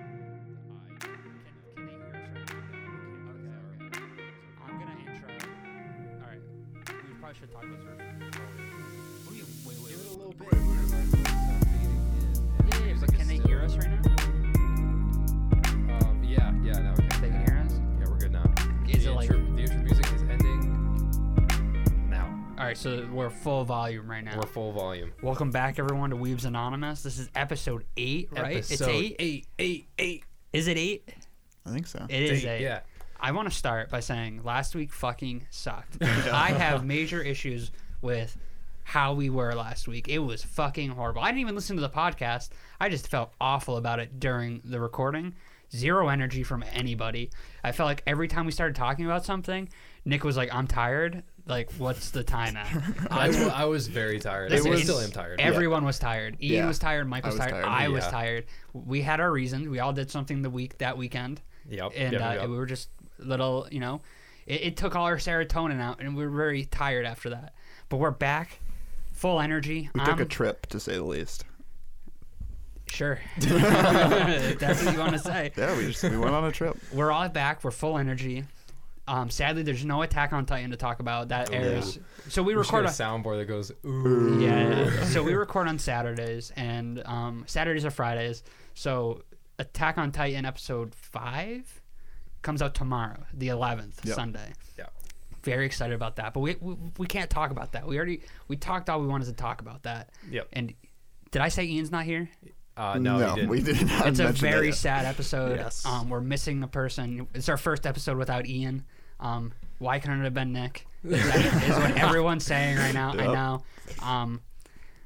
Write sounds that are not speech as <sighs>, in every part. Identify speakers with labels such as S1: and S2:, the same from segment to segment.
S1: Um, sure tacos are. What do you? Wait, wait,
S2: Give it
S1: wait.
S2: a little bit.
S1: Yeah, yeah, but can they hear us right now?
S2: Um, yeah, yeah, now we can.
S1: They can hear us.
S2: Yeah, we're good now.
S1: Is
S2: the
S1: it like-
S2: intro, the intro music is ending now?
S1: All right, so we're full volume right now.
S2: We're full volume.
S1: Welcome back, everyone, to Weebs Anonymous. This is episode eight, right? it's
S2: Episode
S1: eight.
S2: eight, eight, eight,
S1: Is it eight?
S3: I think so.
S1: It is
S2: eight,
S1: eight.
S2: Yeah,
S1: I want to start by saying last week fucking sucked. I have major issues with how we were last week. It was fucking horrible. I didn't even listen to the podcast. I just felt awful about it during the recording. Zero energy from anybody. I felt like every time we started talking about something, Nick was like, "I'm tired." Like, what's the time at?
S2: I, wa- I was very tired. I
S1: Listen,
S2: was
S1: it's-
S2: still am tired.
S1: Everyone was tired. Ian
S3: Yeah.
S1: was tired. Mike
S3: I
S1: was,
S3: was
S1: tired.
S3: tired.
S1: I was
S2: Yeah.
S1: tired. We had our reasons. We all did something the week that weekend.
S2: Yep.
S1: And
S2: Yep,
S1: uh,
S2: yep.
S1: we were just little, you know, it, it took all our serotonin out, and we were very tired after that. But we're back, full energy.
S3: We took a
S1: I'm-
S3: trip, to say the least. <laughs>
S1: Sure. <laughs> If That's what you want to say.
S3: Yeah, we just we went on a trip.
S1: <laughs> We're all back. We're full energy. Um, sadly, there's no Attack on Titan to talk about.
S2: Oh,
S1: That airs. So we
S2: We should get
S1: record.
S2: a
S1: on-
S2: soundboard that goes ooh.
S1: Yeah. so we record on Saturdays and um, Saturdays or Fridays. So Attack on Titan episode five comes out tomorrow, the eleventh,
S3: Yep.
S1: Sunday.
S2: Yeah.
S1: Very excited about that, but we, we we can't talk about that. We already we talked all we wanted to talk about that.
S2: Yep.
S1: And did I say Ian's not here?
S2: Uh, no, you didn't.
S3: we did not
S1: it's a
S3: mention that
S1: very
S3: yet.
S1: sad episode.
S3: Yes.
S1: Um, we're missing a person. It's our first episode without Ian. Um, why couldn't it have been Nick? Is, that- is
S3: <laughs>
S1: what everyone's saying right now. I
S3: Yep.
S1: know. Um,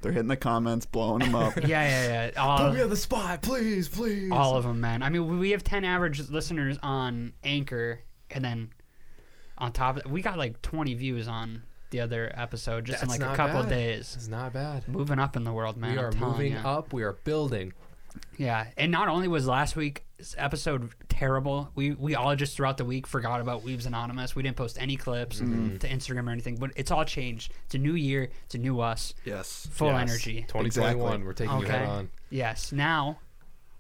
S3: They're hitting the comments, blowing
S1: <laughs>
S3: them up.
S1: yeah, yeah, yeah. All,
S2: <laughs> Put me on the spot, please, please.
S1: all of them, man. I mean, we- we have 10 average listeners on Anchor, and then on top of that, we got like 20 views on the other episode just
S2: That's
S1: in like a
S2: not
S1: couple of
S2: bad.
S1: days.
S2: It's not bad.
S1: Moving up in the world, man.
S2: We
S1: I'm
S2: are
S1: telling
S2: moving
S1: ya.
S2: up. We are building.
S1: Yeah, and not only was last week's episode terrible, we we all just throughout the week forgot about Weaves Anonymous. We didn't post any clips
S2: Mm-hmm.
S1: to Instagram or anything, but it's all changed. It's a new year. It's a new us.
S3: yes.
S1: Full
S2: Yes.
S1: energy.
S2: 2021.
S3: Exactly.
S2: We're taking
S1: Okay.
S2: you head on.
S1: Yes. Now,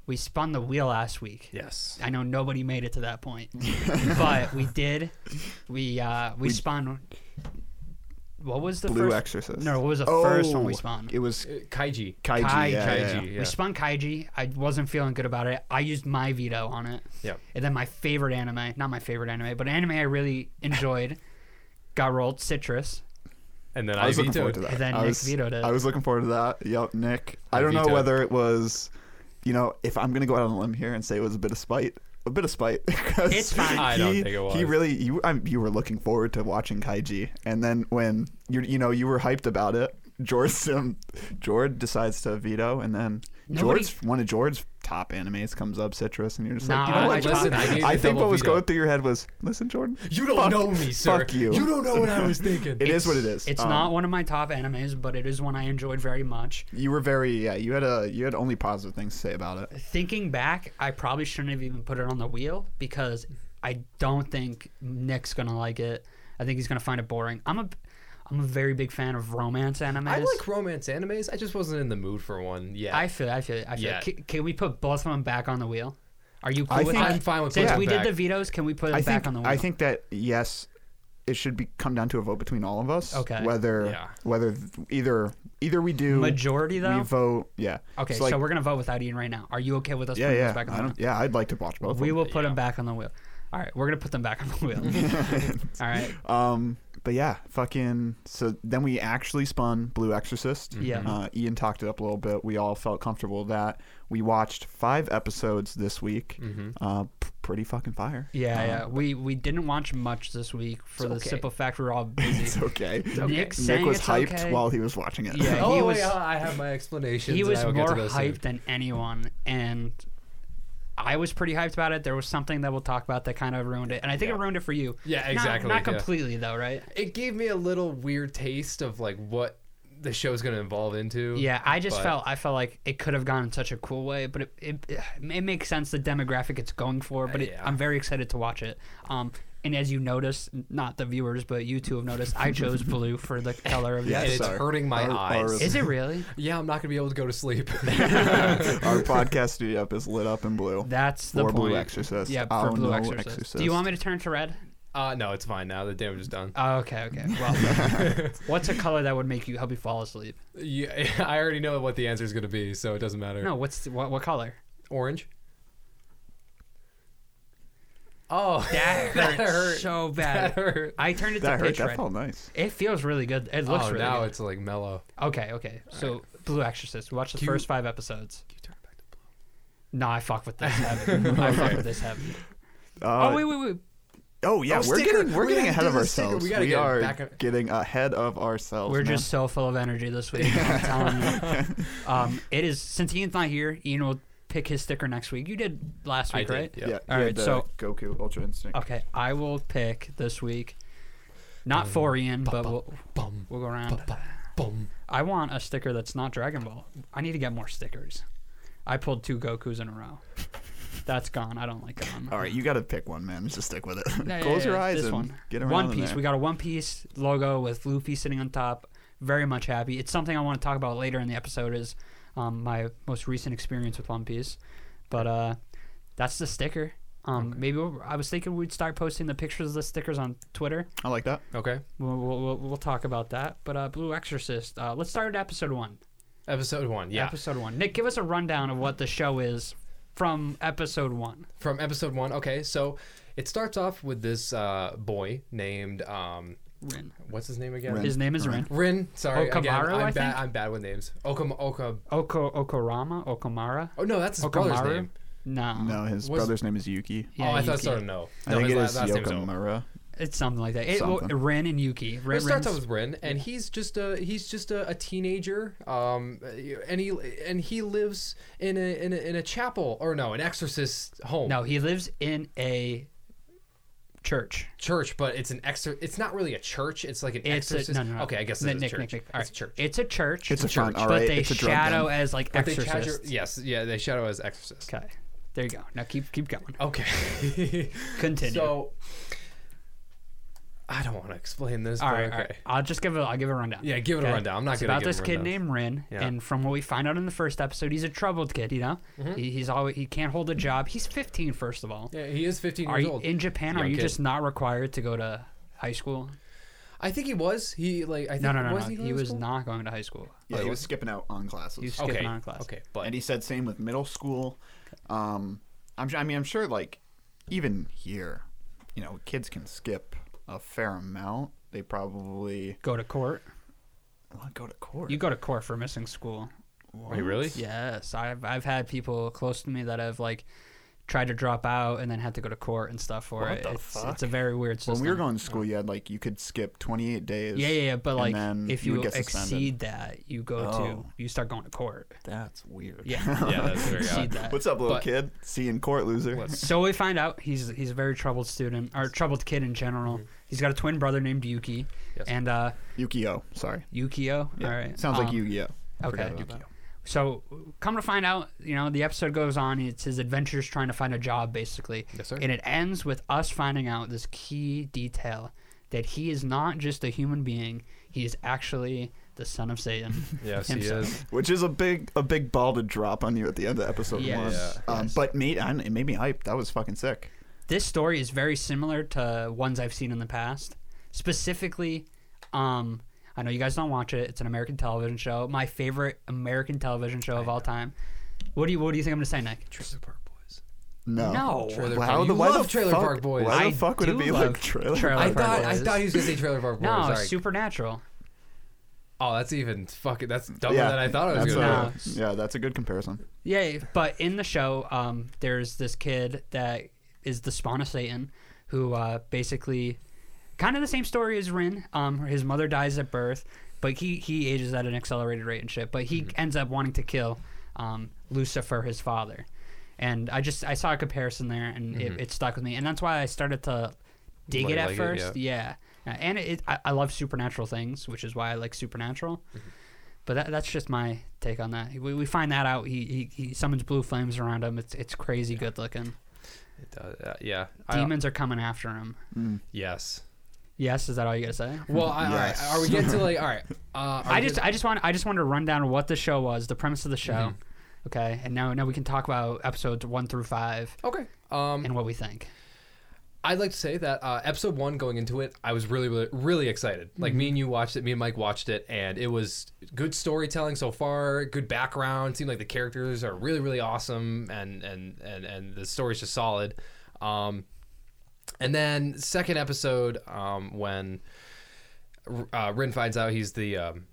S1: we spun the wheel last week.
S2: Yes.
S1: I know nobody made it to that
S3: <laughs>
S1: point, but we did. We uh, we, spun. What was the
S3: Blue
S1: first?
S3: Exorcist.
S1: No, what was the
S3: oh,
S1: first one we spun?
S3: It was
S2: Uh, Kaiji.
S3: Kaiji.
S1: Kai-
S3: yeah,
S2: Kaiji.
S3: yeah, yeah.
S2: yeah.
S1: We spun Kaiji. I wasn't feeling good about it. I used my veto on it.
S2: Yep.
S1: And then my favorite anime, not my favorite anime, but anime I really enjoyed, got rolled Citrus.
S2: And then
S3: I was looking
S2: vetoed.
S3: forward to that.
S1: And then
S3: I
S1: Nick
S3: was,
S1: vetoed it.
S3: I was looking forward to that. Yep, Nick.
S2: I
S3: I don't know
S2: vetoed.
S3: whether it was, you know, if I'm gonna go out on a limb here and say it was a bit of spite. A bit of spite. <laughs> 'cause
S1: It's fine.
S2: I don't
S3: he-
S2: think it was.
S3: He really, you, I, you were looking forward to watching Kaiji, and then when you, you know, you were hyped about it. George, <laughs> um, George decides to veto, and then
S1: Nobody-
S3: George, one of George's top animes comes up, Citrus, and you're just
S1: Nah,
S3: like, you know
S1: I
S3: what?
S1: like
S3: Jordan?
S1: Citrus. I
S2: need
S3: I
S2: a
S3: think
S2: double
S3: what was
S2: veto.
S3: going through your head was, listen, Jordan,
S2: You don't
S3: fuck-
S2: know me, sir.
S3: Fuck you.
S2: You don't know what
S3: <laughs>
S2: I was thinking.
S3: It is what it is.
S1: It's
S3: Um,
S1: not one of my top animes, but it is one I enjoyed very much.
S3: You were very yeah. You had a you had only positive things to say about it.
S1: Thinking back, I probably shouldn't have even put it on the wheel because I don't think Nick's gonna like it. I think he's gonna find it boring. I'm a, I'm a very big fan of romance animes.
S2: I like romance animes. I just wasn't in the mood for one yet.
S1: I feel. it, I feel. it, I feel.
S2: Yeah.
S1: it. Can, can we put both of them back on the wheel? Are you cool
S3: I
S1: with
S3: think-
S1: that?
S2: I'm fine with
S1: Since
S2: putting
S1: we
S2: them
S1: did
S2: back.
S1: the vetoes, can we put them
S3: I
S1: back
S3: think
S1: on the wheel?
S3: I think that yes, it should be come down to a vote between all of us.
S1: Okay.
S3: Whether
S2: Yeah.
S3: whether either either we do
S1: majority though.
S3: we vote yeah.
S1: Okay, so,
S3: like,
S1: we're gonna vote without Ian right now. Are you okay with us
S3: yeah
S1: putting
S3: yeah
S1: those back
S3: I
S1: on the
S3: don't, yeah I'd like to watch both.
S1: wheel? We
S3: of
S1: will put
S2: yeah.
S1: them back on the wheel. All right, we're gonna put them back on the wheel.
S3: <laughs> them.
S1: All right.
S3: um, but yeah, fucking. So then we actually spun Blue Exorcist.
S1: Mm-hmm. Yeah.
S3: Uh, Ian talked it up a little bit. We all felt comfortable with that. We watched five episodes this week.
S1: Mm-hmm.
S3: Uh, p- pretty fucking fire.
S1: Yeah,
S3: Um,
S1: yeah. We we didn't watch much this week for the
S2: okay.
S1: simple fact we're all busy.
S3: It's okay.
S1: Nick
S3: Nick
S1: saying
S3: was
S1: it's
S3: hyped
S1: okay.
S3: while he was watching it.
S1: Yeah.
S2: oh,
S1: he
S2: yeah,
S1: was-
S2: I have my explanations.
S1: he
S2: and
S1: was
S2: I will get
S1: more
S2: to those soon.
S1: hyped than anyone and i was pretty hyped about it there was something that we'll talk about that kind of ruined it and i think it
S2: Yeah.
S1: ruined it for you
S2: Yeah,
S1: Not-
S2: exactly,
S1: not,
S2: yeah. Mm-hmm.
S1: completely though right
S2: It gave me a little weird taste of like what the show's gonna evolve into.
S1: yeah i just
S2: But-
S1: felt i felt like it could have gone in such a cool way but it, it, it makes sense the demographic it's going for but it,
S2: Yeah.
S1: i'm very excited to watch it um and as you notice, not the viewers, but you two have noticed, I chose
S2: <laughs>
S1: blue for the color of the.
S3: <laughs> Yes.
S2: And it's
S3: Sorry.
S2: hurting my
S3: Our-
S2: eyes.
S3: our-
S1: Is it really?
S2: yeah, I'm not gonna be able to go
S1: <laughs>
S2: to sleep. <laughs>
S3: Our podcast studio up is lit up in blue.
S1: That's the
S3: for
S1: point.
S3: Blue Exorcist.
S1: Yeah,
S3: Oh,
S1: for blue
S3: no,
S1: exorcist. Do you want me to turn to red?
S2: Uh, no, it's fine now. The damage is done.
S1: Oh, okay,
S3: <laughs>
S1: okay. Well, what's a color that would make you help you fall asleep?
S2: Yeah, <laughs> I already know what the answer is going to be, so it doesn't matter.
S1: No, what's what, what color?
S2: Orange. Oh,
S1: That,
S2: that
S1: hurt,
S2: hurt.
S1: so
S2: That
S1: bad.
S2: hurt.
S1: I turned it to
S3: That hurt.
S1: pitch
S3: That
S1: red.
S3: felt nice.
S1: It feels really good. It looks
S2: oh,
S1: really
S2: now
S1: good.
S2: it's like mellow.
S1: Okay, okay. So Blue Exorcist. We watched the
S2: Do you-
S1: first five episodes.
S2: Can you turn it back to blue?
S1: No, I fuck with this
S2: <laughs>
S1: heavy. I fuck with this heavy.
S3: Uh,
S1: Oh wait, wait, wait.
S3: Oh yeah,
S2: Oh,
S3: we're
S2: sticker.
S3: getting we're
S2: We
S3: getting
S2: gotta
S3: ahead
S2: do
S3: of
S2: the sticker.
S3: ourselves.
S2: We gotta get
S3: are
S2: back on-
S3: getting ahead of ourselves.
S1: We're
S3: man.
S1: just so full of energy this week.
S3: <laughs>
S1: I'm telling you. Um, it is since Ian's not here. Ian will pick his sticker next week. You did last
S2: I
S1: week,
S2: did,
S1: right?
S2: yeah.
S3: yeah.
S1: All
S3: yeah,
S1: right,
S3: the
S1: so-
S3: Goku Ultra Instinct.
S1: Okay, I will pick this week. Not for Ian, but
S2: bum,
S1: we'll,
S2: bum,
S1: we'll go around.
S2: bum, bum, bum.
S1: I want a sticker that's not Dragon Ball. I need to get more stickers. I pulled two Gokus in a row. That's gone. I don't like that one.
S3: All right, you got to pick one, man. Just stick with it.
S1: Yeah, yeah,
S3: Close
S1: yeah,
S3: your eyes
S1: This
S3: and
S1: one.
S3: get around.
S1: One
S3: in
S1: Piece.
S3: there.
S1: We got a One Piece logo with Luffy sitting on top. Very much happy. It's something I want to talk about later in the episode. Is um, my most recent experience with One Piece, but uh, that's the sticker. Um, Maybe we'll, I was thinking we'd start posting the pictures of the stickers on Twitter.
S3: I like that.
S2: Okay.
S1: We'll, we'll, we'll, we'll talk about that. But uh, Blue Exorcist. Uh, let's start at episode one.
S2: Episode one. Yeah.
S1: Episode one. Nick, give us a rundown of what the show is from episode one.
S2: from episode one. Okay, so it starts off with this uh, boy named um,
S1: Rin.
S2: what's his name again?
S3: Rin.
S1: His name is Rin.
S3: Rin.
S2: Rin. Sorry, again,
S1: Okamaru,
S2: I'm
S1: I
S2: bad.
S1: think?
S2: I'm bad with names. Okam Oka.
S1: Oko Okorama Okamara.
S2: Oh no, that's his brother's
S1: Okamaru?
S2: name.
S1: No.
S3: No, his
S2: Was-
S3: brother's name is Yuki.
S1: Yeah,
S2: oh, I
S1: Yuki.
S2: thought so. No,
S3: I
S2: no,
S3: think
S2: his
S3: it
S2: la-
S3: is
S2: last name's Oka.
S3: Yokomura.
S1: It's something like that. It, well,
S3: Something.
S1: Ren and Yuki. Ren,
S2: It starts off
S1: Ren's-
S2: with Rin, and he's just a he's just a, a teenager, um, and he and he lives in a in a, in a chapel or no, an exorcist home,
S1: no, he lives in a church.
S2: church, but it's an exor. It's not really a church. It's like an
S1: It's
S2: exorcist.
S1: a no, no, no.
S2: Okay, I guess
S1: Nick,
S2: it's a
S1: Nick,
S2: church.
S1: Nick, Nick. All
S2: It's a
S1: right.
S2: church.
S1: It's a church.
S3: It's a fun. All
S1: but
S3: right,
S1: they
S3: it's a drug
S1: shadow
S3: den.
S1: as like
S2: But they
S1: exorcists.
S2: shadow- yes, yeah, they shadow as exorcist.
S1: Okay, there you go. Now keep keep going.
S2: Okay. <laughs>
S1: Continue.
S2: so I don't want to explain this,
S1: all
S2: but
S1: right,
S2: okay.
S1: all right. I'll just give a I'll give a rundown.
S2: Yeah, give it a rundown. I'm not
S1: it's
S2: gonna
S1: about
S2: give
S1: this
S2: a
S1: kid
S2: rundown.
S1: named Rin,
S2: Yeah.
S1: and from what we find out in the first episode, he's a troubled kid. You know, he, he's always he can't hold a job. He's 15, first of all.
S2: Mm-hmm. Yeah, he is 15
S1: Are
S2: years
S1: you
S2: old.
S1: in Japan? Are
S2: Young
S1: you
S2: kid.
S1: just not required to go to high school?
S2: I think he was. He like I think
S1: No, no, no,
S2: was
S1: no. He,
S2: He, going to
S1: was
S2: school?
S1: not going to high school.
S3: Yeah,
S2: Wait,
S3: he
S2: what?
S3: was skipping out on classes.
S1: He was
S2: Okay.
S1: skipping on class.
S2: Okay, but
S3: and he said same with middle school. Um, I'm su- I mean I'm sure like even here, you know, kids can skip a fair amount. They probably
S1: Go to court.
S3: well, go to court.
S1: You go to court for missing
S2: <laughs>
S1: school.
S2: Wait, really?
S1: Yes, I've I've had people close to me that have like tried to drop out and then had to go to court and stuff for
S3: What
S1: it.
S3: the
S1: it's,
S3: fuck?
S1: it's a very weird system.
S3: when we were going to school, you had like you could skip 28 days.
S1: yeah, yeah, yeah, but
S3: and
S1: like
S3: then
S1: if
S3: you
S1: you,
S3: would get suspended.
S1: exceed that, you go
S3: Oh.
S1: to you start going to court.
S3: That's weird. <laughs>
S1: Yeah,
S2: Yeah, that's very
S1: exceed
S2: odd.
S1: that.
S3: What's up, little
S2: But-
S3: kid? See you in court, loser.
S1: So we find out he's he's a very troubled student or troubled kid in general. He's got a twin brother named Yuki
S2: Mm-hmm. Yes.
S1: and uh,
S3: Yukio. Sorry.
S1: Yukio.
S3: Yeah.
S1: All right,
S3: Sounds like
S1: Um,
S3: Yu-Gi-Oh.
S1: Okay. So, come to find out, you know, the episode goes on. It's his adventures trying to find a job, basically.
S2: Yes, sir.
S1: And it ends with us finding out this key detail that he is not just a human being, he is actually the son of Satan.
S3: <laughs>
S2: Yes, he
S1: himself.
S2: is.
S3: Which is a big a big ball to drop on you at the end of episode
S1: Yes.
S3: one.
S2: Yeah.
S3: Um, But made I, it made me hyped. That was fucking sick.
S1: this story is very similar to ones I've seen in the past. Specifically, um, I know you guys don't watch it. It's an American television show. My favorite American television show of all time. What do you What do you think I'm gonna say, Nick?
S2: Trailer Park Boys.
S3: No.
S1: No. Trailer
S3: Wow,
S2: Park-
S3: the,
S2: you
S3: why
S2: love
S3: the
S2: Trailer
S3: fuck,
S2: Park Boys.
S3: Why
S1: I
S3: the fuck would
S1: do
S3: it be
S1: love
S3: like trailer?
S1: Trailer
S2: I
S1: Park
S2: thought I
S1: Boys.
S2: thought he was gonna say Trailer Park Boys.
S1: No,
S2: Sorry.
S1: Supernatural.
S2: Oh, that's even fucking. That's dumber
S3: Yeah,
S2: than I thought I was
S3: that's
S2: gonna.
S1: gonna
S3: a- yeah, that's a good comparison.
S1: Yeah, but in the show, um, there's this kid that is the spawn of Satan, who uh, basically, kind of the same story as Rin. Um, his mother dies at birth, but he he ages at an accelerated rate and shit. But he ends up wanting to kill um, Lucifer, his father. And I just I saw a comparison there, and it, it stuck with me, and that's why I started to dig Mm-hmm.
S2: Like-
S1: it at
S2: like it,
S1: first. yeah. Uh, and it, it, I, I love supernatural things, which is why I like supernatural. But that, that's just my take on that. We, we find that out. He, he he summons blue flames around him. It's it's crazy good looking.
S2: It does, uh, yeah. I-
S1: Demons are coming after him.
S2: yes.
S1: Yes, is that all you gotta say?
S2: Well, I, all right. Are we getting
S1: <laughs>
S2: to like all right? Uh, are
S1: I
S2: we
S1: just I just want I just wanted to run down what the show was, the premise of the show.
S2: Mm-hmm.
S1: Okay, and now now we can talk about episodes one through five
S2: okay. Um,
S1: and what we think.
S2: I'd like to say that uh, episode one going into it, I was really, really, really excited. Like
S1: Mhm.
S2: me and you watched it, me and Mike watched it, and it was good storytelling so far, good background. Seemed like the characters are really, really awesome, and and and and the story's just solid. Um, and then second episode, um, when uh, Rin finds out he's the um,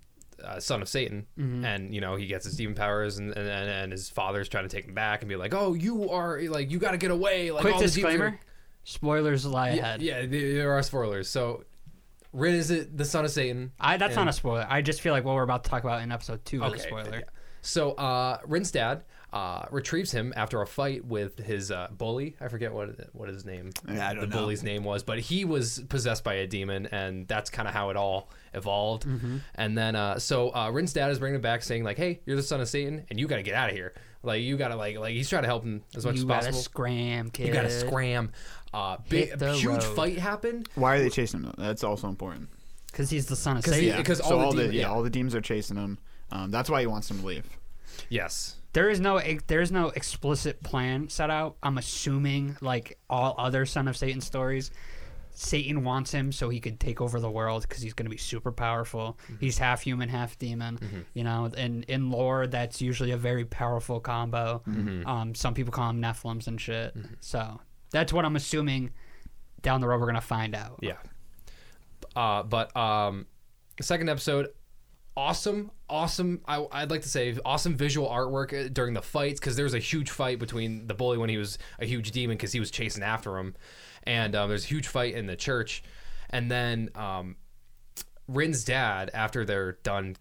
S2: uh, son of Satan,
S1: Mm-hmm.
S2: and you know he gets his demon powers, and, and and and his father's trying to take him back and be like, "Oh, you are like you got to get away!" Like
S1: Quick
S2: all the demons are-
S1: disclaimer: spoilers lie
S2: yeah,
S1: ahead.
S2: yeah, th- there are spoilers. So, Rin is it the son of Satan?
S1: I, that's
S2: And-
S1: not a spoiler. I just feel like what we're about to talk about in episode two is a
S2: Okay,
S1: spoiler.
S2: yeah. So, uh, Rin's dad uh, retrieves him after a fight with his uh, bully. I forget what what his name,
S3: Yeah, I
S2: the
S3: don't know.
S2: bully's name was, but he was possessed by a demon, and that's kind of how it all evolved.
S3: Mm-hmm.
S2: And then, uh, so uh, Rin's dad is bringing him back, saying like, "Hey, you're the son of Satan, and you got to get out of here. Like, you got to like like he's trying to help him as much
S1: You
S2: as
S1: gotta
S2: possible.
S1: scram, kid.
S2: you got to scram." Uh,
S1: Hit
S2: big,
S1: the
S2: huge
S1: road.
S2: fight happened.
S3: Why are they chasing him? That's also important.
S1: because he's the son of
S2: 'Cause
S1: Satan.
S2: he- Yeah. because
S3: so
S2: all the demon-
S3: yeah,
S2: yeah.
S3: all the demons are chasing him. Um, that's why he wants them to leave.
S2: Yes.
S1: There is no there is no explicit plan set out. I'm assuming like all other Son of Satan stories, Satan wants him so he could take over the world because he's going to be super powerful. He's half human, half demon. You know, and in lore, that's usually a very powerful combo. Um, some people call them Nephilims and shit. So that's what I'm assuming. Down the road, we're gonna find <laughs> out.
S2: Yeah. Uh, but um, second episode, awesome, awesome. I, I'd like to say awesome visual artwork uh, during the fights because there was a huge fight between the bully when he was a huge demon because he was chasing after him, and um, there's a huge fight in the church, and then um, Rin's dad after they're done,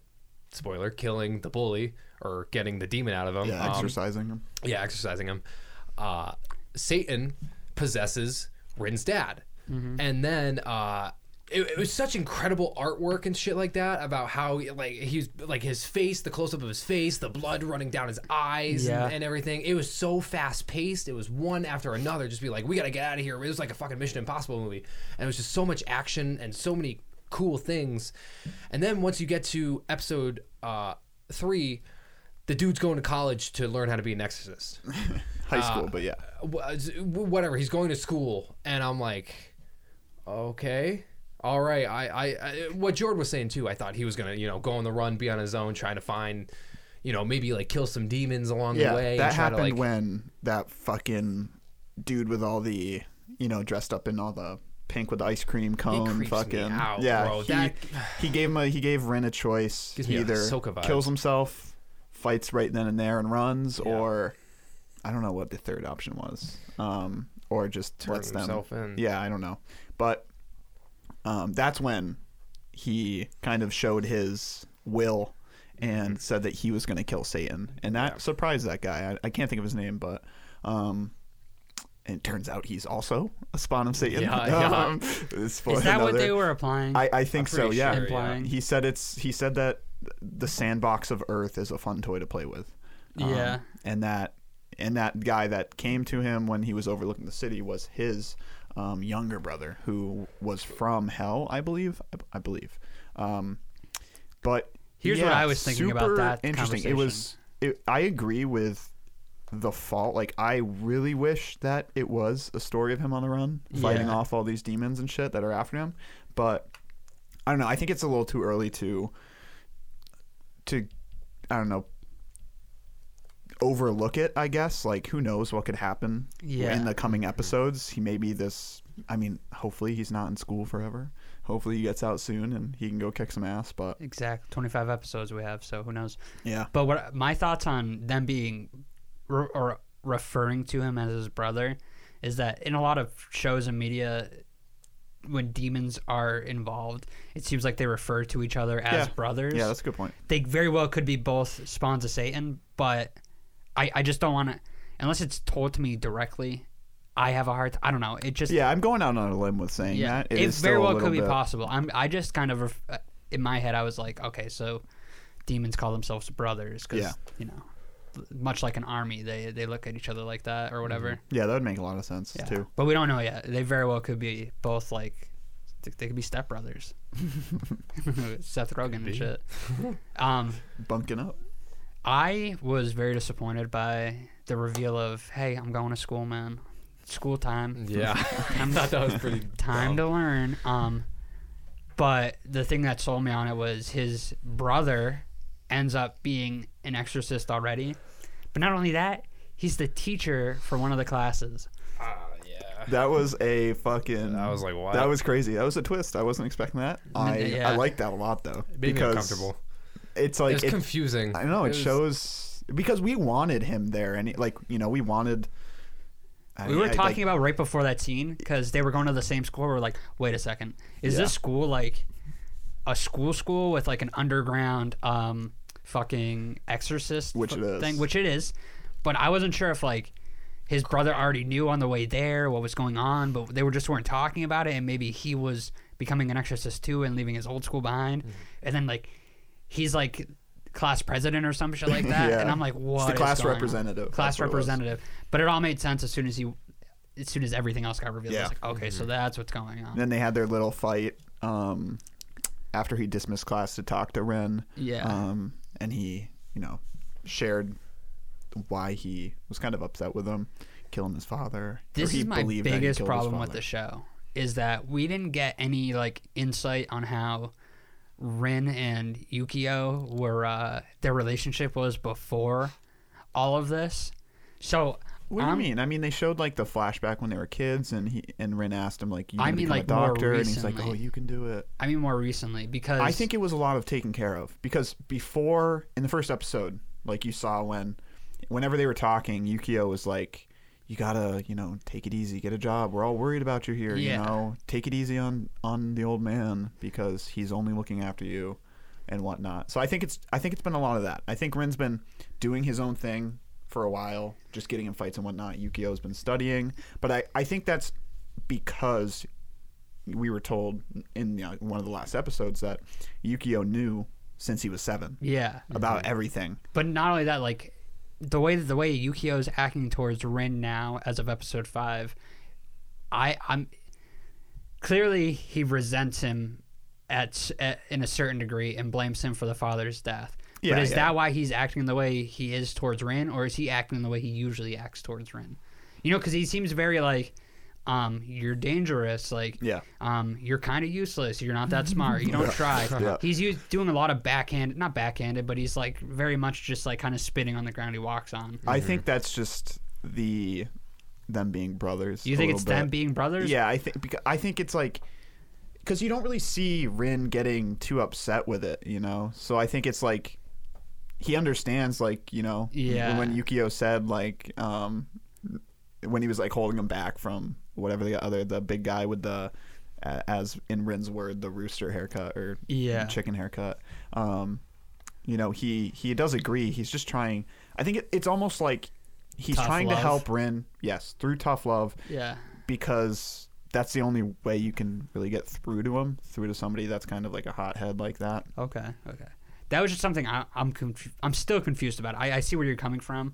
S2: spoiler, killing the bully or getting the demon out of him.
S3: Yeah,
S2: um,
S3: exercising him.
S2: yeah, exercising him. Uh, Satan possesses Rin's dad, and then uh, it, it was such incredible artwork and shit like that about how like he's like his face, the close up of his face, the blood running down his eyes
S1: Yeah.
S2: and, and everything. It was so fast paced. It was one after another. Just be like, we gotta get out of here. It was like a fucking Mission Impossible movie, and it was just so much action and so many cool things. And then once you get to episode uh, three. The dude's going to college to learn how to be an exorcist uh,
S3: High school, but yeah.
S2: was- whatever he's going to school and i'm like okay all right I, I i what jordan was saying too i thought he was gonna you know go on the run be on his own trying to find you know maybe like kill some demons along
S3: Yeah,
S2: the way and try
S3: that
S2: to,
S3: happened
S2: like-
S3: when that fucking dude with all the, you know, dressed up in all the pink with the ice cream cone,
S2: creeps me
S3: fucking
S2: out,
S3: yeah.
S2: bro.
S3: He,
S2: That-
S3: he gave him a he gave Ren a choice.
S2: Gives
S3: he
S2: me
S3: either
S2: Ahsoka vibes.
S3: kills himself, fights right then and there and runs, or I don't know what the third option was, um, or just lets them.
S2: himself in.
S3: Yeah, I don't know, but um, that's when he kind of showed his will
S2: Mm-hmm.
S3: and said that he was going to kill Satan, and that surprised that guy. I, I can't think of his name, but um, and it turns out he's also a spawn of Satan.
S2: Yeah, yeah.
S3: <laughs> Um, it's for
S1: Is that what
S3: another-
S1: they were applying?
S3: I, I think
S2: I'm
S3: so.
S2: pretty
S3: Yeah.
S2: sure,
S1: Implying. yeah.
S3: He said it's. He said that the sandbox of Earth is a fun toy to play with. Um,
S1: Yeah.
S3: And that and that guy that came to him when he was overlooking the city was his um, younger brother who was from Hell, I believe. I, I believe. Um, but
S1: Here's what
S3: yeah,
S1: I was thinking about
S3: super
S1: that
S3: Interesting. It was. It, I agree with the fault. Like I really wish that it was a story of him on the run, fighting
S1: Yeah.
S3: off all these demons and shit that are after him. But I don't know. I think it's a little too early to to I don't know overlook it. I guess like who knows what could happen
S1: Yeah.
S3: in the coming episodes. He may be this. I mean, hopefully he's not in school forever. Hopefully he gets out soon and he can go kick some ass. But
S1: exact 25 episodes we have, so who knows?
S3: yeah,
S1: But what my thoughts on them being re- or referring to him as his brother is that in a lot of shows and media, when demons are involved, it seems like they refer to each other as
S3: Yeah.
S1: brothers.
S3: yeah, that's a good point.
S1: They very well could be both spawns of Satan, but I, I just don't want to, unless it's told to me directly. I have a hard. I I don't know. It just
S3: Yeah, I'm going out on a limb with saying
S1: yeah.
S3: that.
S1: It,
S3: is
S1: very
S3: still a
S1: well
S3: little
S1: could be
S3: bit-
S1: possible. I'm. I just kind of ref- uh, in my head, I was like, okay, so demons call themselves brothers because
S3: Yeah.
S1: you know, much like an army, they they look at each other like that or whatever.
S3: Yeah, that would make a lot of sense
S1: Yeah.
S3: too.
S1: But we don't know yet. They very well could be both like th- they could be
S3: <laughs>
S1: stepbrothers. <laughs> Seth Rogen and shit. um,
S3: Bunking up.
S1: I was very disappointed by the reveal of, hey, I'm going to school, man. school time.
S2: <laughs>
S3: <laughs>
S2: Yeah, <laughs> I thought that was pretty
S1: time
S2: dumb.
S1: to learn. Um, but the thing that sold me on it was his brother ends up being an exorcist already. But not only that, he's the teacher for one of the classes.
S2: Ah, yeah.
S3: That was a fucking.
S2: I was like, what?
S3: That was crazy. That was a twist. I wasn't expecting that.
S1: <laughs>
S3: I
S1: Yeah.
S3: I like that a lot though
S2: Made me
S3: because
S2: uncomfortable.
S3: it's
S2: It
S3: like
S2: was
S3: it-
S2: confusing.
S3: I know it,
S2: was-
S3: shows because we wanted him there and like you know we wanted. I-
S1: We were
S3: I- like,
S1: talking about right before that scene because they were going to the same school. We are like, wait a second, is
S3: Yeah.
S1: this school like a school school with like an underground um fucking exorcist
S3: Which
S1: fu-
S3: it is.
S1: thing? Which it is, but I wasn't sure if like his brother already knew on the way there what was going on, but they were just weren't talking about it, and maybe he was becoming an exorcist too and leaving his old school behind,
S3: Mm-hmm.
S1: and then like he's like class president or some shit like that,
S3: <laughs> Yeah.
S1: and I'm like,
S3: It's
S1: what?
S3: the
S1: is
S3: class
S1: going on?"
S3: representative.
S1: Class
S3: That's what it was.
S1: representative, but it all made sense as soon as he as soon as everything else got revealed, I
S3: Yeah.
S1: was like, okay, so that's what's going on.
S3: And then they had their little fight um, after he dismissed class to talk to Ren.
S1: Yeah.
S3: Um, and he, you know, shared why he was kind of upset with him, killing his father. or
S1: This
S3: he
S1: is my
S3: believed that he
S1: biggest
S3: killed his
S1: problem with
S3: father.
S1: the show is that we didn't get any like insight on how Rin and Yukio were uh, their relationship was before all of this. So
S3: What do you
S1: I'm-
S3: mean? I mean, they showed like the flashback when they were kids, and he and Ren asked him like, "You
S1: I
S3: gonna
S1: mean,
S3: become a
S1: like, more
S3: doctor?" And he's like, "Oh,
S1: recently.
S3: you can do it."
S1: I mean more recently because
S3: I think it was a lot of taken care of because before in the first episode, like you saw when, whenever they were talking, Yukio was like, "You gotta, you know, take it easy, get a job. We're all worried about you here.
S1: Yeah.
S3: You know, take it easy on on the old man because he's only looking after you, and whatnot." So I think it's I think it's been a lot of that. I think Ren's been doing his own thing for a while, just getting in fights and whatnot. Yukio's been studying, but I I think that's because we were told in you know, one of the last episodes that Yukio knew since he was seven
S1: yeah.
S3: about everything.
S1: But not only that, like the way the way Yukio's acting towards Rin now, as of episode five, I I'm clearly he resents him at, s- at in a certain degree and blames him for the father's death.
S3: Yeah,
S1: but is
S3: yeah.
S1: that why he's acting the way he is towards Rin, or is he acting the way he usually acts towards Rin? You know, because he seems very like, um, you're dangerous. Like,
S3: Yeah.
S1: um, you're kind of useless. You're not that smart.
S3: <laughs>
S1: You don't try.
S3: Yeah.
S1: He's used, doing a lot of backhand, not backhanded, but he's like very much just like kind of spitting on the ground he walks on.
S3: I think that's just the them being brothers.
S1: Do you
S3: a
S1: think
S3: little
S1: it's them
S3: bit.
S1: being brothers?
S3: Yeah, I think because I think it's like because you don't really see Rin getting too upset with it, you know. So I think it's like he understands, like you know,
S1: Yeah.
S3: when Yukio said like um when he was like holding him back from whatever the other the big guy with the a- as in Rin's word the rooster haircut or
S1: Yeah.
S3: chicken haircut. Um, you know he he does agree. He's just trying. I think it, it's almost like he's
S1: Tough
S3: trying
S1: love.
S3: to help Rin. Yes, through tough love
S1: Yeah.
S3: because that's the only way you can really get through to him, through to somebody that's kind of like a hothead like that.
S1: Okay. Okay. That was just something I, I'm confu- I'm still confused about. I, I see where you're coming from,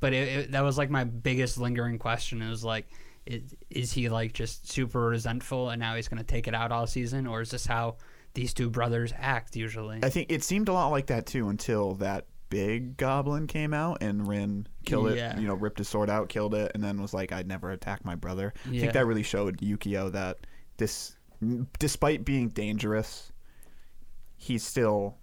S1: but it, it, that was like my biggest lingering question. Is like, is, is he like just super resentful and now he's gonna take it out all season, or is this how these two brothers act usually?
S3: I think it seemed a lot like that too until that big goblin came out and Rin killed
S1: Yeah.
S3: it, you know, ripped his sword out, killed it, and then was like, I'd never attack my brother. I
S1: Yeah.
S3: think that really showed Yukio that this, despite being dangerous, he's still,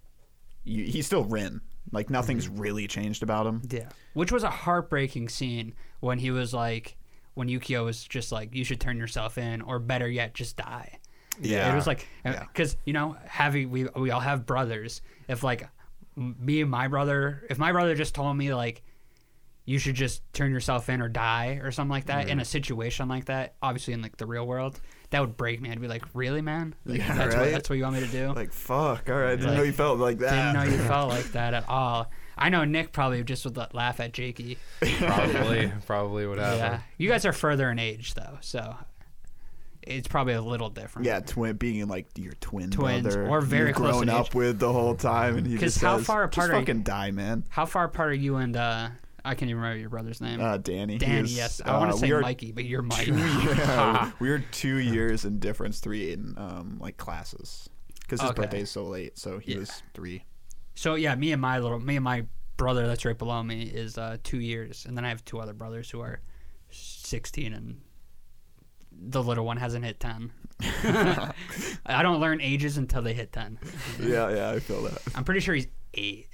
S3: you- he's still Rin. Like nothing's
S1: Mm-hmm.
S3: really changed about him.
S1: Yeah. Which was a heartbreaking scene when he was like, when Yukio was just like, you should turn yourself in, or better yet, just die.
S3: Yeah.
S1: It was like,
S3: Yeah.
S1: because, you know, having, we, we all have brothers. If like m- me and my brother, if my brother just told me like, you should just turn yourself in or die or something like that
S3: Mm-hmm.
S1: in a situation like that, obviously in like the real world, that would break me. I'd be like, really, man? Like,
S3: Yeah,
S1: that's, what,
S3: right?
S1: that's what you want me to do?
S3: Like fuck! All right, didn't know
S1: Like,
S3: you felt like that.
S1: Didn't know
S3: <laughs>
S1: you felt like that at all. I know Nick probably just would la- laugh at Jakey.
S3: <laughs>
S2: probably, probably would happen.
S3: Uh-huh.
S1: Yeah, you guys are further in age though, so it's probably a little different.
S3: Yeah, twin being like your twin
S1: Twins,
S3: brother,
S1: or very
S3: you've
S1: close
S3: grown
S1: in
S3: up
S1: age.
S3: with the whole time, and he
S1: 'Cause
S3: just
S1: how
S3: says,
S1: far apart
S3: just
S1: are you?"
S3: fucking die, man.
S1: How far apart are you and uh, I can't even remember your brother's name.
S3: Uh, Danny, he
S1: Danny,
S3: is,
S1: yes. I want
S3: uh,
S1: to say
S3: we are
S1: Mikey, but you're Mike.
S3: Two, yeah, <laughs> we are two years in difference, three in um, like classes, because his
S1: Okay.
S3: birthday is so late, so he
S1: Yeah.
S3: was
S1: <laughs>
S3: three.
S1: <laughs> so yeah, me and my little me and my brother that's right below me is uh, two years, and then I have two other brothers who are sixteen and the little one hasn't hit ten. <laughs> I don't learn ages until they hit ten.
S3: Yeah, yeah, I feel that.
S1: I'm pretty sure he's eight.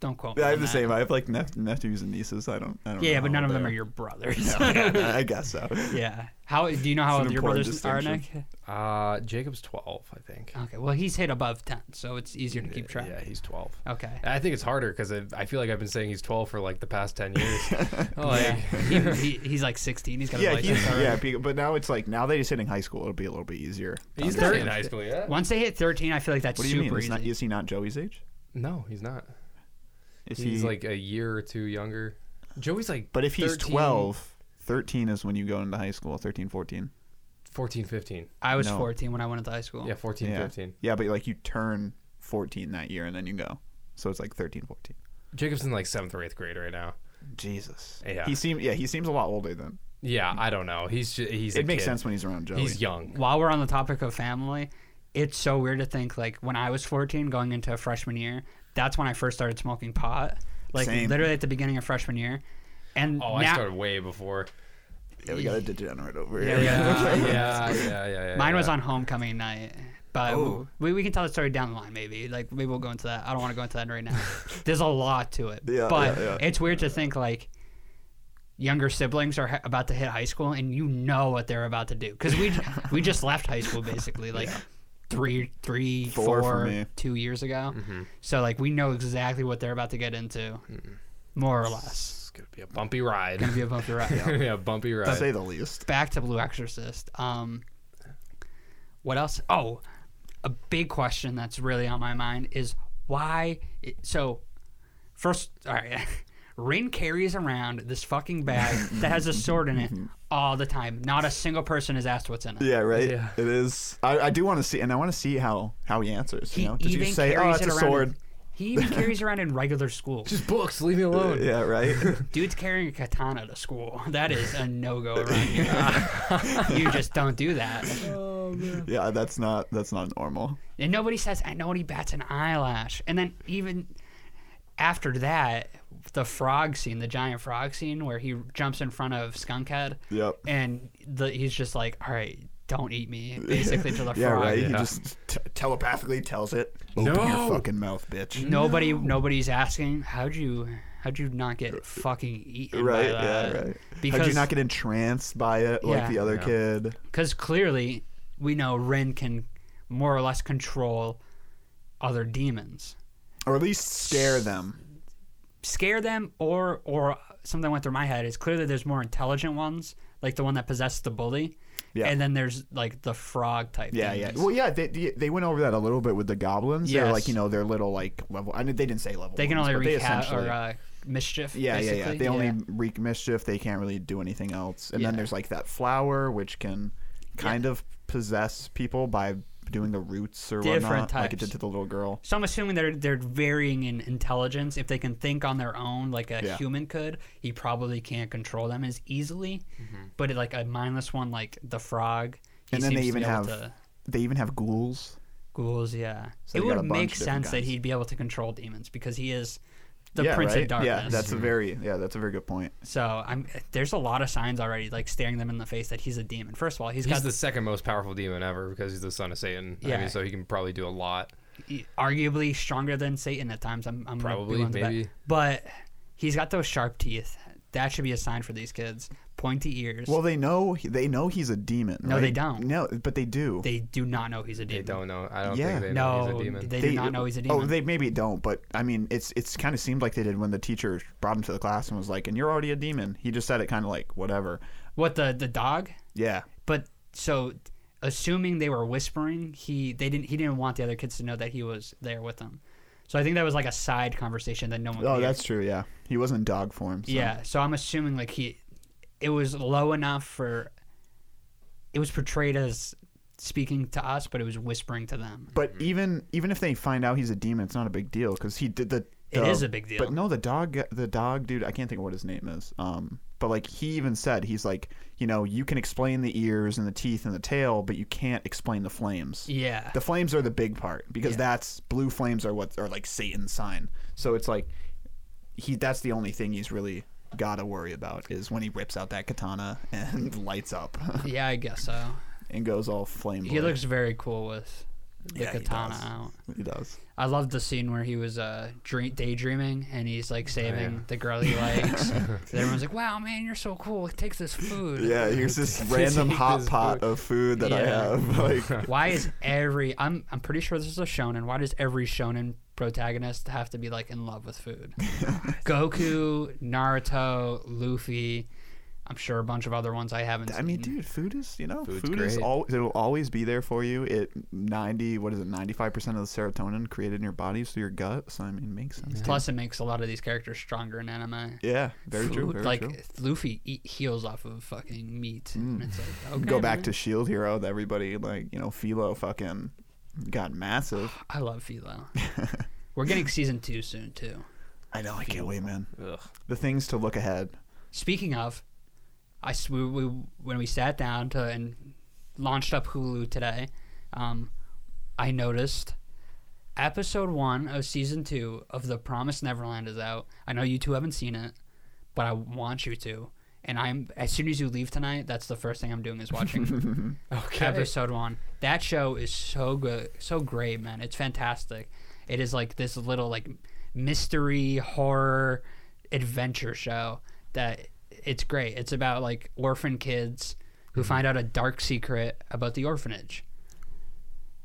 S1: Don't quote me.
S3: I
S1: on
S3: have the
S1: that.
S3: same. I have like nep- nephews and nieces. I don't. I don't.
S1: Yeah,
S3: know
S1: but
S3: how
S1: none of
S3: old
S1: them
S3: they
S1: are your <laughs> brothers.
S3: yeah, <laughs> I guess so.
S1: yeah. How do you know
S3: It's
S1: how
S3: an
S1: old your
S3: important
S1: brothers are, Nick?
S3: distinction.
S2: Uh, Jacob's 12, I think.
S1: Okay. Well, he's hit above ten, so it's easier to keep track.
S2: Yeah, he's 12.
S3: <laughs>
S1: Okay.
S2: I think it's harder because I, I feel like I've been saying he's 12 for like the past 10
S3: <laughs>
S2: years. like,
S1: Oh, yeah. he, he, he's like 16. He's got a
S3: Yeah,
S1: license
S3: he's,
S1: already.
S3: yeah. be- But now it's like now that he's hitting high school, it'll be a little bit easier. to
S2: He's
S3: understand.
S2: not in high school yet.
S1: Once they hit 13, I feel like that's
S3: What do you
S1: super
S3: mean? Is,
S1: easy.
S3: not, is he not Joey's age?
S2: No, he's not.
S3: Is
S2: He's
S3: he
S2: like a year or two younger. Joey's like
S3: But if he's
S2: 13,
S3: 12, 13 is when you go into high school. 13, 14.
S2: 14, 15.
S1: I was
S3: No.
S1: 14 when I went into high school.
S2: Yeah, 14,
S3: yeah.
S2: 15.
S3: Yeah, but like you turn 14 that year and then you go. So it's like 13, 14.
S2: Jacob's in like seventh or eighth grade right now.
S3: Jesus.
S2: Yeah.
S3: He seems yeah, he seems a lot older than.
S2: Yeah, I don't know. He's just, he's. a
S3: It makes
S2: kid.
S3: sense when he's around Joey.
S2: He's young.
S1: While we're on the topic of family, it's so weird to think like when I was 14 going into freshman year, that's when I first started smoking pot. Like
S3: Same.
S1: literally at the beginning of freshman year. And
S2: Oh,
S1: now,
S2: I started way before.
S3: yeah, we got a degenerate over
S1: <laughs> Yeah,
S3: here.
S1: we got-
S2: Yeah, yeah, yeah, yeah. yeah
S1: mine was
S2: yeah.
S1: on homecoming night. But
S3: Oh.
S1: we, we can tell the story down the line, maybe. Like maybe we'll go into that. I don't want to go into that
S3: <laughs>
S1: right now. There's a lot to it,
S3: Yeah,
S1: but
S3: yeah, yeah.
S1: it's weird to think like younger siblings are ha- about to hit high school, and you know what they're about to do because
S3: <laughs>
S1: we we just left high school basically like three, three, four,
S3: Four
S1: two
S3: for me. Mm-hmm.
S1: years ago. So like we know exactly what they're about to get into, more or less.
S2: It's gonna be a bumpy ride.
S1: Gonna be a bumpy ride
S2: <laughs> yeah, bumpy
S3: <laughs> To
S2: ride.
S3: say the least.
S1: back to Blue Exorcist. Um, what else? Oh, a big question that's really on my mind is why. It, so, first, all right, <laughs> Rin carries around this fucking bag that has a sword in it all the time. Not a single person is asked what's in it.
S3: Yeah, right.
S2: Yeah.
S3: It is. I, I do want to see, and I want to see how how he answers.
S1: He
S3: you know, did you
S1: even
S3: say, "Oh,
S1: carries
S3: it's
S1: it
S3: a
S1: around in-
S3: sword"?
S1: he even
S3: <laughs>
S1: carries around in regular school.
S2: Just books. Leave me alone.
S3: Yeah, right.
S2: <laughs>
S3: <laughs>
S1: Dude's carrying a katana to school. <laughs> That is a no go around
S3: <laughs>
S1: here. you just don't do that. Oh,
S3: yeah, that's not that's not normal.
S1: And nobody says, and nobody bats an eyelash. And then even after that, the frog scene, the giant frog scene, where he jumps in front of Skunkhead,
S3: Yep.
S1: and the, he's just like, "All right, don't eat
S3: <laughs>
S1: me," basically to the
S3: Yeah,
S1: frog.
S3: right. He
S2: Yeah.
S3: just t- telepathically tells it, "Open
S2: No!
S3: your fucking mouth, bitch."
S1: Nobody, nobody's asking, "How'd you, how'd you not get fucking eaten?" by
S3: Right,
S1: that?
S3: yeah, right. How'd you
S1: uh, Because
S3: not get entranced by it like
S1: Yeah.
S3: the other
S2: Yeah.
S3: kid?
S1: because clearly we know Ren can more or less control other demons.
S3: Or at least scare them.
S1: scare them or or something that went through my head is clearly there's more intelligent ones like the one that possessed the bully
S3: Yeah.
S1: and then there's like the frog type
S3: Yeah, yeah.
S1: demons.
S3: Well, yeah, they, they they went over that a little bit with the goblins. They're like,
S1: Yes.
S3: you know, their little like level. I mean, they didn't say level.
S1: they can
S3: ones,
S1: only
S3: but they
S1: wreak ha-
S3: essentially-
S1: or uh, mischief
S3: yeah, yeah,
S1: basically.
S3: yeah. They only wreak mischief. They can't really do anything else. And then
S1: Yeah.
S3: there's like that flower, which can kind of possess people by doing the roots or
S1: Different
S3: whatnot, like it
S1: types.
S3: did to the little girl.
S1: so I'm assuming they're they're varying in intelligence. If they can think on their own, like a
S3: Yeah.
S1: human could, he probably can't control them as easily. But like a mindless one, like the frog, he
S3: Mm-hmm. And then they
S1: seems to
S3: even
S1: be able
S3: have
S1: to-
S3: they even have ghouls.
S1: ghouls. Yeah,
S3: So
S1: it
S3: they got a
S1: would
S3: bunch
S1: make
S3: of different
S1: sense that
S3: kinds.
S1: he'd be able to control demons because he is the
S3: yeah,
S1: prince
S3: right?
S1: of darkness.
S3: Yeah, that's a very yeah, that's a very good point.
S1: So I'm there's a lot of signs already, like staring them in the face that he's a demon. First of all, he's
S2: He's
S1: got
S2: the second most powerful demon ever because he's the son of Satan. I
S1: Yeah.
S2: mean, so he can probably do a lot.
S1: he- arguably stronger than Satan at times. I'm, I'm gonna be
S2: Probably,
S1: willing to bet.
S2: maybe.
S1: but he's got those sharp teeth. That should be a sign for these kids. Pointy ears.
S3: Well, they know they know he's a demon.
S1: No,
S3: right?
S1: they don't.
S3: No, but they do.
S1: they do not know he's a
S2: They
S1: demon.
S2: don't know. I don't
S3: Yeah.
S2: think they know
S1: No,
S2: he's a demon.
S1: they, do not know he's a demon.
S3: Oh, they maybe don't, but I mean, it's it's kind of seemed like they did when the teacher brought him to the class and was like, "And you're already a demon." He just said it kind of like whatever.
S1: what the the dog?
S3: Yeah,
S1: But so assuming they were whispering, he they didn't he didn't want the other kids to know that he was there with them. So I think that was like a side conversation that no one. could
S3: Oh,
S1: hear.
S3: that's true. Yeah, he was in dog form. So.
S1: Yeah, so I'm assuming like he, it was low enough for, it was portrayed as speaking to us, but it was whispering to them.
S3: But even even if they find out he's a demon, it's not a big deal because he did the.
S1: It
S3: the-
S1: is a big deal.
S3: But no, the dog, the dog dude, I can't think of what his name is. Um, but like he even said, he's like, you know, you can explain the ears and the teeth and the tail, but you can't explain the flames.
S1: Yeah,
S3: The flames are the big part because
S1: Yeah.
S3: that's blue flames are what are like Satan's sign. So it's like he that's the only thing he's really gotta worry about is when he rips out that katana and <laughs> lights up
S1: Yeah, I guess so.
S3: and goes all flame.
S1: He looks very cool with the
S3: Yeah, he
S1: katana
S3: does.
S1: out.
S3: He does.
S1: I loved the scene where he was uh, dream- daydreaming and he's like saving the girl he likes. and everyone's like, "Wow, man, you're so cool! It takes this food."
S3: <laughs> Yeah, here's
S1: <laughs>
S3: this
S2: random
S3: random
S2: Take hot
S3: hot
S2: this pot
S3: pot
S2: food.
S3: of food that I
S1: Yeah.
S3: have. <laughs>
S1: <laughs>
S3: Like,
S1: Why is every I'm I'm pretty sure this is a shonen. Why does every shonen protagonist have to be like in love with
S3: <laughs>
S1: food? Goku, Naruto, Luffy. I'm sure a bunch of other ones I haven't.
S3: I mean,
S1: seen.
S3: dude, food is you know,
S2: Food's
S3: food is
S2: great.
S3: all it'll always be there for you. It ninety what is it ninety five percent of the serotonin created in your body is through your gut. So I mean, it makes sense.
S1: Plus, it makes a lot of these characters stronger in anime.
S3: Yeah, very true.
S1: Food,
S3: Very
S1: like
S3: true. Mm.
S1: Luffy eat, heals off of fucking meat. And it's like, okay,
S3: Go back
S1: man.
S3: to Shield E Hero. that Everybody like you know, Philo fucking got massive.
S1: I love Philo. We're getting season two soon too.
S3: I know. I can't wait, man.
S2: Ugh.
S3: The things to look ahead.
S1: Speaking of, I s- we, we, when we sat down to and launched up Hulu today, um, I noticed episode one of season two of The Promised Neverland is out. I know you two haven't seen it, but I want you to. And I'm as soon as you leave tonight, that's the first thing I'm doing is watching
S2: Okay.
S1: episode one. That show is so good, so great, man. It's fantastic. It is like this little like mystery horror adventure show that it's great. It's about like orphan kids who find out a dark secret about the orphanage,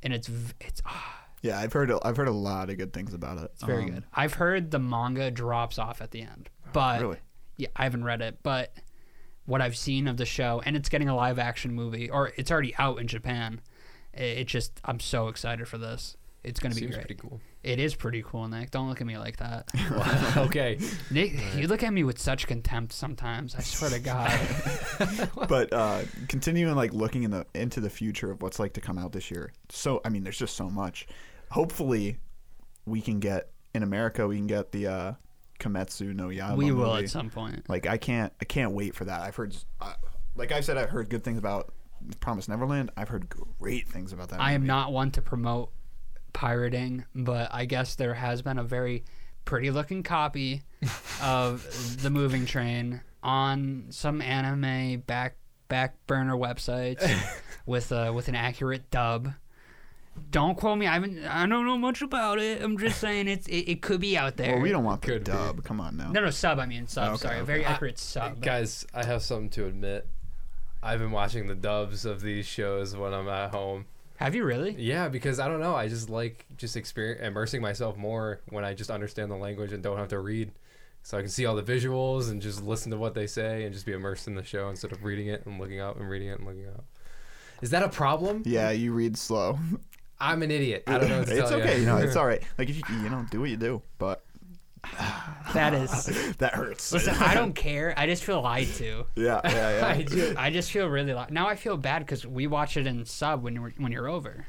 S1: and it's v- it's ah,
S3: Yeah, I've heard I've heard a lot of good things about it.
S1: it's very
S3: Um, Oh,
S1: good. <laughs> I've heard the manga drops off at the end, but
S3: Really?
S1: yeah, I haven't read it, but what I've seen of the show, and it's getting a live action movie, or it's already out in Japan. It, it just, I'm so excited for this. It's gonna be
S2: Seems
S1: great. <laughs>
S2: pretty cool.
S1: It is pretty cool, Nick. Don't look at me like
S3: <laughs>
S1: that.
S2: okay.
S1: Nick, you look at me with such contempt sometimes. I swear to
S2: <laughs>
S1: God.
S3: but uh, continuing like looking in the into the future of what's like to come out this year. So I mean, there's just so much. Hopefully, we can get in America. We can get the uh, Kometsu no Yaiba.
S1: we will
S3: movie.
S1: at some point.
S3: Like I can't I can't wait for that. I've heard s- uh, like I said I've heard good things about Promise Neverland. I've heard great things about that.
S1: I am
S3: movie.
S1: not one to promote pirating, but I guess there has been a very pretty looking
S3: <laughs>
S1: copy of the moving train on some anime back back burner
S3: <laughs>
S1: websites with uh, with an accurate dub. Don't quote me. I haven't. I don't know much about it. I'm just saying it's it, it could be out there.
S3: Well, we don't want the
S2: Could be.
S3: dub. Come on now.
S1: No, no sub. I mean sub.
S3: Okay,
S1: sorry,
S3: okay.
S1: very
S2: I-
S1: accurate sub.
S2: Guys, I have something to admit. I've been watching the dubs of these shows when I'm at home.
S1: Have you really?
S2: Yeah, because I don't know. I just like just experience immersing myself more when I just understand the language and don't have to read. So I can see all the visuals and just listen to what they say and just be immersed in the show instead of reading it and looking up and reading it and looking up. Is that a problem?
S3: Yeah, you
S1: <laughs>
S3: read slow.
S2: I'm an idiot. I don't know. What to
S3: it's
S2: tell
S3: okay.
S2: You. <laughs>
S3: No, it's all right. Like if you you know do what you do, but <laughs>
S1: That is.
S3: that hurts.
S1: Listen, I don't care. I just feel lied to.
S3: <laughs> yeah, yeah,
S2: I
S3: yeah.
S2: ju-
S1: <laughs> I just feel really li- now. I feel bad because we watch it in sub when you're when you're over.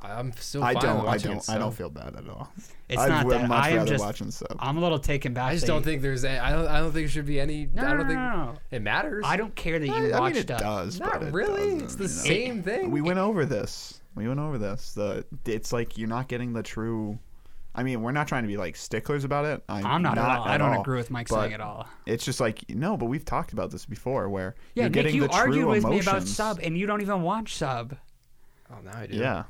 S2: I'm still.
S3: I
S2: Fine
S3: don't. I
S2: watching it,
S3: don't. I don't
S2: so.
S3: feel bad at all.
S1: It's
S3: I
S1: not
S3: would
S1: that
S3: much
S1: I am
S3: rather
S1: just.
S3: watch and sub.
S1: I'm a little taken back.
S2: I just
S1: that
S2: don't
S1: you-
S2: think there's. Any, I don't. I don't think there should be any.
S1: No,
S2: I
S1: no,
S2: don't
S1: no,
S2: think
S1: no, no.
S2: it matters.
S1: I don't care that you
S3: I, I mean,
S1: watched
S3: it
S1: it.
S3: does. but
S2: Not
S3: it
S2: really. It's
S3: doesn't,
S2: the
S3: you know.
S2: same thing.
S3: We went over this. We went over this. The it's like you're not getting the true. I mean, we're not trying to be like sticklers about it. I'm,
S1: I'm not, at all. I don't agree with Mike
S3: but
S1: saying at all.
S3: It's just like no, but we've talked about this before, where
S1: Yeah,
S3: you're
S1: Nick,
S3: getting
S1: you
S3: the true
S1: argued with
S3: emotions.
S1: me about sub, and you don't even watch sub.
S2: Oh, now I do.
S3: Yeah.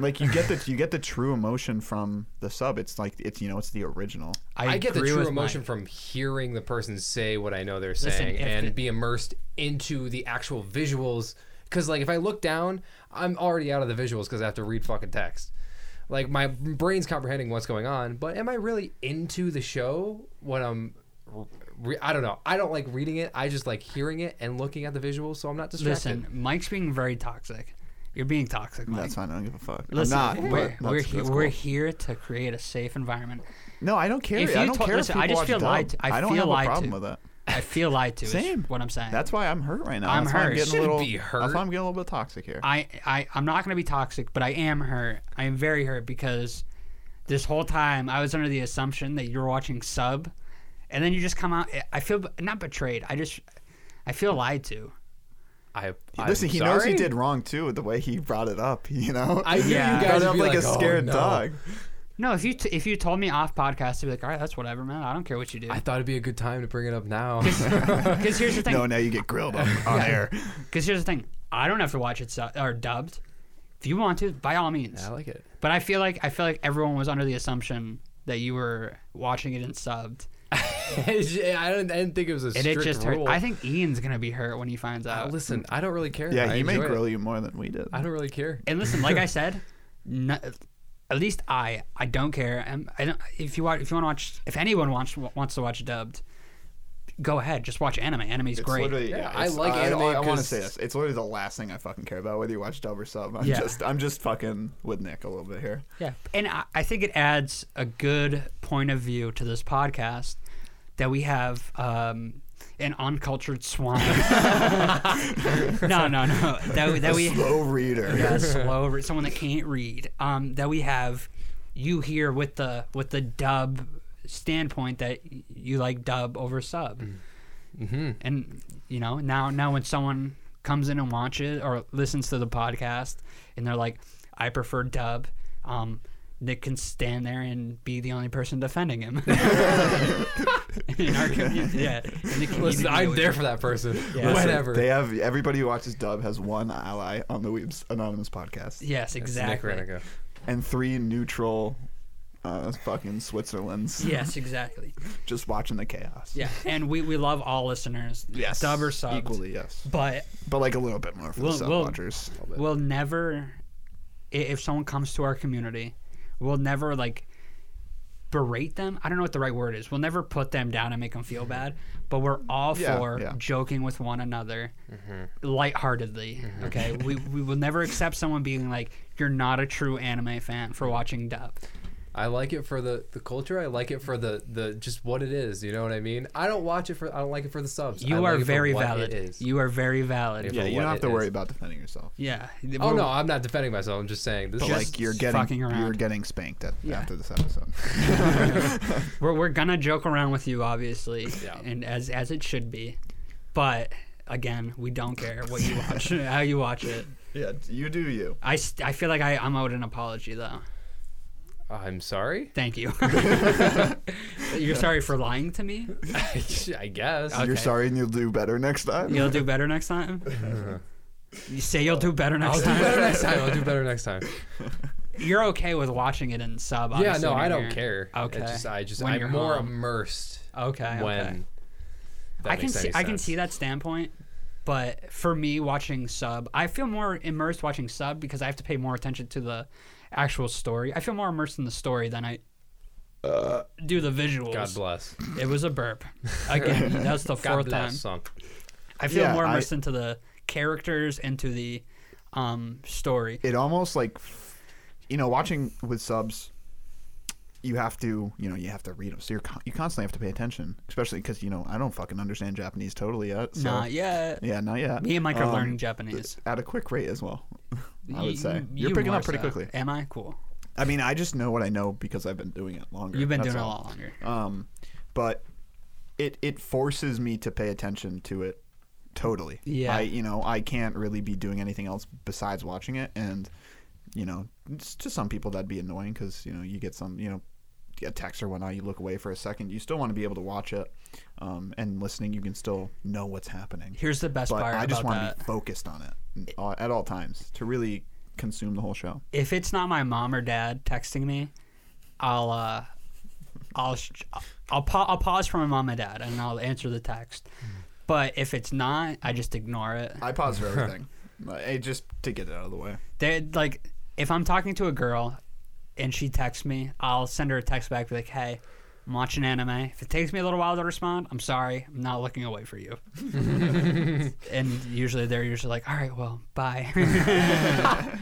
S3: like you get the you get the true emotion from the sub. It's like it's you know it's the original.
S2: I, get the
S1: agree
S2: true
S1: with
S2: emotion
S1: Mike.
S2: from hearing the person say what I know they're
S1: Listen,
S2: saying
S1: if
S2: and
S1: it-
S2: be immersed into the actual visuals. Because like if I look down, I'm already out of the visuals because I have to read fucking text. Like my brain's comprehending what's going on, but am I really into the show when I'm? Re- I don't know. I don't like reading it. I just like hearing it and looking at the visuals, so I'm not distracted.
S1: Listen, Mike's being very toxic. You're being toxic, Mike.
S3: That's fine. I don't give a fuck.
S1: Listen,
S3: I'm not.
S1: we're,
S3: but
S1: we're,
S3: that's-
S1: he-
S3: that's
S1: we're
S3: cool.
S1: here to create a safe environment.
S3: No, I don't care.
S1: If
S3: I
S1: you
S3: don't
S1: told-
S3: care.
S1: listen,
S3: if
S1: I just
S3: people
S1: feel
S3: watch
S1: lied to.
S3: dub.
S1: I
S3: I don't
S1: feel
S3: have
S1: lied
S3: a problem
S1: to.
S3: with it.
S1: I feel lied to.
S3: Same.
S1: Is what I'm saying.
S3: That's why I'm hurt right now.
S1: I'm
S3: that's Why
S1: hurt.
S3: I'm getting a
S2: Shouldn't
S3: little.
S2: be hurt.
S3: That's why I'm getting a little bit toxic here.
S1: I, I I'm not gonna be toxic, but I am hurt. I am very hurt because this whole time I was under the assumption that you were watching sub, and then you just come out. I feel b- not betrayed. I just I feel lied to.
S2: I
S3: Listen,
S2: I'm
S3: he knows he
S2: sorry?
S3: did wrong too with the way he brought it up. <laughs> You know,
S2: I knew
S1: Yeah.
S2: you guys
S3: Brought
S2: would
S3: up
S2: be
S3: like,
S2: like
S3: a scared
S2: oh, no.
S3: dog.
S1: No, if you t- if you told me off podcast, I'd be like, all right, that's whatever, man. I don't care what you do. <laughs>
S2: I thought it'd be a good time to bring it up
S3: <laughs>
S2: now.
S1: Because here's the thing.
S3: No, now you get grilled on, on air.
S1: Because here's the thing. I don't have to watch it su- or dubbed. If you want to, by all means.
S2: I <laughs> like it.
S1: But I feel like I feel like everyone was under the assumption that you were watching it in subbed,
S2: I, don't, I didn't think it was a
S1: and
S2: strict
S1: it just hurt.
S2: rule.
S1: I think Ian's gonna be hurt when he finds
S2: Uh,
S1: out.
S2: listen, I don't really care.
S3: Yeah,
S2: I
S3: he may
S2: enjoy it.
S3: grill you more than we did.
S2: I don't really care.
S1: And listen,
S2: <laughs>
S1: like I said, no, at least I I don't care. I'm, I don't, if you watch, if you want to watch, if anyone wants wants to watch dubbed, go ahead. Just watch anime. Anime's
S3: It's
S1: great.
S3: literally-
S2: Yeah, I
S3: it's-
S2: like anime
S3: I, want to
S2: 'cause-
S3: say this. It's literally the last thing I fucking care about, whether you watch dub or sub. I'm
S1: Yeah.
S3: just, I'm just fucking with Nick a little bit here.
S1: Yeah, and I, I think it adds a good point of view to this podcast that we have um, an uncultured
S2: <laughs>
S1: swine. <laughs> no, no, no. That, we- that we
S3: Slow reader.
S1: yeah,
S2: <laughs>
S1: slow re- someone that can't read. Um, that we have you here with the with the dub standpoint that y- you like dub over sub,
S2: Mm.
S1: mm-hmm. and you know now now when someone comes in and watches or listens to the podcast and they're like, I prefer dub. Um, Nick can stand there and be the only person defending him. <laughs> in
S2: <laughs>
S1: our community, yeah. in the community
S2: Listen, I'm
S1: which-
S2: there for that
S3: <laughs>
S2: person.
S1: Yeah.
S3: Listen,
S2: Whatever.
S3: They have everybody who watches dub has one ally on the Weeb's Anonymous podcast
S1: Yes, exactly.
S2: Nick Ranigo.
S3: and three neutral, uh, fucking Switzerlands.
S1: Yes, exactly.
S3: <laughs> just watching the chaos. <laughs>
S1: Yeah, and we, we love all listeners.
S3: Yes.
S1: dub or sub.
S3: Equally, yes.
S1: But
S3: But like a little bit more for
S1: We'll-
S3: the sub
S1: we'll-
S3: watchers.
S1: we'll never, i- if someone comes to our community, we'll never like berate them. I don't know what the right word is. We'll never put them down and make them feel bad. But we're all
S3: Yeah,
S1: for
S3: yeah.
S1: joking with one another,
S2: Mm-hmm.
S1: lightheartedly.
S2: <laughs>
S1: Okay, we we will never accept someone being like, "You're not a true anime fan for watching dub."
S2: I like it for the, the culture. I like it for the, the just what it is. You know what I mean? I don't watch it for. I don't like it for the subs. I
S1: You
S2: like
S1: are
S2: it for
S1: very
S2: what
S1: valid.
S2: It is.
S1: You are very valid.
S2: Yeah.
S3: Yeah,
S2: for
S3: you
S2: what
S3: don't have
S2: it
S3: to worry
S2: is.
S3: about defending yourself.
S1: Yeah.
S2: oh no, I'm not defending myself. I'm just saying this.
S3: But
S2: Is
S1: Just
S3: like you're
S1: fucking
S3: getting
S1: around.
S3: you're getting spanked at,
S1: Yeah.
S3: after this episode.
S1: <laughs>
S3: <laughs>
S1: we're, we're gonna joke around with you obviously
S2: Yeah.
S1: and as as it should be but again we don't care what you
S2: <laughs>
S1: watch how you watch it
S3: yeah, you do you.
S1: i, st- I feel like I, i'm owed an apology though
S2: I'm sorry. <laughs>
S1: thank you you're sorry for lying to me
S2: I guess.
S1: Okay.
S3: You're sorry and you'll do better next time.
S1: you'll do better next
S2: <laughs>
S1: time you say you'll do better
S2: I'll
S1: next
S2: do
S1: time
S3: <laughs>
S2: better next time. I'll do better next time.
S1: you're okay with watching it in sub
S2: yeah.
S1: obviously,
S2: No,
S1: when
S2: I
S1: you're-
S2: don't care.
S1: okay
S2: I just, I just,
S1: When you're
S2: I'm more
S1: home.
S2: immersed
S1: okay
S2: when.
S1: okay.
S2: that
S1: I can
S2: makes
S1: see
S2: any
S1: I can
S2: sense.
S1: see that standpoint, but for me watching sub, I feel more immersed watching sub because I have to pay more attention to the actual story. I feel more immersed in the story than I do the visuals.
S2: Uh, God bless.
S1: It was a
S2: <laughs>
S1: burp. Again, that's the
S2: God
S1: fourth time.
S2: bless. Some.
S1: I feel
S3: Yeah,
S1: more
S3: I-
S1: immersed into the characters and to the um, story.
S3: <laughs> It almost like f- you know, watching with subs you have to, you know, you have to read them. So you're con- you constantly have to pay attention, especially cuz you know, I don't fucking understand Japanese totally yet. So
S1: Not yet.
S3: Yeah, not yet.
S1: Me and Mike are
S3: Um,
S1: learning Japanese.
S3: at a quick rate as well. <laughs> I
S1: Y-
S3: would say
S1: you-
S3: you're
S1: you
S3: picking
S1: more
S3: up pretty
S1: so.
S3: quickly.
S1: Am I cool?
S3: I mean, I just know what I know because I've been doing it longer.
S1: You've been
S3: that's
S1: doing it a
S3: all.
S1: lot longer.
S3: Um, but it it forces me to pay attention to it totally.
S1: Yeah.
S3: I you know I can't really be doing anything else besides watching it, and you know s- to some people that'd be annoying because you know you get some you know get a text or whatnot, you look away for a second, you still want to be able to watch it, um, and listening you can still know what's happening.
S1: Here's the best
S3: but
S1: part
S3: I just
S1: about
S3: want
S1: that.
S3: to be focused on it uh, at all times to really consume the whole show.
S1: if it's not my mom or dad texting me, I'll uh, I'll sh- I'll, pa- I'll pause for my mom and dad and I'll answer the text. But if it's not, I just ignore it.
S3: I
S1: <laughs>
S3: pause for everything, just to get it out of the way.
S1: They like if I'm talking to a girl and she texts me, I'll send her a text back be like, "Hey, I'm watching anime. If it takes me a little while to respond, I'm sorry. I'm not looking away for
S2: <laughs>
S1: you." and usually they're usually like, "All right, well,
S2: <laughs>
S1: bye."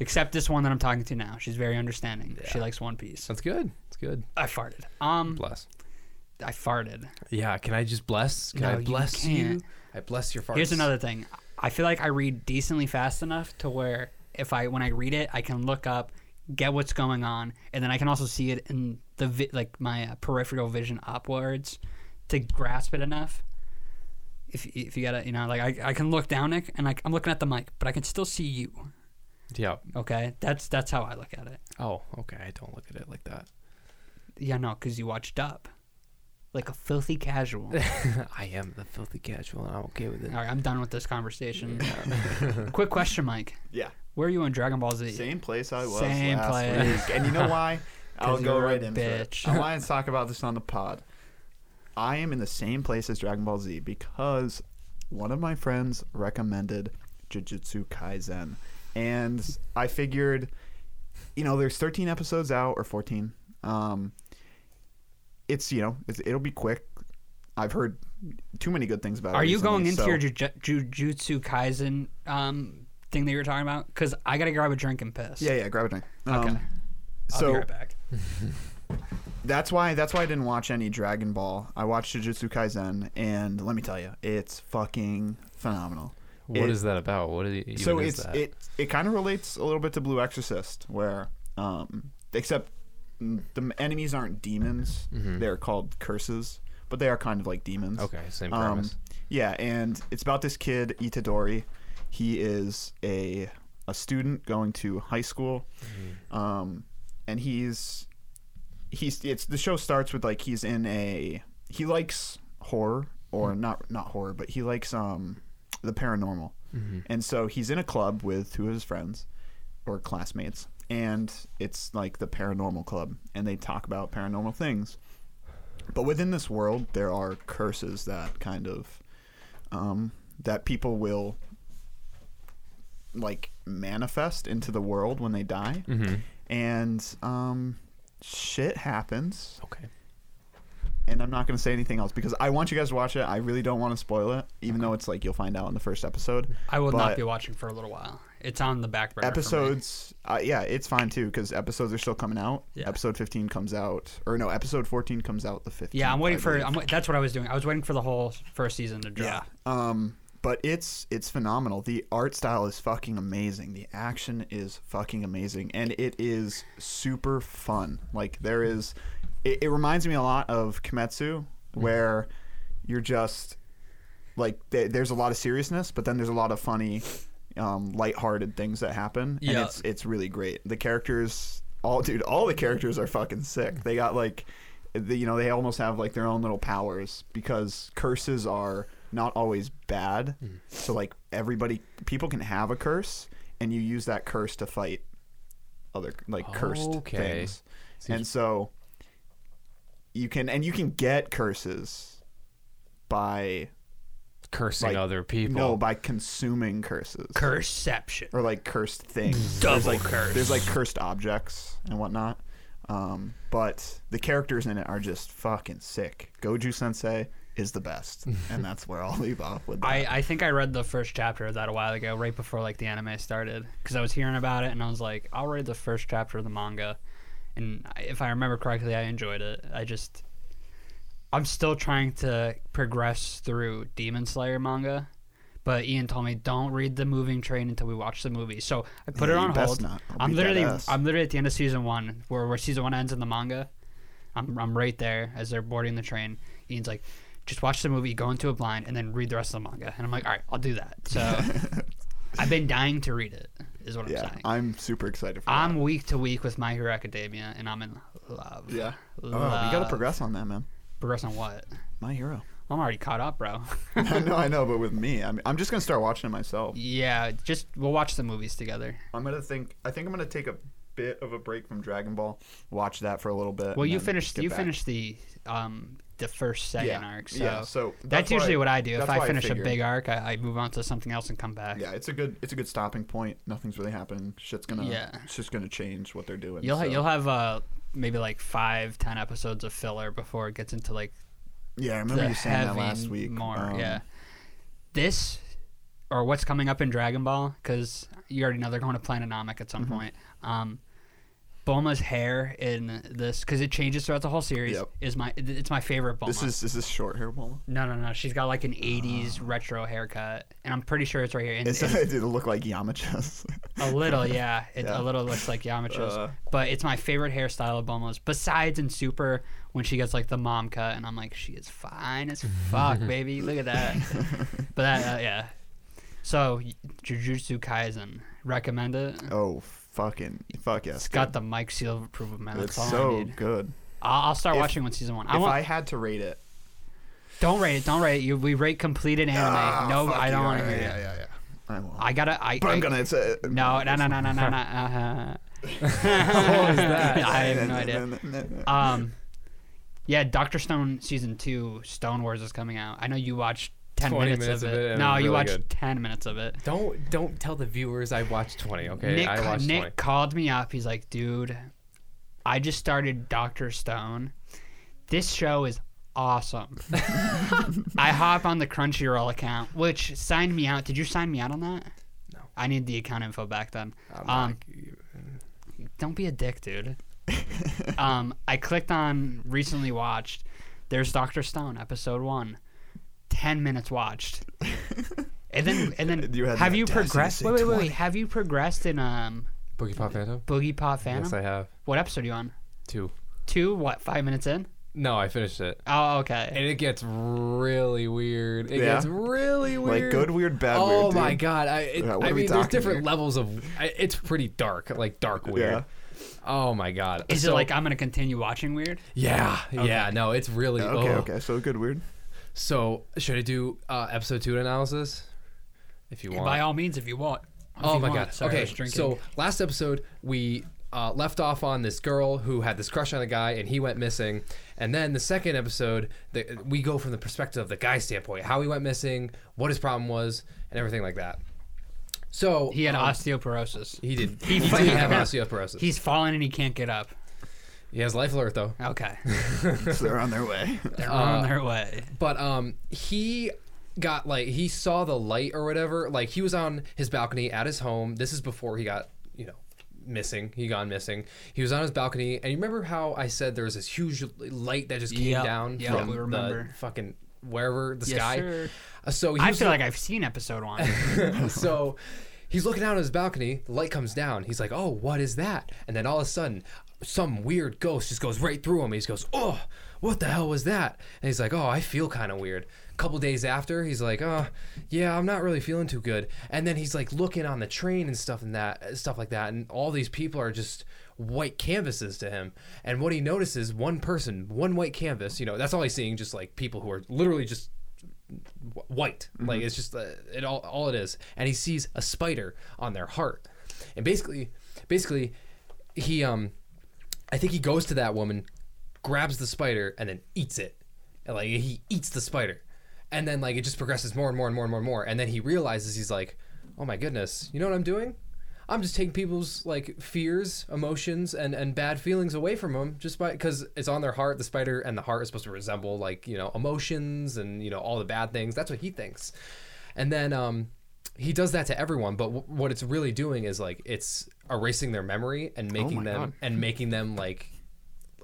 S1: Except this one that I'm talking to now. She's very understanding. She likes One Piece.
S2: That's good. That's good.
S1: I farted. Um,
S2: Bless.
S1: I farted.
S2: Yeah, can I just bless? Can
S1: No,
S2: I
S1: you
S2: bless you,
S1: can't.
S2: I bless your farts.
S1: Here's another thing. I feel like I read decently fast enough to where if I when I read it, I can look up, get what's going on, and then I can also see it in the vi- like my uh, peripheral vision upwards to grasp it enough. If if you gotta, you know, like I, I can look down, Nick, and I, I'm looking at the mic, but I can still see you.
S2: Yeah.
S1: Okay, that's that's how I look at it.
S2: Oh, okay. I don't look at it like that.
S1: Yeah, no, because you watched up, like a filthy casual. All
S2: <laughs> I am the filthy casual, and I'm okay with it.
S1: right, I'm done with this conversation. Quick question, Mike.
S3: Yeah.
S1: Where are you in Dragon Ball Z?
S3: Same place I was.
S1: Same
S3: last
S1: place.
S3: Week. And you
S1: <laughs>
S3: know why? I'll
S1: 'Cause
S3: go
S1: you're a
S3: right into it.
S1: bitch.
S3: I wanted to <laughs> talk about this on the pod. I am in the same place as Dragon Ball Z because one of my friends recommended Jujutsu Kaisen, and I figured, you know, there's 13 episodes out or 14. Um, it's you know, it's, it'll be quick. I've heard too many good things about it.
S1: Are you going into
S3: recently,
S1: your
S3: so-
S1: Juju- Jujutsu Kaisen um, thing that you were talking about? Because I gotta grab a drink and piss.
S3: Yeah, yeah. Grab a drink.
S1: Okay.
S3: Um,
S1: I'll
S3: so
S1: be right back.
S3: that's why that's why I didn't watch any Dragon Ball. I watched Jujutsu Kaisen, and let me tell you, it's fucking phenomenal.
S2: What
S3: It-
S2: is that about? What is even
S3: so
S2: is
S3: it's
S2: that?
S3: it it kind of relates a little bit to Blue Exorcist, where um except mm, the enemies aren't demons;
S2: Mm-hmm.
S3: they're called curses, but they are kind of like demons.
S2: okay, same
S3: Um,
S2: premise.
S3: yeah, and it's about this kid Itadori. He is a a student going to high school,
S2: Mm-hmm.
S3: um, and he's he's it's the show starts with like he's in a he likes horror
S2: Hmm.
S3: or not not horror, but he likes um the paranormal,
S2: Mm-hmm.
S3: and so he's in a club with two of his friends or classmates, and it's like the paranormal club, and they talk about paranormal things but within this world there are curses that kind of um, that people will like manifest into the world when they die
S1: Mm-hmm.
S3: and um, shit happens
S2: okay.
S3: and i'm not going to say anything else because i want you guys to watch it i really don't want to spoil it even though it's like you'll find out in the first episode
S1: I will
S3: But-
S1: not be watching for a little while. It's on the back burner. for me.
S3: episodes uh, yeah it's fine too because episodes are still coming out
S1: Yeah.
S3: episode 15 comes out or no episode 14 comes out the 15th
S1: Yeah, I'm waiting
S3: I
S1: for.
S3: believe.
S1: I'm, wa- that's what I was doing. I was waiting for the whole first season to drop.
S3: Yeah. Um, but it's it's phenomenal. The art style is fucking amazing. The action is fucking amazing, and it is super fun. Like there is, it, it reminds me a lot of Kimetsu, where you're just like th- there's a lot of seriousness, but then there's a lot of funny, um, lighthearted things that happen, and
S1: Yeah.
S3: it's it's really great. The characters, all dude, all the characters are fucking sick. They got like, the, you know, they almost have like their own little powers because curses are not always bad. So like everybody, people can have a curse, and you use that curse to fight other like cursed
S2: Okay.
S3: things,
S2: Seems-
S3: and so you can and you can get curses by
S2: Cursing
S3: like,
S2: other people.
S3: no, by consuming curses.
S1: Curseception.
S3: or like cursed things.
S1: Double
S3: there's like,
S1: curse.
S3: There's like cursed objects and whatnot. Um, but the characters in it are just fucking sick. Goju Sensei is the best,
S1: <laughs>
S3: and that's where I'll leave off with that.
S1: I, I think I read the first chapter of that a while ago, right before like the anime started, because I was hearing about it and I was like, I'll read the first chapter of the manga, and I- if I remember correctly, I enjoyed it. I just, I'm still trying to progress through Demon Slayer manga, but Ian told me don't read the moving train until we watch the movie, so I put
S3: Yeah,
S1: it
S3: you
S1: on
S3: best
S1: hold.
S3: not. I'll
S1: I'm
S3: beat that
S1: literally
S3: ass.
S1: I'm literally at the end of season one, where where season one ends in the manga. I'm, I'm right there as they're boarding the train. Ian's like, just watch the movie, go into a blind, and then read the rest of the manga. And I'm like, all right, I'll do that.
S3: <laughs>
S1: So I've been dying to read it, is what I'm
S3: yeah,
S1: saying. I'm,
S3: I'm super excited for that.
S1: week to week with My Hero Academia, and I'm in love.
S3: Yeah. Oh, we
S1: Love.
S3: gotta progress on that, man.
S1: Progress on what?
S3: My hero. <laughs>
S1: I'm already caught up, bro. <laughs>
S3: I know, I know, but with me, I'm, I'm just gonna start watching it myself.
S1: yeah, just we'll watch the movies together.
S3: I'm gonna think. I think I'm gonna take a bit of a break from Dragon Ball, watch that for a little bit.
S1: Well,
S3: and
S1: you
S3: then
S1: finished
S3: get
S1: you
S3: back.
S1: finished the um the first second arc, so.
S3: yeah, so
S1: that's,
S3: why-
S1: usually what I do. If
S3: that's why
S1: I finish a
S3: figured.
S1: big arc, I, I move on to something else and come back.
S3: Yeah, it's a good it's a good stopping point. Nothing's really happening. Shit's gonna
S1: Yeah.
S3: it's just gonna change what they're doing.
S1: You'll ha-
S3: so-
S1: you'll have uh maybe like five ten episodes of filler before it gets into like
S3: yeah, I
S1: the
S3: remember you saying that
S1: heavy
S3: last week.
S1: more
S3: Um,
S1: yeah this or what's coming up in Dragon Ball because you already know they're going to Planonomic at
S3: Mm-hmm.
S1: some point. Um, Bulma's hair in this because it changes throughout the whole series
S3: Yep.
S1: is my it's my favorite Bulma.
S3: This is Uh. is this short hair Bulma?
S1: no no no she's got like an '80s retro haircut and I'm pretty sure it's right here. And,
S3: It's,
S1: and-
S3: it'll look like Yamcha.
S1: A little, yeah. It,
S3: Yeah.
S1: A little looks like Yamcha's.
S3: Uh.
S1: but it's my favorite hairstyle of Bulma's. Besides in Super, when she gets like the mom cut,
S3: <laughs>
S1: and I'm like, she is fine as fuck, baby. Look at that. but that, uh, yeah. So Jujutsu Kaisen, recommend it.
S3: <laughs> Oh, fucking fuck yes.
S1: It's got the Mike seal of approval, man. That's
S3: It's
S1: all I
S3: so
S1: need.
S3: good.
S1: I'll, I'll start
S3: If-
S1: watching when season one. I
S3: if
S1: want.
S3: I had to rate it,
S1: Don't rate it. Don't rate it. You, we rate completed anime.
S3: Ah,
S1: no,
S3: fuck
S1: I don't
S3: you.
S1: want to
S3: Yeah,
S1: hear
S3: Yeah,
S1: it.
S3: yeah, yeah. I won't.
S1: I gotta. I,
S3: but
S1: I,
S3: I'm gonna. It's a, <laughs>
S1: No, no, no, no, no, no, no. Uh-huh. <laughs>
S2: was that?
S1: I have
S3: <laughs>
S1: no idea. Um, yeah, Doctor Stone season two, Stone Wars is coming out. I know you watched ten
S2: 20
S1: minutes,
S2: minutes
S1: of
S2: of
S1: it.
S2: it and
S1: no,
S2: really
S1: you watched
S2: good.
S1: ten minutes of it.
S2: Don't don't tell the viewers I watched 20. Okay,
S1: Nick,
S2: I watched
S1: Nick
S2: 20.
S1: called me up. He's like, dude, I just started Doctor Stone. This show is
S2: <laughs>
S1: awesome. I hop on the Crunchyroll account, which signed me out. Did you sign me out on that?
S2: No.
S1: I need the account info back then.
S2: I'm
S1: um,
S2: like,
S1: don't be a dick, dude. um, I clicked on recently watched. There's Doctor Stone episode one. Ten minutes watched. And then and then
S3: You had
S1: have
S3: the
S1: you
S3: audacity to
S1: progressed?
S3: say
S1: Wait, wait, wait, wait.
S3: 20.
S1: Have you progressed in um
S2: Boogie Pop Phantom.
S1: Boogie Pop Phantom?
S2: Yes, I have
S1: What episode are you on?
S2: two.
S1: Two? What? Five minutes in?
S2: No, I finished it,
S1: Oh, okay.
S2: and it gets really weird. It
S3: Yeah?
S2: gets really weird.
S3: like good, weird, bad.
S2: Oh
S3: weird,
S2: my
S3: dude.
S2: god! I it,
S3: Yeah, what
S2: I
S3: are we
S2: mean, there's
S3: talking
S2: different
S3: here?
S2: levels of. I, it's pretty dark, like dark weird. Oh my god!
S1: Is
S2: So-
S1: it like I'm gonna continue watching weird?
S2: Yeah, yeah. No, it's really.
S3: Okay,
S2: oh.
S3: okay. So good,
S1: <laughs>
S3: weird.
S2: So should I do uh, episode two analysis? If you want.
S1: By all means, if you want. If
S2: Oh
S1: you
S2: my
S1: want.
S2: god.
S1: Sorry, I
S2: okay.
S1: was drinking.
S2: So last episode we uh, left off on this girl who had this crush on a guy and he went missing. And then the second episode, the, we go from the perspective of the guy's standpoint, how he went missing, what his problem was, and everything like that. So
S1: he had
S2: um,
S1: osteoporosis.
S2: he did
S1: He
S2: he, did
S1: fucking-
S2: have osteoporosis.
S1: He's fallen and he can't get up.
S2: he has life alert though. <laughs>
S1: Okay.
S3: So they're on their way.
S1: They're
S2: Uh,
S1: on their way.
S2: But um, he got like he saw the light or whatever. Like he was on his balcony at his home. This is before he got you know missing. He gone missing. He was on his balcony, and you remember how I said there was this huge light that just came
S1: Yep,
S2: down
S1: yep,
S2: from
S1: we remember.
S2: the fucking wherever the
S1: Yes,
S2: sky.
S1: sir.
S2: Uh, so he
S1: I
S2: was
S1: feel like I've seen episode one.
S2: so he's looking out on his balcony. The light comes down. He's like, "Oh, what is that?" And then all of a sudden, some weird ghost just goes right through him. He just goes, "Oh, what the hell was that?" And he's like, "Oh, I feel kind of weird." A couple days after, he's like, "Oh, yeah, I'm not really feeling too good." And then he's like looking on the train and stuff and that stuff like that, and all these people are just white canvases to him. And what he notices, one person, one white canvas. You know, that's all he's seeing, just like people who are literally just wh- white. Like it's just uh, it all all it is. And he sees a spider on their heart, and basically, basically, he um, I think he goes to that woman, grabs the spider, and then eats it. And, like he eats the spider, and then like it just progresses more and more and more and more and more. And then he realizes he's like, oh my goodness, you know what I'm doing? I'm just taking people's like fears, emotions, and and bad feelings away from them just by because it's on their heart. The spider and the heart is supposed to resemble like you know emotions and you know all the bad things. That's what he thinks, and then um, he does that to everyone. But w- what it's really doing is like it's erasing their memory and making
S3: Oh my
S2: them
S3: God.
S2: and making them like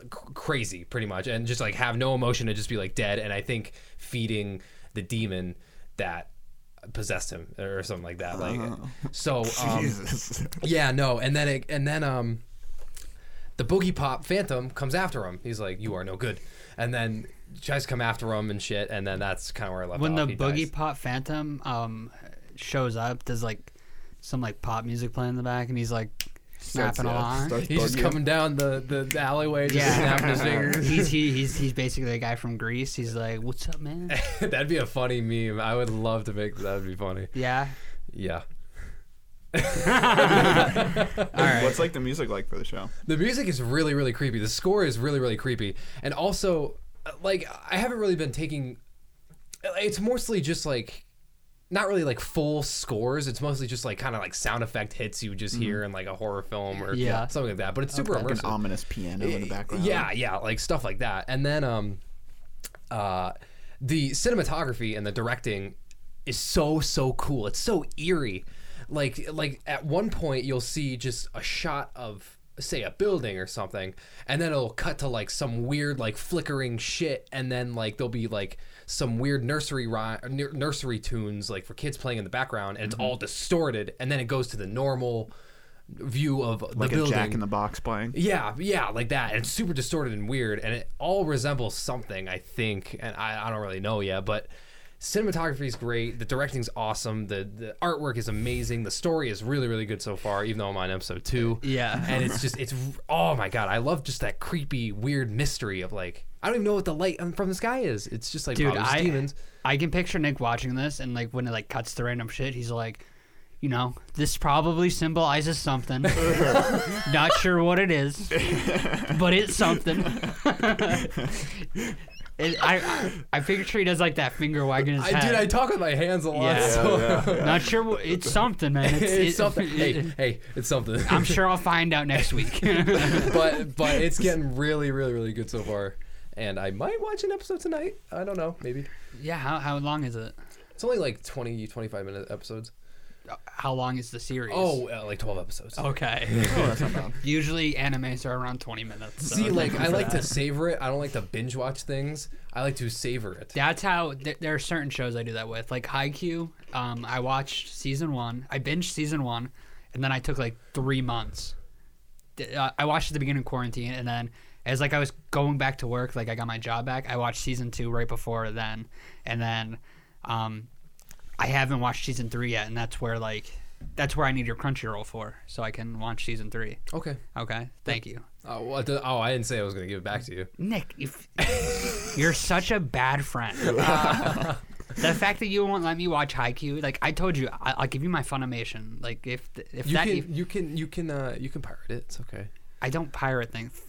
S2: c- crazy pretty much and just like have no emotion and just be like dead and i think feeding the demon that possessed him or something like that like so
S1: <laughs>
S2: um,
S3: Jesus.
S2: yeah, no, and then it, and then um, the boogie pop phantom comes after him. He's like, "You are no good," and then tries to come after him and shit. And then that's kind of where I left
S1: when
S2: off.
S1: the
S2: He
S1: boogie
S2: dies.
S1: pop phantom um shows up, there's like some like pop music playing in the back, and he's like snapping
S3: yeah,
S1: along.
S3: starts
S2: he's just
S3: bugging.
S2: coming down the, the, the alleyway, just
S1: Yeah.
S2: <laughs>
S1: <laughs>
S2: snapping his fingers.
S1: he's he, he's he's basically a guy from Greece. He's like, "What's up, man?"
S2: <laughs> That'd be a funny meme. I would love to make that. Would be funny.
S1: Yeah.
S2: Yeah.
S1: All right.
S3: What's like the music like for the show?
S2: The music is really, really creepy. The score is really, really creepy. And also, uh, like, I haven't really been taking. uh, It's mostly just like. Not really like full scores. It's mostly just like kind of like sound effect hits you just hear in like a horror film or
S1: Yeah.
S2: something like that. But it's super
S3: Like an
S2: immersive.
S3: ominous piano in the background.
S2: Yeah, yeah, like stuff like that. And then um uh the cinematography and the directing is so so cool. It's so eerie. Like like at one point you'll see just a shot of say a building or something and then it'll cut to like some weird like flickering shit and then like there'll be like some weird nursery rhyme, nursery tunes like for kids playing in the background and it's
S3: Mm-hmm.
S2: all distorted and then it goes to the normal view of the
S3: Like a
S2: building
S3: Jack in the Box playing.
S2: yeah, yeah, like that. And it's super distorted and weird, and it all resembles something, I think. And I, I don't really know yet, but cinematography is great. The directing's awesome. The the artwork is amazing. The story is really really good so far. Even though I'm on episode two.
S1: <laughs> Yeah.
S2: And it's just it's oh my god, I love just that creepy weird mystery of like I don't even know what the light um, from the sky is. It's just like
S1: Dude,
S2: wow, there's
S1: I
S2: demons.
S1: I can picture Nick watching this and like when it like cuts to random shit, he's like, you know, this probably symbolizes
S2: <laughs>
S1: something. Not sure what it is, but it's
S2: <laughs>
S1: something. It- I I picture he does like that finger wagging his
S2: I,
S1: head.
S2: dude, I talk with my hands a lot.
S1: Yeah. Yeah,
S2: so
S1: Not sure what it's something, man. It's,
S2: <laughs> it's
S1: it-
S2: something.
S1: it-
S2: hey, hey, it's something.
S1: I'm sure I'll find out next
S2: <laughs>
S1: week.
S2: but but it's getting really really really good so far, and I might watch an episode tonight. I don't know, maybe.
S1: yeah, how, how long is it?
S2: It's only like 20, 25 minute episodes.
S1: How long is the series?
S2: Oh, uh, like 12 episodes. <laughs>
S1: okay. Usually animes are around 20 minutes. so
S2: See,
S1: thank
S2: like,
S1: you
S2: I
S1: for
S2: like
S1: that.
S2: to savor it. I don't like to binge watch things. I like to savor it.
S1: That's how th- there are certain shows I do that with, like Haikyuu. Um, I watched season one. I binged season one, and then I took like three months. D- uh, I watched at the beginning of quarantine, and then as like I was going back to work, like I got my job back. I watched season two right before then, and then um, I haven't watched season three yet, and that's where like that's where I need your Crunchyroll for, so I can watch season three.
S2: Okay.
S1: Okay, thank you,
S2: Oh, well, I did- oh, I didn't say I was going to give it back to you.
S1: Nick. If, you're such a bad
S2: <laughs>
S1: friend. The fact that you won't let me watch Haikyuu, like I told you, I, I'll give you my Funimation. Like if th- if
S2: You
S1: that
S2: can,
S1: if,
S2: you can, you can, uh, you can pirate it. It's okay.
S1: I don't pirate things.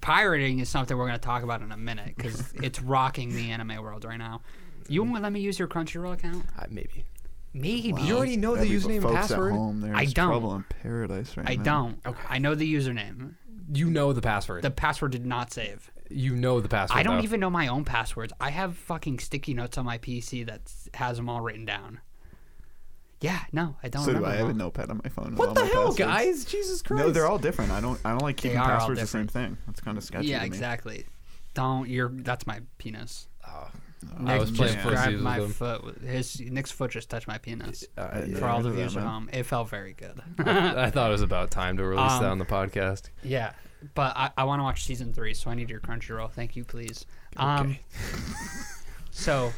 S1: Pirating is something we're gonna talk about in a minute because it's rocking the anime world right now. You won't let me use your Crunchyroll account?
S2: Uh, maybe.
S1: Maybe
S2: You already know the
S3: Everybody-
S2: username and
S3: folks
S2: password.
S3: At home, there's
S1: I don't.
S3: trouble in paradise right
S1: I
S3: now.
S1: don't. I know the username.
S2: You know the password.
S1: The password did not save.
S2: you know the password.
S1: I don't
S2: though.
S1: even know my own passwords. I have fucking sticky notes on my PC that s- has them all written down. Yeah, no, I don't.
S3: So do
S1: remember
S3: I. I have a
S1: them all.
S3: notepad on my phone. with all
S2: What the
S3: my
S2: hell,
S3: passwords.
S2: guys? Jesus Christ.
S3: No, they're all different. I don't. I don't like keeping
S1: are all
S3: passwords the same thing. That's kind of sketchy.
S1: Yeah,
S3: to me.
S1: exactly. Don't. You're. That's my penis.
S2: Oh, I
S1: Nick
S2: was playing
S1: just
S2: Pro
S1: grabbed
S2: Seasons
S1: my
S2: with them.
S1: foot. with- His Nick's foot just touched my penis.
S2: Uh,
S3: yeah.
S1: For all the
S3: I know that,
S1: viewers at
S3: man.
S1: home, it felt very good. <laughs>
S2: <laughs> I thought it was about time to release that
S1: Um,
S2: on the podcast.
S1: yeah, but I, I want to watch season three, so I need your Crunchyroll. Thank you, please. Um, so,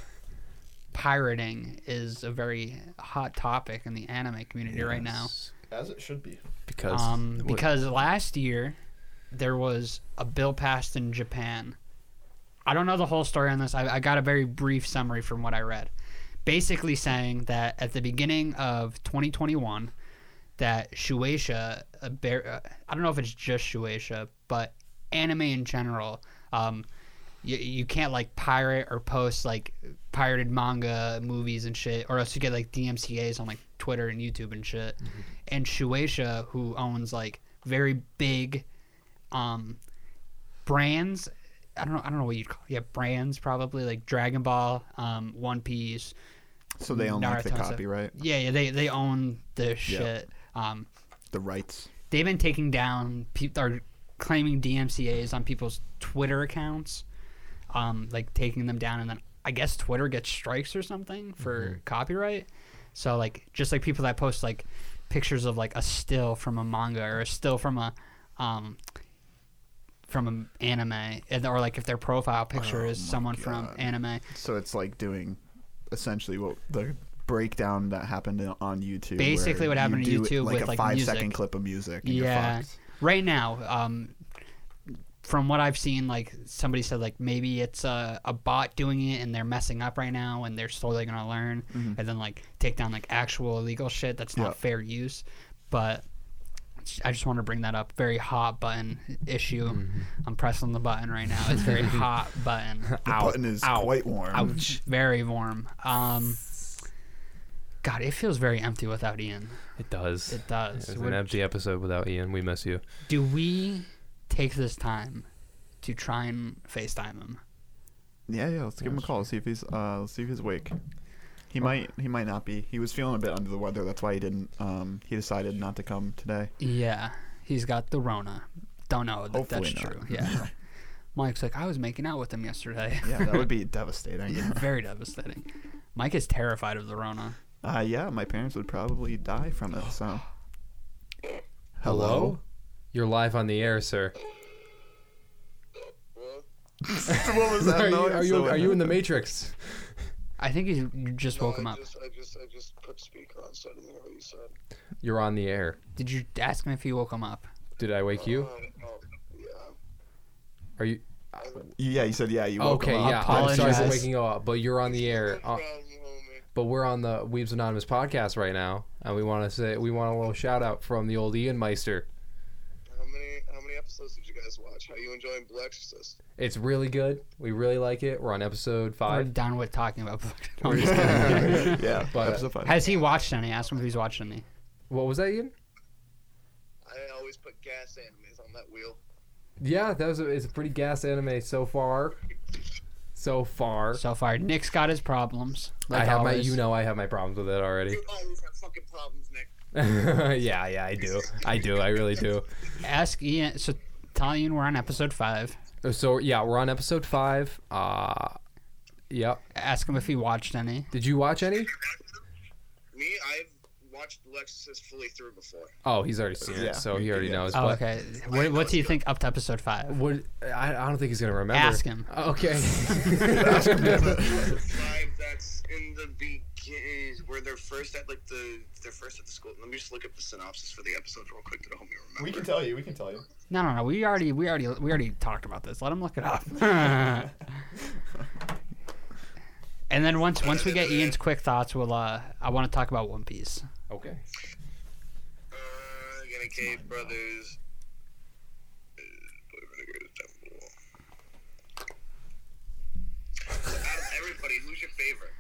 S1: pirating is a very hot topic in the anime community right now.
S3: As it should be.
S2: Because
S1: um,
S2: what-
S1: because last year there was a bill passed in Japan. I don't know the whole story on this. I, I got a very brief summary from what I read, basically saying that at the beginning of 2021, that Shueisha, a bear, uh, I don't know if it's just Shueisha, but anime in general, um, you, you can't like pirate or post like pirated manga movies and shit, or else you get like DMCA's on like Twitter and YouTube and shit. And Shueisha, who owns like very big um, brands, I don't know, I don't know what you'd call yeah brands probably like Dragon Ball, um, One Piece,
S3: So they own like
S1: Naruto
S3: the
S1: and stuff.
S3: copyright,
S1: Yeah, yeah, they they own the shit. Um,
S3: the rights.
S1: they've been taking down pe- are claiming DMCA's on people's Twitter accounts, um, like taking them down, and then I guess Twitter gets strikes or something for
S3: Mm-hmm.
S1: copyright. So like just like people that post like pictures of like a still from a manga or a still from a um, from an anime, and- or like if their profile picture
S3: Oh
S1: is
S3: my
S1: someone from
S3: God.
S1: anime.
S3: So it's like doing, essentially what the breakdown that happened in- on YouTube.
S1: Basically
S3: where
S1: what happened
S3: you
S1: on
S3: do,
S1: YouTube
S3: like
S1: with,
S3: a
S1: like,
S3: five-second
S1: music.
S3: clip of music. And
S1: yeah
S3: You're fucked.
S1: right now um from what i've seen like somebody said like maybe it's a, a bot doing it and they're messing up right now and they're slowly going to learn and then like take down like actual illegal shit that's not
S3: Mm-hmm. Yeah.
S1: fair use but i just want to bring that up very hot button issue i'm pressing the button right now it's
S3: <laughs>
S1: very hot button
S3: Mm-hmm. The button is quite warm.
S1: ouch very warm um god it feels very empty without ian
S2: it does.
S1: it does
S2: It was
S1: Would-
S2: an empty episode without Ian. We miss you.
S1: do we take this time to try and FaceTime him?
S3: Yeah, yeah. Let's give him a call. See if he's uh, let's see if he's awake. He
S2: Oh.
S3: might. He might not be. He was feeling a bit under the weather. That's why he didn't. Um, he decided not to come today.
S1: Yeah, he's got the Rona. Don't know that
S3: Hopefully
S1: that's
S3: not.
S1: true.
S3: <laughs>
S1: Yeah. Mike's like, I was making out with him yesterday.
S3: Yeah, that
S1: <laughs>
S2: <laughs>
S3: would be devastating.
S1: Very devastating. Mike is terrified of the Rona.
S3: Uh, yeah, my parents would probably die from it. So.
S2: You're live on the air, sir.
S3: what was that
S2: Are you,
S3: noise?
S2: <laughs>
S3: <laughs>
S2: are you
S3: So-
S2: are you in the Matrix?
S1: I think you you just woke
S4: No,
S1: him
S4: I
S1: up.
S4: Just, I just, I just put speaker on, so I didn't hear what you said.
S2: You're on the air.
S1: Did you ask him if you woke him up?
S2: Did I wake you?
S4: Oh, oh, yeah.
S2: Are you
S3: Yeah, you said yeah. You woke
S2: okay?
S3: him up.
S2: Yeah, I'm sorry for
S1: Apologize.
S2: waking you up, but you're on the air.
S4: No
S2: Uh,
S4: problem, homie.
S2: but we're on the Weebs Anonymous podcast right now, and we want to say we want a little shout out from the old Ian Meister.
S4: How many, how many episodes did you guys watch? How you enjoying Blue Exorcist?
S2: It's really good. We really like it. We're on episode
S1: We're
S2: five.
S1: done with talking
S3: <laughs>
S1: about. No, I'm just kidding.
S3: Uh, Yeah, yeah.
S2: But-
S3: episode five.
S1: Has he watched any? Ask him if he's watched any.
S2: What was that, Ian?
S4: I always put gas animes on that wheel.
S2: Yeah, that was a, it's a pretty gas anime so far. So far,
S1: So far, Nick's got his problems. Like
S2: I have my
S1: always.
S2: you know I have my problems with it already. <laughs>
S4: You always have fucking problems, Nick.
S2: yeah, yeah, I do. I do. I really do.
S1: Ask Ian. So tell Ian we're on episode five.
S2: So yeah, we're on episode five. Uh yep.
S1: Ask him if he watched any.
S2: Did you watch any?
S4: Me, I've watched Blue Exorcist fully through before. <laughs>
S2: Oh, he's already seen it,
S3: Yeah.
S2: so he already
S3: Yeah.
S2: knows.
S1: Oh,
S2: but
S1: okay. What, what do you think up to episode five?
S2: What? I, I don't think he's gonna remember.
S1: Ask him.
S2: <laughs> Okay.
S4: Five, that's in the beginning where they're first at like the they're first at the school. Let me just look up the synopsis for the episode real quick to help me remember.
S3: tell you. We can tell you.
S1: No, no, no. We already, we already, we already talked about this. Let him look it up. <laughs> and then once, once we get Ian's quick thoughts, we'll. Uh, I want to talk about One Piece.
S2: okay.
S4: Uh, gonna cave brothers. Uh, Blue Vinegar Temple. So out of everybody, who's your favorite?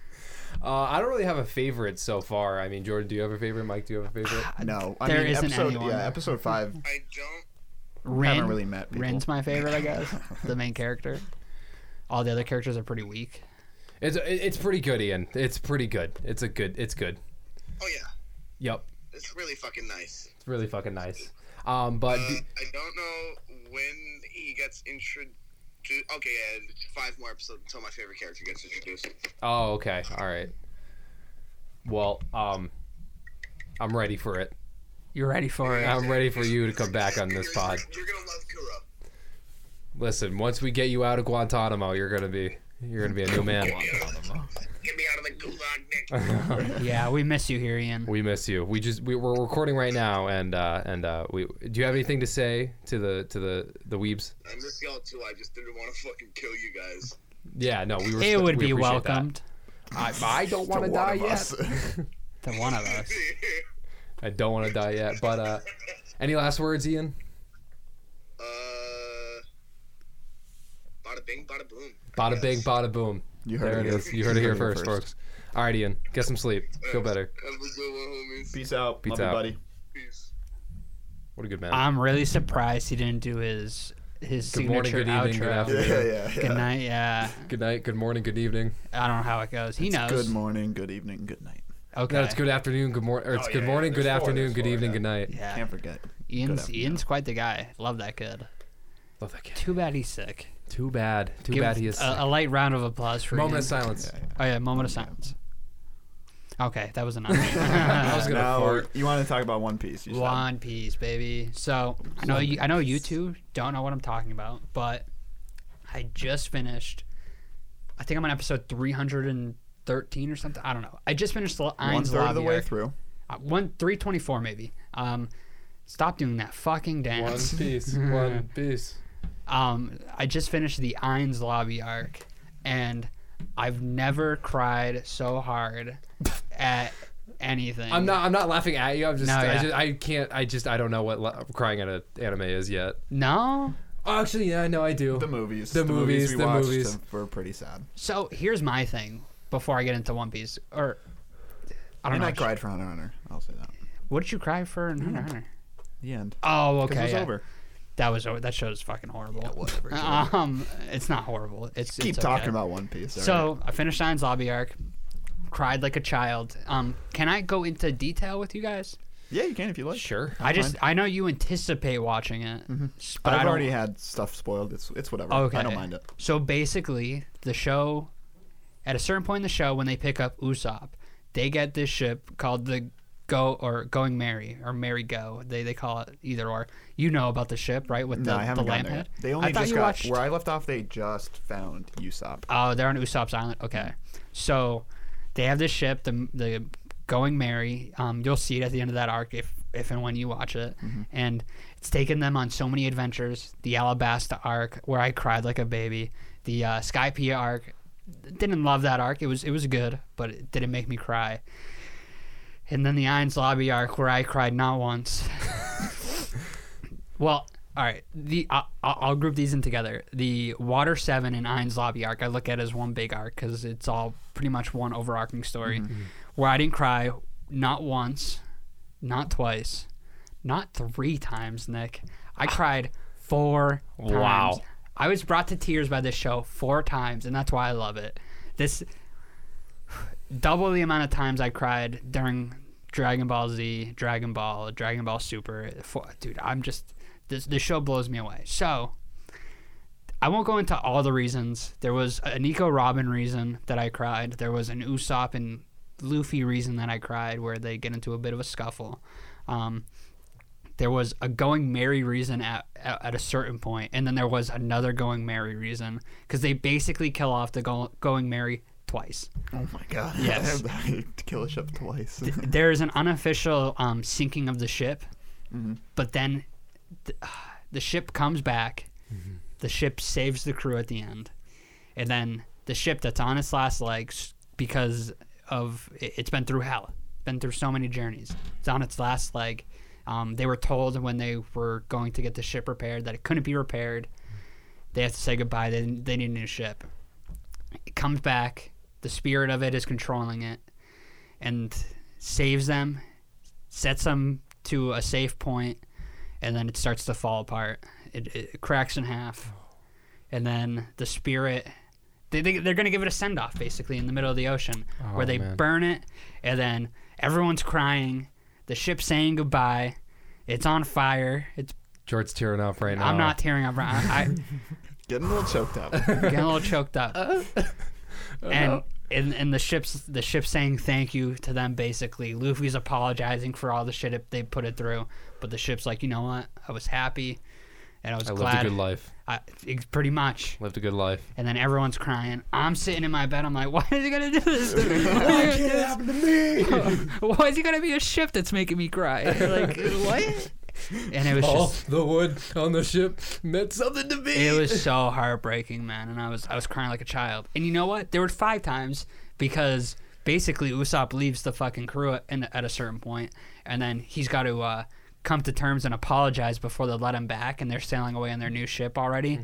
S2: Uh, I don't really have a favorite so far. I mean, Jordan, do you have a favorite? Mike, do you have
S1: <sighs>
S2: a favorite?
S3: No, I
S1: There
S3: mean,
S1: isn't
S3: episode,
S1: anyone.
S3: Yeah, episode five.
S4: I don't.
S1: Rin,
S3: really met people.
S1: Rin's my favorite, I
S2: <laughs>
S1: guess. the main character. All the other characters are pretty weak.
S2: It's it's pretty good, Ian. It's pretty good. It's a good. It's good.
S4: Oh yeah,
S2: Yep.
S4: it's really fucking nice.
S2: It's really fucking nice. Um, but
S4: Uh, I don't know when he gets introduced. Okay, yeah, five more episodes until my favorite character gets introduced.
S2: oh, okay. All right. Well, um, I'm ready for it.
S1: You ready for it?
S2: I'm ready for you to come back on this
S4: You're-
S2: pod.
S4: You're gonna love Kuro.
S2: Listen, once we get you out of Guantanamo, you're gonna be you're gonna be a new man. <laughs>
S4: Get me out of the gulag,
S1: <laughs>
S4: Nick.
S1: yeah, we miss you here, Ian.
S2: We miss you. We just we, we're recording right now, and uh, and uh, we do you have anything to say to the to the the weebs?
S4: I miss y'all too. I just didn't want to fucking kill you guys.
S2: Yeah, no, we were.
S1: it would be welcomed
S2: I, I don't want to
S3: one
S2: die
S3: of
S2: yet.
S3: us.
S1: to one of us.
S2: <laughs>
S4: <laughs>
S2: I don't want to die yet. But uh, any last words, Ian?
S4: uh, bada bing, bada boom.
S2: Bada bing, bada boom.
S3: You
S2: There
S3: heard
S2: it
S3: it.
S2: is. You heard it here first, folks. All right, Ian, get some sleep. Feel better.
S4: Have a good one, homies.
S3: Peace out.
S2: Peace
S3: Love you,
S2: out.
S3: buddy.
S4: Peace.
S2: What a good man.
S1: I'm really surprised he didn't do his his
S2: Good morning,
S1: signature
S2: good evening, good
S1: outro.
S2: afternoon.
S3: Yeah, yeah, yeah.
S1: Good night. Yeah,
S2: good night. Good morning. Good evening.
S1: I don't know how it goes. He knows.
S3: Good morning. Good evening. Good night.
S1: Okay.
S2: No, it's good afternoon. Good morning. Or it's
S3: Oh,
S2: good
S3: yeah, yeah,
S2: morning.
S3: there's
S2: Good
S3: four,
S2: afternoon.
S3: there's
S2: Good
S3: four,
S2: evening.
S3: yeah.
S2: Good night.
S1: Yeah.
S3: Can't forget.
S1: Ian's
S3: afternoon.
S1: Ian's quite the guy. Love that kid.
S2: Love that kid.
S1: Too bad he's sick.
S2: Too bad. Too
S1: Give
S2: bad he
S1: a,
S2: is. sick.
S1: a light round of applause for
S2: Moment
S1: Ian.
S2: of silence.
S1: Oh yeah, moment of silence. Okay, that was enough.
S3: <laughs>
S2: I was gonna
S3: now
S2: fart.
S3: you want to talk about One Piece? You said.
S1: One Piece, baby. So I know you, I know you two don't know what I'm talking about, but I just finished. I think I'm on episode 313 or something. I don't know. I just finished the
S3: One
S1: Ein's
S3: third of the way
S1: Lobby.
S3: through.
S1: Uh, One 324 maybe. Um, stop doing that fucking dance. <laughs>
S2: piece. One piece.
S1: um, I just finished the Ein's Lobby arc, and I've never cried so
S3: <laughs>
S1: hard at anything.
S2: I'm not. I'm not laughing at you. I'm just.
S1: No,
S2: I,
S1: yeah.
S2: just I can't. I just. I don't know what la- crying at an anime is yet.
S1: No.
S2: Oh, actually, yeah, I know. I do.
S3: The movies.
S2: The movies,
S3: we
S2: the
S3: watched
S2: movies.
S3: uh, were pretty sad.
S1: So here's my thing before I get into One Piece, or I don't
S3: and
S1: know.
S3: I cried for Hunter x Hunter. I'll say that.
S1: What did you cry for in Hunter x Hunter?
S3: The end.
S1: Oh,
S3: 'Cause
S1: okay.
S3: it was
S1: yeah.
S3: over.
S1: That was over. That show is fucking horrible.
S3: whatever,
S1: <laughs>
S3: it's
S1: um, it's not horrible. It's
S3: Keep
S1: it's
S3: talking
S1: okay.
S3: about One Piece. alright?
S1: So I finished Shine's lobby arc, cried like a child. Um, can I go into detail with you guys?
S3: yeah, you can if you like.
S2: Sure.
S1: I just I know you anticipate watching it, s- but
S3: Mm-hmm. I've
S1: I don't-
S3: already had stuff spoiled. It's it's whatever.
S1: Okay.
S3: I don't mind it.
S1: So basically, the show, at a certain point in the show, when they pick up Usopp, they get this ship called the Go or Going Mary or Mary Go. They they call it either or. You know about the ship, right? With
S3: No,
S1: the,
S3: I
S1: the
S3: haven't gotten
S1: lamp
S3: there.
S1: head.
S3: Yet. They only
S1: I thought
S3: just
S1: you
S3: got
S1: watched.
S3: where I left off. They just found Usopp.
S1: Oh, they're on Usopp's island. Okay, so they have this ship, the the Going Merry. Um, you'll see it at the end of that arc if if and when you watch it. And it's taken them on so many adventures. The Alabasta arc, where I cried like a baby. The uh, Skypea arc. Didn't love that arc. It was it was good, but it didn't make me cry. And then the Irons Lobby arc, where I cried not once. Well, all right. The I I'll, I'll group these in together. The Water Seven and Ein's Lobby arc I look at as one big arc because it's all pretty much one overarching story, where I didn't cry not once, not twice, not three times. Nick, I cried four.
S2: Wow.
S1: times. I was brought to tears by this show four times, and that's why I love it. This double the amount of times I cried during Dragon Ball Z, Dragon Ball, Dragon Ball Super. For, dude, I'm just this this show blows me away. So I won't go into all the reasons. There was a Nico Robin reason that I cried. There was an Usopp and Luffy reason that I cried, where they get into a bit of a scuffle. Um, there was a going merry reason at, at, at a certain point, and then there was another going merry reason because they basically kill off the go, going merry twice.
S3: Oh my <laughs> god.
S1: Yes.
S3: to kill a ship
S1: <laughs>
S3: twice.
S1: there is an unofficial um, sinking of the ship, but then th- <sighs> the ship comes back. The ship saves the crew at the end, and then the ship that's on its last legs because of it, it's been through hell, been through so many journeys. It's on its last leg. Um, they were told when they were going to get the ship repaired that it couldn't be repaired. They have to say goodbye. They, they need a new ship. It comes back. The spirit of it is controlling it and saves them, sets them to a safe point, and then it starts to fall apart. It, it cracks in half, and then the spirit. They, they, they're going to give it a send off basically in the middle of the ocean where
S2: Oh,
S1: they
S2: man.
S1: burn it, and then everyone's crying. The ship's saying goodbye. It's on fire. It's
S2: George's tearing up right now.
S1: I'm not tearing up. I, I,
S3: Getting a little
S1: <laughs>
S3: choked up. <laughs>
S1: getting a little choked up.
S3: Uh-huh.
S2: <laughs>
S1: and, and and the ship's the ship saying thank you to them basically. Luffy's apologizing for all the shit it, they put it through, but the ship's like, you know what? I was happy, and I was
S2: I lived
S1: glad.
S2: a good life.
S1: I, it's pretty much.
S2: Lived a good life.
S1: And then everyone's crying. I'm sitting in my bed. I'm like, why is he gonna do this? to
S3: <laughs>
S1: me?
S3: Why can't it happen to me?
S1: <laughs> Why is he gonna be a ship that's making me cry?
S3: <laughs>
S1: Like what? And it was
S2: All
S1: just.
S2: the wood on the ship meant something to me.
S1: It was so heartbreaking, man, and I was I was crying like a child. And you know what? There were five times because basically Usopp leaves the fucking crew at, in- at a certain point, and then he's got to uh, come to terms and apologize before they let him back, and they're sailing away on their new ship already.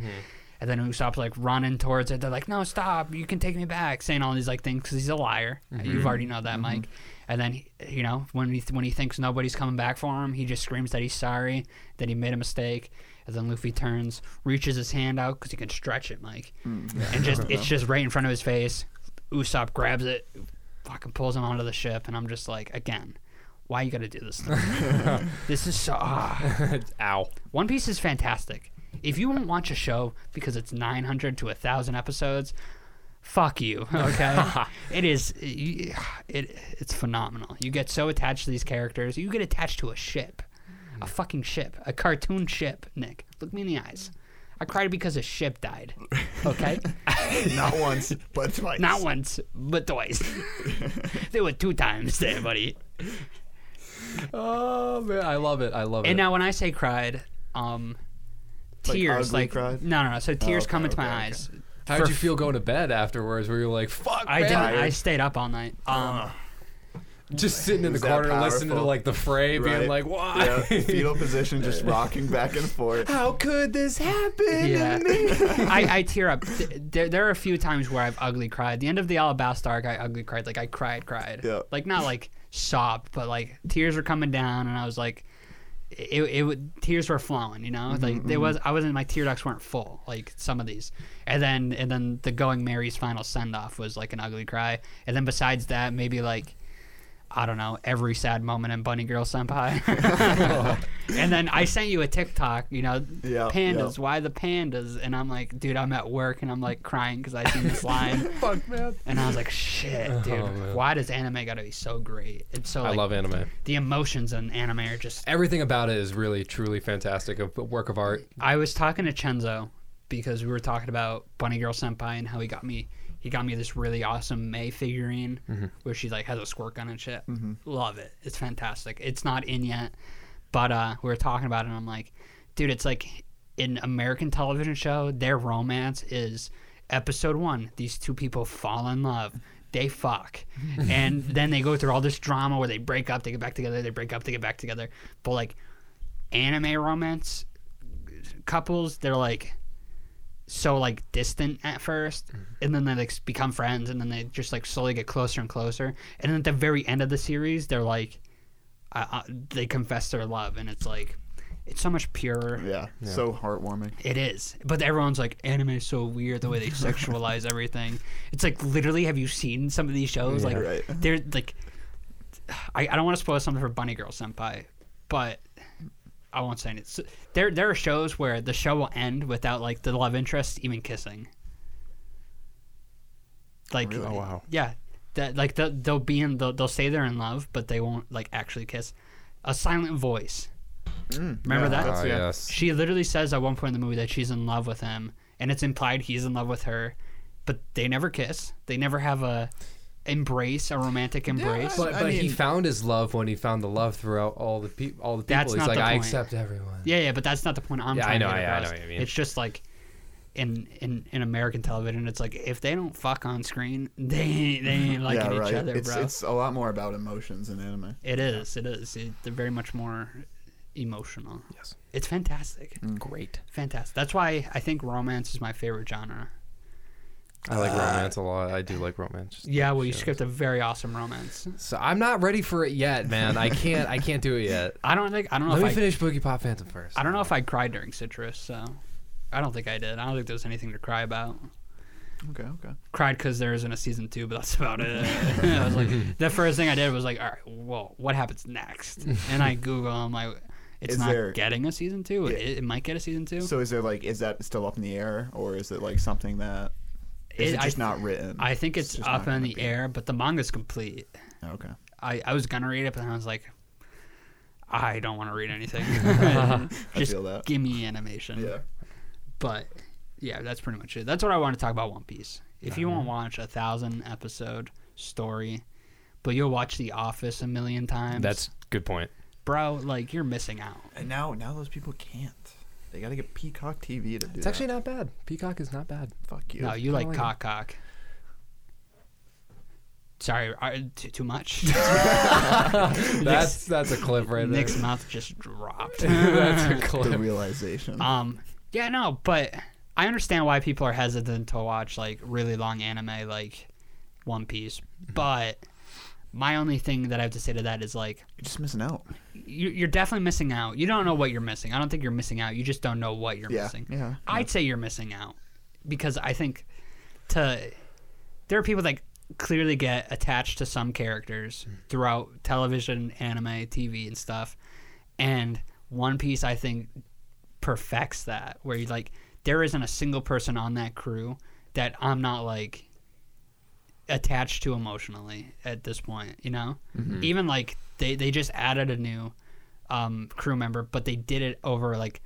S1: And then Usopp's like running towards it. They're like, "No, stop! You can take me back," saying all these like things because he's a liar. You've already know that, Mike. And then he- you know when he when he thinks nobody's coming back for him, he just screams that he's sorry that he made a mistake. And then Luffy turns, reaches his hand out because he can stretch it, Mike, and just it's just right in front of his face. Usopp grabs it, fucking pulls him onto the ship, and I'm just like, again, why you gotta do this? to me? this is so. <laughs> ah.
S2: Ow.
S1: One Piece is fantastic. If you won't watch a show because it's 900 to 1,000 episodes, fuck you. <laughs> Okay, it is. It, it's phenomenal. You get so attached to these characters. You get attached to a ship, a fucking ship, a cartoon ship. Nick, look me in the eyes. I cried because a ship died. Okay,
S3: Not once, but twice.
S1: not once, but twice. <laughs> there were two times there, buddy.
S2: Oh man, I love it. I love
S1: And
S2: it.
S1: now when I say cried, um,
S3: Like
S1: tears
S3: ugly
S1: like,
S3: cried? Oh,
S1: no, no, no. So tears
S3: okay,
S1: come into
S3: okay,
S1: my
S3: okay.
S1: eyes.
S2: How
S1: for
S2: did you feel going to bed afterwards? Where you were like, "Fuck,
S1: I
S2: man.
S1: didn't. I
S3: Tired. Uh.
S1: stayed up all night. Um,
S2: Just sitting in the
S3: Was that
S2: corner listening to
S3: powerful?
S2: like the fray,
S3: Right.
S2: being like,
S3: Yeah,
S2: "Why? <laughs>
S3: fetal position, <laughs> just rocking back and forth.
S2: How could this happen?"
S1: yeah,
S2: to me?"
S1: <laughs> I, I tear up. Th- There, there are a few times where I've ugly cried. The end of the Alabasta arc, I ugly cried. Like I cried, cried.
S3: Yeah.
S1: Like not like sobbed, but like tears were coming down, and I was like, it, it, would tears were flowing. You know, like there was, I wasn't. My tear ducts weren't full. Like some of these, and then and then the going Mary's final send off was like an ugly cry, and then besides that, maybe like. I don't know, every sad moment in Bunny Girl Senpai. <laughs> and then I sent you a TikTok, you know,
S3: Yeah,
S1: pandas,
S3: yeah.
S1: why the pandas? And I'm like, dude, I'm at work and I'm like crying because I seen this line.
S2: Fuck, man.
S1: And I was like, shit, dude,
S2: man.
S1: why does anime gotta be so great? It's so,
S2: I
S1: like,
S2: love anime.
S1: the emotions in anime are just.
S2: Everything about it is really, truly fantastic. A work of art.
S1: I was talking to Chenzo because we were talking about Bunny Girl Senpai and how he got me he got me this really awesome May figurine where she like has a squirt gun and shit. Love it. It's fantastic. It's not in yet, but uh, we were talking about it and I'm like, dude, it's like in American television show, their romance is episode one. These two people fall in love. They fuck, and then they go through all this drama where they break up, they get back together, they break up, they get back together. But like anime romance couples, they're like so like distant at 1st and then they like s- become friends, and then they just like slowly get closer and closer. And then at the very end of the series, they're like, uh, uh, they confess their love, and it's like, it's so much purer.
S3: Yeah, so heartwarming.
S1: It is, but everyone's like, anime is so weird the way they
S3: <laughs>
S1: sexualize everything. It's like literally, have you seen some of these shows? like
S3: Right.
S1: they're like, I, I don't want to spoil something for Bunny Girl Senpai, but I won't say it. So, there there are shows where the show will end without like the love interest even kissing. Like
S3: Really? Oh,
S5: wow.
S1: yeah, that like they'll, they'll be in they'll, they'll say they're in love, but they won't like actually kiss. A silent voice. Remember that?
S2: Oh,
S3: Mm. yeah.
S2: yes.
S1: She literally says at one point in the movie that she's in love with him, and it's implied he's in love with her, but they never kiss. They never have a embrace, a romantic embrace.
S2: But,
S3: I
S2: but he
S3: mean-
S2: found his love when he found the love throughout all the people. All the people.
S1: That's
S2: He's
S1: not
S2: like,
S1: the
S2: I
S1: point.
S2: accept everyone.
S1: yeah, yeah, but that's not the point I'm
S2: Yeah, I
S1: trying
S2: know,
S1: to get
S2: I- I know
S1: across.
S2: what you mean.
S1: It's just like in, in in American television, it's like if they don't fuck on screen, <laughs> they ain't, they ain't liking
S3: yeah, right.
S1: each other,
S3: it's
S1: bro.
S3: it's a lot more about emotions in anime.
S1: It is, it is. It- they're very much more emotional.
S2: Yes.
S1: It's fantastic.
S3: Mm.
S5: Great.
S1: Fantastic. That's why I think romance is my favorite genre.
S2: I like
S3: Ah.
S2: romance a lot. I do like romance. Just
S1: Yeah,
S2: like
S1: well, you
S2: shows.
S1: skipped a very awesome romance.
S2: So I'm not ready for it yet, man. I can't. I can't do it yet.
S1: I don't think I don't know.
S2: Let
S1: if
S2: me
S1: I,
S2: finish Boogie Pop Phantom first.
S1: I don't know if I cried during Citrus, so I don't think I did. I don't think there was anything to cry about.
S3: Okay, okay.
S1: Cried because there isn't a season two, but that's about it. <laughs> I was
S2: <laughs>
S1: like, the first thing I did was like, all right, well, what happens next? And I Google, I'm like, it's
S3: Is
S1: not
S3: there-
S1: getting a season two. It, it might get a season two.
S3: So is there like is that still up in the air or is it like something that is
S1: It-
S3: it,
S1: I
S3: just
S1: th-
S3: not written?
S1: I think it's,
S3: just
S1: up in
S3: not gonna
S1: the
S3: be-
S1: air, but the manga's complete.
S3: Okay.
S1: I, I was gonna read it, but then I was like, I don't want to read
S3: <laughs>
S1: anything. <laughs> Just
S3: feel that.
S1: give me animation.
S3: Yeah.
S1: But yeah, that's pretty much it. That's what I want to talk about One Piece. If you
S2: Uh-huh.
S1: want to watch a thousand episode story, but you'll watch The Office a million times,
S2: That's good point.
S1: bro, like you're missing out.
S3: And now now those people can't. They got to get Peacock TV to do
S2: It's actually not bad. Peacock is not bad.
S3: fuck you.
S1: No, you like
S2: like it.
S1: cock cock. Sorry, I, too, too
S2: <laughs>
S1: much.
S2: <laughs> That's that's a clip right there. <laughs>
S1: Nick's mouth just dropped.
S2: that's a
S3: the
S2: clip.
S1: <laughs>
S3: realization.
S1: Um, yeah, no, but I understand why people are hesitant to watch like really long anime like One Piece.
S2: Mm-hmm.
S1: But my only thing that I have to say to that is like
S3: You're just missing out.
S1: you, you're definitely missing out. You don't know what you're missing. I don't think you're missing out. You just don't know what you're
S3: Yeah,
S1: missing.
S3: yeah,
S1: I'd say you're missing out because I think to there are people that clearly get attached to some characters throughout television, anime, TV, and stuff. And One Piece, I think, perfects that where you like there isn't a single person on that crew that I'm not like attached to emotionally at this point you know even like they they just added a new um crew member but they did it over like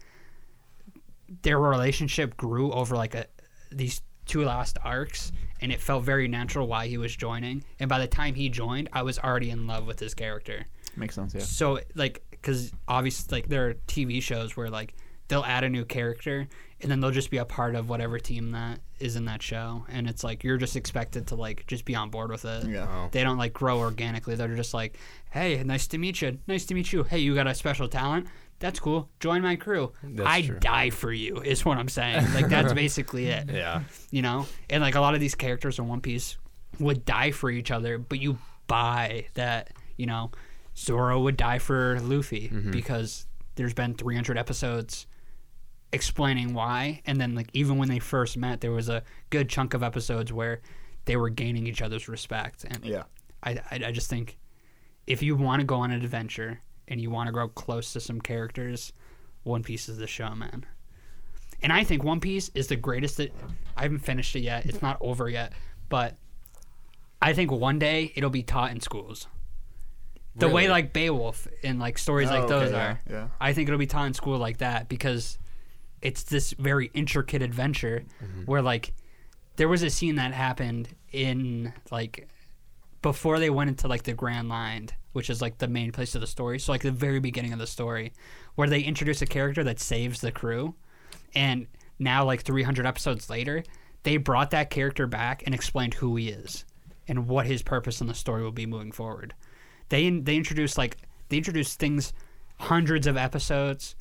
S1: their relationship grew over like a these two last arcs and it felt very natural why he was joining and by the time he joined i was already in love with his character
S3: Makes sense, yeah.
S1: so like because obviously like there are tv shows where like they'll add a new character and then they'll just be a part of whatever team that is in that show and it's like you're just expected to like just be on board with it
S3: Yeah.
S2: Wow.
S1: they don't like grow organically they're just like hey nice to meet you nice to meet you hey you got a special talent that's cool join my crew
S2: That's
S1: i
S2: true.
S1: die for you is what i'm saying like that's basically it
S2: Yeah.
S1: you know and like a lot of these characters in one piece would die for each other but you buy that you know zoro would die for luffy because there's been 300 episodes explaining why and then like even when they first met there was a good chunk of episodes where they were gaining each other's respect and
S3: Yeah.
S1: I, I, I just think if you want to go on an adventure and you want to grow close to some characters, One Piece is the show, man. And I think One Piece is the greatest. That, I haven't finished it yet. It's not over yet, but I think one day it'll be taught in schools. The way
S2: Really?
S1: like Beowulf and like stories
S3: Oh,
S1: like
S3: okay,
S1: those
S3: yeah,
S1: are.
S3: yeah.
S1: I think it'll be taught in school like that because it's this very intricate adventure
S3: Mm-hmm.
S1: where like there was a scene that happened in like before they went into like the Grand Line, which is like the main place of the story. So like the very beginning of the story, where they introduce a character that saves the crew, and now like 300 episodes later, they brought that character back and explained who he is and what his purpose in the story will be moving forward. They they introduced like they introduced things hundreds of episodes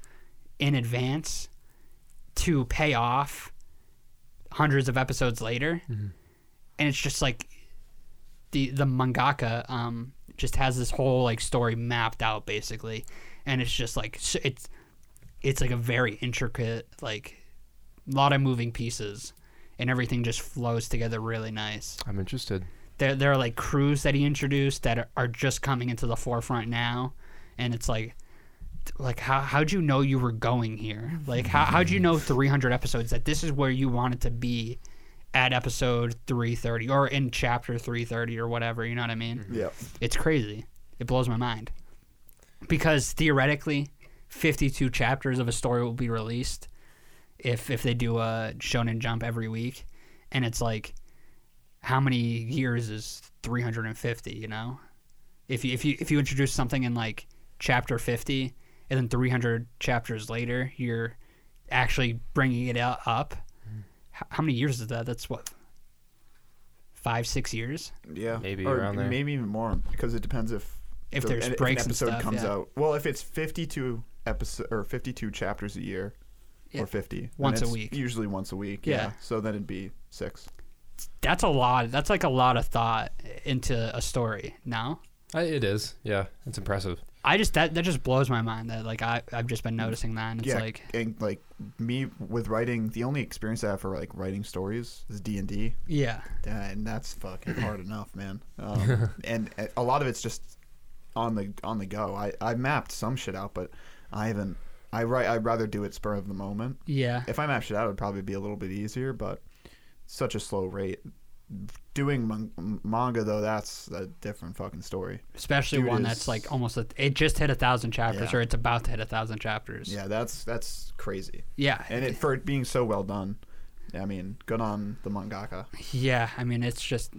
S1: in advance to pay off hundreds of episodes later, and it's just like the the mangaka um just has this whole like story mapped out basically, and it's just like s- it's it's like a very intricate like lot of moving pieces, and everything just flows together really nice.
S2: I'm interested.
S1: There there are like crews that he introduced that are- are just coming into the forefront now, and it's like like how how'd you know you were going here? Like how how'd you know 300 episodes that this is where you wanted to be at episode 330 or in chapter 330 or whatever? You know what I mean?
S3: Yeah.
S1: It's crazy. It blows my mind because theoretically, 52 chapters of a story will be released if if they do a Shonen Jump every week, and it's like how many years is 350? You know, if you if you if you introduce something in like chapter 50 and then 300 chapters later, you're actually bringing it out up. How, how many years is that? That's what five six years.
S3: Yeah,
S2: Maybe
S3: or
S2: around there.
S3: maybe even more because it depends if
S1: If there's
S3: an-
S1: breaks
S3: an
S1: and
S3: episode
S1: stuff,
S3: comes
S1: yeah.
S3: out. Well, if it's fifty-two episode or fifty-two chapters a year,
S1: Yeah.
S3: or fifty then
S1: Once a
S3: it's
S1: week.
S3: usually once a week.
S1: Yeah.
S3: yeah, so then it'd be six.
S1: That's a lot. That's like a lot of thought into a story. No,
S2: I, it is. Yeah, it's impressive.
S1: I just that that just blows my mind. That like I I've just been noticing that. And it's
S3: Mm. yeah,
S1: like
S3: and like me with writing, the only experience I have for like writing stories is D and D,
S1: yeah,
S3: and that's
S1: <laughs>
S3: fucking hard enough, man. Um, and uh, a lot of it's just on the on the go. I I mapped some shit out, but I haven't. I write. I'd rather do it spur of the moment.
S1: yeah.
S3: If I mapped it out, it'd probably be a little bit easier, but such a slow rate. Doing man- manga though, that's a different fucking story.
S1: Especially
S3: Dude
S1: one
S3: is-
S1: that's like almost a, it just hit a thousand chapters
S3: Yeah.
S1: or it's about to hit a thousand chapters.
S3: Yeah, that's that's crazy.
S1: yeah,
S3: And it, for it being so well done, I mean, good on the mangaka.
S1: yeah. I mean, it's just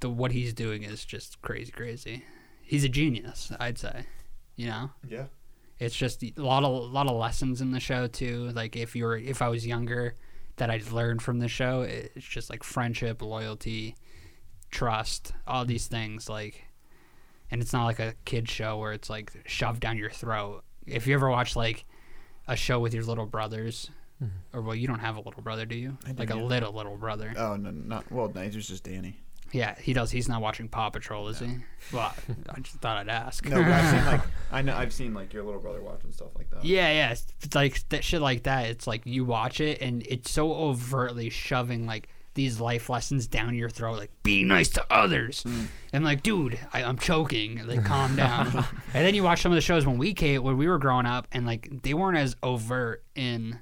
S1: the what he's doing is just crazy, crazy. He's a genius, I'd say. You know.
S3: Yeah.
S1: it's just a lot of a lot of lessons in the show too. Like if you were if I was younger, that I'd learned from the show. It- It's just like friendship, loyalty, trust, all these things. Like, and it's not like a kid show where it's like shoved down your throat. If you ever watch like a show with your little brothers, or well, you don't have a little brother, do you? Like a little little brother.
S3: Oh no, not well. No, it's
S1: <laughs>
S3: just Danny.
S1: yeah, he does. He's not watching Paw Patrol, is he? Well, I just thought I'd ask.
S3: No, but I've seen like I know I've seen like your little brother watching stuff like that.
S1: Yeah, yeah. It's, it's like that shit like that. It's like you watch it and it's so overtly shoving like these life lessons down your throat, like be nice to others.
S3: Hmm.
S1: And like, dude, I, I'm choking. Like,
S3: <laughs>
S1: calm down. and then you watch some of the shows when we came, when we were growing up, and like they weren't as overt in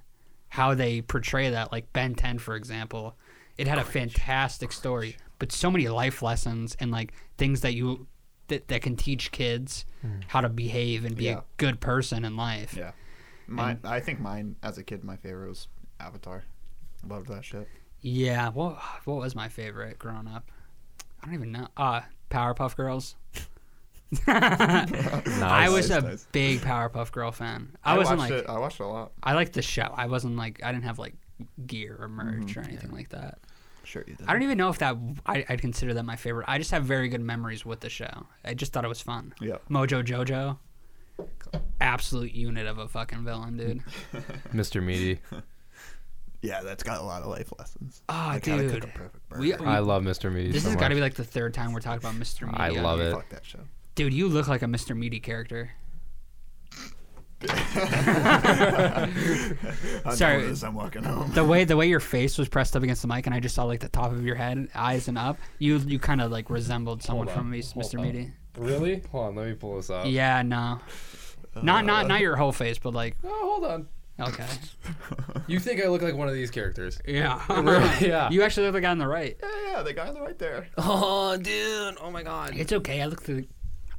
S1: how they portray that. Like Ben 10, for example, it had a fantastic story, but so many life lessons and like things that you that, that can teach kids how to behave and be
S3: Hmm. Yeah.
S1: a good person in life.
S3: Yeah. Mine. I think mine as a kid, my favorite was Avatar. Loved that shit.
S1: Yeah, what what was my favorite growing up? I don't even know. Uh Powerpuff
S2: <laughs>
S1: Girls. <laughs> I was a
S3: Nice, nice.
S1: big Powerpuff Girl fan. I, wasn't
S3: watched
S1: like
S3: it. I watched it a lot.
S1: I liked the show. I wasn't like I didn't have like gear or merch
S2: Mm-hmm.
S1: or anything like that.
S3: Sure you did.
S1: I don't even know if that I, I'd consider that my favorite. I just have very good memories with the show. I just thought it was fun.
S3: Yeah.
S1: Mojo Jojo, absolute unit of a fucking villain, dude.
S2: Mr. <laughs> Meaty.
S3: Yeah, that's got a lot of life lessons.
S1: Oh,
S2: Ah,
S3: like how to cook
S1: dude.
S3: a perfect burger.
S1: We,
S2: I love Mr. Meaty.
S1: this
S2: so
S1: has
S2: much.
S1: got to be like the third time we're talking about Mr. Media.
S2: I love it. <laughs>
S3: Fuck that show. <laughs>
S1: Dude, you look like a Mr. Meaty character.
S3: I
S1: Sorry.
S3: know this, I'm walking home.
S1: The way the way your face was pressed up against the mic, and I just saw like the top of your head, eyes and up. You you kind of like resembled someone
S2: Hold
S1: from
S2: on,
S1: Mis-
S2: hold
S1: Mr.
S2: on. Oh.
S1: Meaty.
S2: Really? Hold on, let me pull this up.
S1: Yeah, no, not
S2: Uh.
S1: not not your whole face, but like
S2: Oh, hold on.
S1: okay,
S2: You think I look like one of these characters?
S1: <laughs> yeah,
S2: yeah.
S1: You actually look like the guy on the right.
S3: yeah, yeah, the guy in the right there.
S2: <laughs> oh, dude. Oh my god.
S1: It's okay. I look the,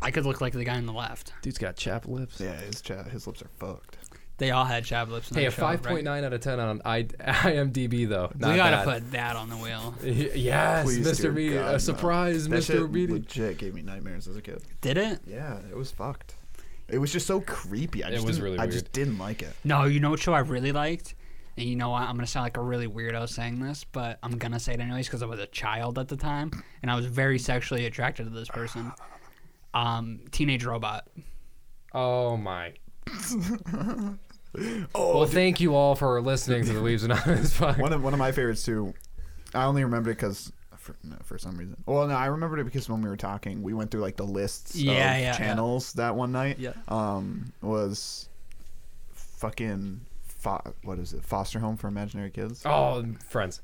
S1: I could look like the guy on the left.
S2: Dude's got chapped lips.
S3: Yeah, his cha- his lips are fucked.
S1: They all had chap lips. in
S2: Hey,
S1: that
S2: a
S1: show, right?
S2: five point nine out of ten on I- <laughs> IMDb though. Not
S1: We gotta
S2: bad.
S1: put that on the wheel.
S2: Yes,
S3: Please,
S2: Mr.
S3: dear
S2: Media,
S3: God,
S2: a
S3: no.
S2: surprise,
S3: That
S2: Mr.
S3: shit
S2: Media.
S3: legit gave me nightmares as a kid.
S1: Did it?
S3: Yeah, it was fucked. It was just so creepy. I just
S2: was
S3: didn't-
S2: really
S3: I just
S2: weird.
S3: didn't like it.
S1: No, you know what show I really liked? And you know what? I'm going to sound like a really weirdo saying this, but I'm going to say it anyways because I was a child at the time and I was very sexually attracted to this person.
S3: <sighs>
S1: Um, Teenage Robot.
S2: Oh <laughs> my.
S3: Oh,
S2: Well, thank you all for listening to the Leaves and <laughs> Honest podcast.
S3: one of one of my favorites too. I only remembered it because for, no, for some reason. Well, no, I remembered it because when we were talking, we went through like the lists
S1: Yeah,
S3: of
S1: yeah,
S3: channels that one night.
S1: Yeah.
S3: Um, was fucking fo- what is it? Foster home for imaginary kids.
S2: Oh, friends.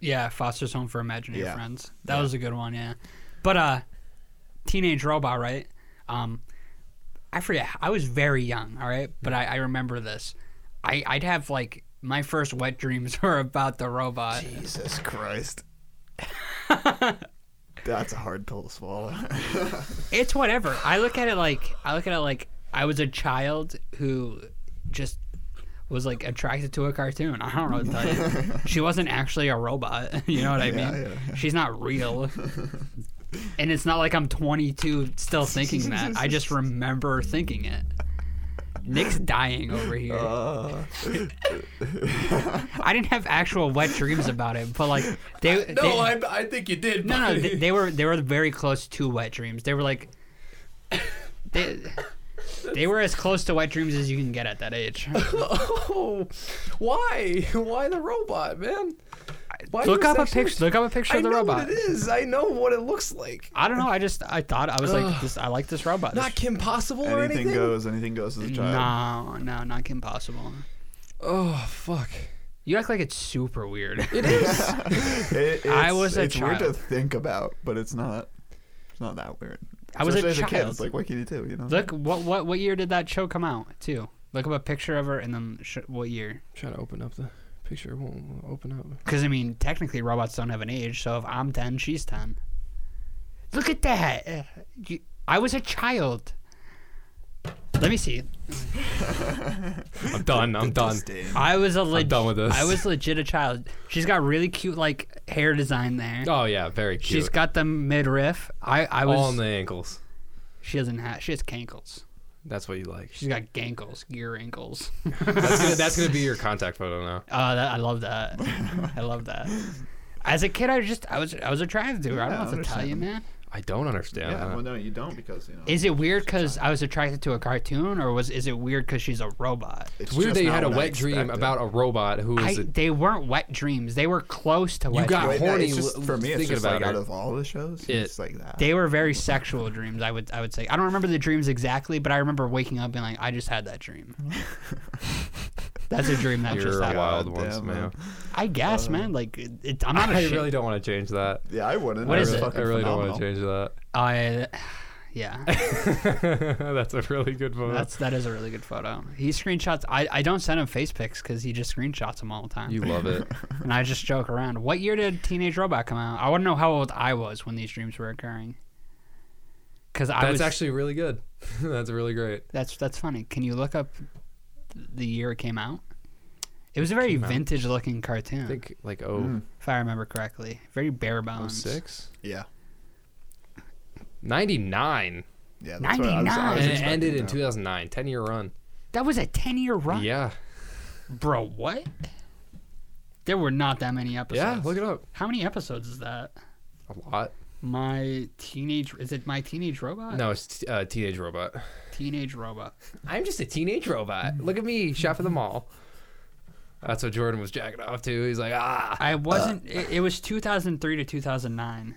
S1: Yeah, Foster's Home for Imaginary
S3: Yeah.
S1: Friends. That was a good one, yeah. But uh Teenage Robot, right? Um I forget I was very young, all right? But I, I remember this. I, I'd have like my first wet dreams <laughs> were about the robot.
S3: Jesus Christ. <laughs> That's a hard pill
S2: <laughs>
S3: to swallow.
S1: it's whatever. I look at it like I look at it like I was a child who just was like attracted to a cartoon. I don't know what to tell
S3: <laughs>
S1: you. she wasn't actually a robot. <laughs> You know what I
S3: Yeah,
S1: mean?
S3: yeah,
S1: She's not real. and it's not like I'm 22 still thinking that. I
S3: <laughs>
S1: just remember thinking it. Nick's dying over here.
S2: Oh,
S3: Uh,
S1: I didn't have actual wet dreams about it, but like they
S2: <laughs>
S1: they,
S2: I think you did.
S1: No, no, they, they were they were very close to wet dreams. They were like, they, they were as close to wet dreams as you can get at that
S2: <laughs>
S1: age.
S2: oh, why? Why the robot, man? Why
S1: look
S2: you
S1: up a
S2: sexually-
S1: picture. Look up a picture
S2: I
S1: of the
S2: know
S1: robot.
S2: what it is. I know what it looks like.
S1: I don't know. I just I thought I was like this. I like this robot.
S2: Not Kim Possible or
S3: anything
S2: anything.
S3: goes, anything goes as a child.
S1: no, no, not Kim Possible.
S2: Oh fuck!
S1: You act like it's super weird.
S2: <laughs> It
S3: <laughs>
S2: is.
S3: It- it's,
S1: I was a
S3: it's weird
S1: child.
S3: to think about, but it's not. It's not that weird.
S1: I was a
S3: Especially as a kid.
S1: child.
S3: It's like, what can you do? You know.
S1: <laughs> look what what what year did that show come out? Too. Look up a picture of her and then sh- what year?
S2: Try to open up the picture. It won't open up.
S1: Because I mean, technically, robots don't have an age. So if I'm ten, she's ten. Look at that! Uh, you- I was a child. Let me see.
S2: I'm done. <laughs> I'm done.
S1: I was a legit.
S2: done with this.
S1: I was legit a child. She's got really cute like hair design there.
S2: Oh yeah, very cute.
S1: She's got the midriff. I I
S2: all on
S1: was.
S2: the ankles.
S1: she doesn't have. She has cankles.
S2: That's what you like.
S1: She's got gankles, gear ankles.
S2: <laughs> That's gonna, that's gonna be your contact photo now.
S1: Oh, that, I love that. I love that. As a kid, I was just I was I was attracted to her. I
S3: Yeah,
S1: don't know what to tell you,
S3: understandable.
S1: man.
S2: I don't understand.
S3: Yeah.
S2: that.
S3: Well, no, you don't because you know.
S1: Is it weird because I was attracted to a cartoon, or was is it weird because she's a robot?
S2: It's weird that you had a wet dream about a robot who
S1: I,
S2: is. a-
S1: they weren't wet dreams. They were close to wet.
S2: got-
S1: dreams.
S3: Wait, no,
S2: horny
S3: it's just,
S2: l-
S3: for me, it's
S2: thinking
S3: just
S2: about
S3: like
S2: it.
S3: out of all the shows, it's
S2: It-
S3: like that.
S1: They were very sexual dreams. I would I would say I don't remember the dreams exactly, but I remember waking up being like, I just had that
S2: <laughs>
S1: dream. That's a dream that
S2: You're
S1: just
S2: a
S1: happened.
S2: wild
S3: God
S2: one,
S3: damn,
S2: man.
S3: man.
S1: I guess, man. Like it, it, I'm not
S2: I
S1: ashamed.
S2: really don't want to change that.
S3: yeah, I wouldn't.
S1: What
S2: I
S1: is
S2: really,
S1: it?
S2: I really don't want to change that.
S1: I, yeah.
S2: <laughs> That's a really good photo.
S1: That's that is a really good photo. He screenshots. I, I don't send him face pics because he just screenshots them all the time.
S2: you love it.
S1: and I just joke around. What year did Teenage Robot come out? I want to know how old I was when these dreams were occurring. Because I
S2: That's
S1: was
S2: actually really good. <laughs> That's really great.
S1: that's that's funny. Can you look up the year it came out? It was a very vintage looking cartoon,
S2: I think like
S3: Mm.
S2: oh
S1: if I remember correctly. Very bare
S2: oh
S1: bones.
S2: six.
S3: Yeah,
S2: Ninety nine.
S3: yeah. That's what I was- I
S1: Ninety-nine.
S3: was
S2: And it
S3: expecting
S2: ended in
S3: that.
S2: 2009, 10 year run.
S1: That was a ten year run,
S2: Yeah.
S1: bro. What? There were not that many episodes.
S2: Yeah, look it up.
S1: How many episodes is that?
S2: A lot.
S1: My teenage is it my teenage robot?
S2: No, it's t- uh, Teenage Robot.
S1: Teenage robot.
S2: I'm just a teenage robot. Look at me, shop at the mall. That's what Jordan was jacking off to. He's like, ah.
S1: I wasn't. It, it was 2003 to 2009.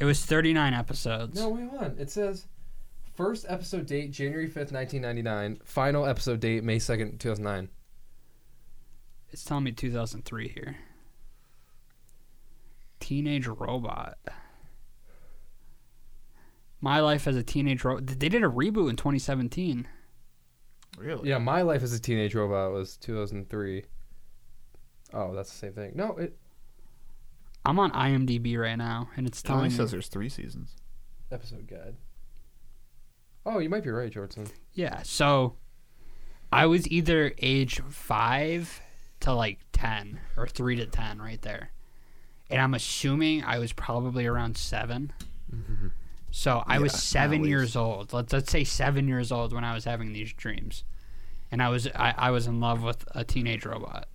S1: It was 39 episodes.
S2: No, wait, one. It says first episode date January 5th, 1999. Final episode date May 2nd, 2009.
S1: It's telling me 2003 here. Teenage robot. My life as a teenage robot. They did a reboot in 2017.
S3: Really?
S2: Yeah, my life as a teenage robot was 2003. Oh, that's the same thing. No, it
S1: I'm on IMDb right now, and it's
S3: It only
S1: telling me.
S3: says there's three seasons.
S2: episode guide. Oh, you might be right, Jordan.
S1: Yeah. So, I was either age five to like ten or three to ten, right there, and I'm assuming I was probably around 7
S2: Mm-hmm.
S1: So I was
S3: Yeah,
S1: seven
S3: at least.
S1: years old. Let's let's say seven years old when I was having these dreams, and I was I, I was in love with a teenage robot.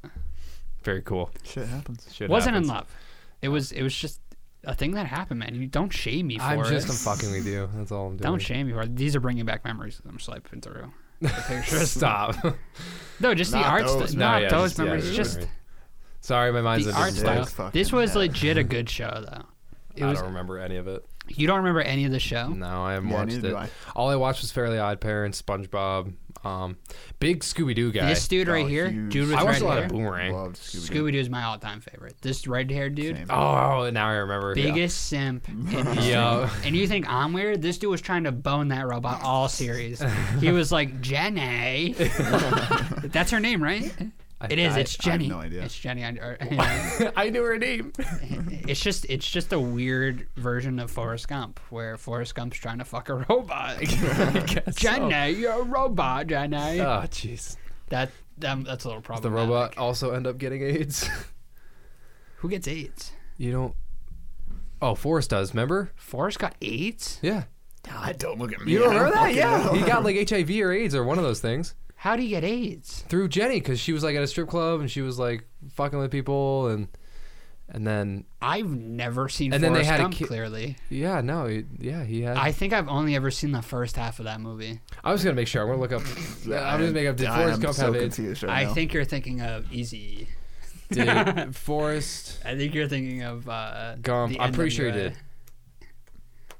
S2: Very cool.
S3: Shit happens.
S2: Shit
S1: Wasn't
S2: happens.
S1: in love. It was it was just a thing that happened, man. You don't shame me for
S2: I'm
S1: it.
S2: just I'm fucking with you. That's all I'm doing.
S1: Don't shame me for it. These are bringing back memories that I'm swiping through. The pictures.
S2: Stop. <laughs>
S1: No, just the
S3: Not
S1: art
S3: those,
S1: stuff.
S2: no,
S1: Not
S2: yeah,
S1: those
S2: just- yeah,
S1: memories.
S2: those
S1: just
S2: memories. Sorry, my mind's
S1: the
S2: a
S1: art
S2: different place.
S3: stuff.
S1: style. This
S3: fucking
S1: was
S3: bad.
S1: legit a good show, though. It
S2: I
S1: was.
S2: don't remember any of it.
S1: You don't remember any of the show?
S2: No, I haven't
S3: Yeah,
S2: watched
S3: neither
S2: it.
S3: do I.
S2: All I watched was Fairly Odd Parents, SpongeBob, um, big Scooby Doo guy.
S1: This dude right
S3: Oh,
S1: here,
S3: huge.
S1: dude with
S2: I
S1: red
S2: watched a lot
S1: hair.
S2: of Boomerang.
S3: Loved Scooby-Doo.
S1: Scooby Doo is my all-time favorite. This red-haired dude,
S3: Same.
S2: Oh, now I remember. yeah.
S1: biggest simp.
S3: <laughs>
S1: in history.
S2: Yeah.
S1: And you think I'm weird? This dude was trying to bone that robot all series. He was like
S2: <laughs>
S1: Jenny. That's her name, right?
S2: I-
S1: it is.
S2: I-
S1: it's Jenny.
S3: no idea.
S1: It's Jenny. I, or,
S2: <laughs> I knew her name.
S3: <laughs> Oh,
S1: it's just it's just a weird version of Forrest Gump, where Forrest Gump's trying to fuck a <laughs>
S2: <laughs>
S1: robot. Jenny, you're a robot, Jenny.
S2: Oh, jeez.
S1: that, that that's a little
S2: The
S1: problem.
S2: robot also end up getting AIDS. <laughs>
S1: who gets AIDS?
S2: you don't. Oh, Forrest does. Remember?
S1: Forrest got AIDS.
S2: Yeah.
S3: God, don't look at me.
S2: You don't
S3: I
S2: remember that?
S3: fucking
S2: Yeah.
S3: know.
S2: He
S3: <laughs>
S2: got like HIV or AIDS or one of those things
S1: How do you get AIDS?
S2: through Jenny because she was like at a strip club and she was like fucking with people and and then
S1: I've never seen
S2: And then they
S1: Forrest
S2: had a
S1: Gump.
S2: ki-
S1: clearly,
S2: yeah no he- yeah he had.
S1: I
S2: I,
S1: think I've only ever seen the first half of that movie.
S2: was gonna make sure. I'm gonna look up. I'm gonna make up. Did
S3: <laughs> I
S2: Forrest
S3: am
S2: Gump
S3: so
S2: have AIDS?
S3: confused right
S1: I
S3: now.
S1: think you're thinking of Easy. <laughs>
S2: Did Forrest?
S1: I think you're thinking of uh,
S2: Gump,
S1: the
S2: I'm pretty sure he
S1: NWA.
S2: did.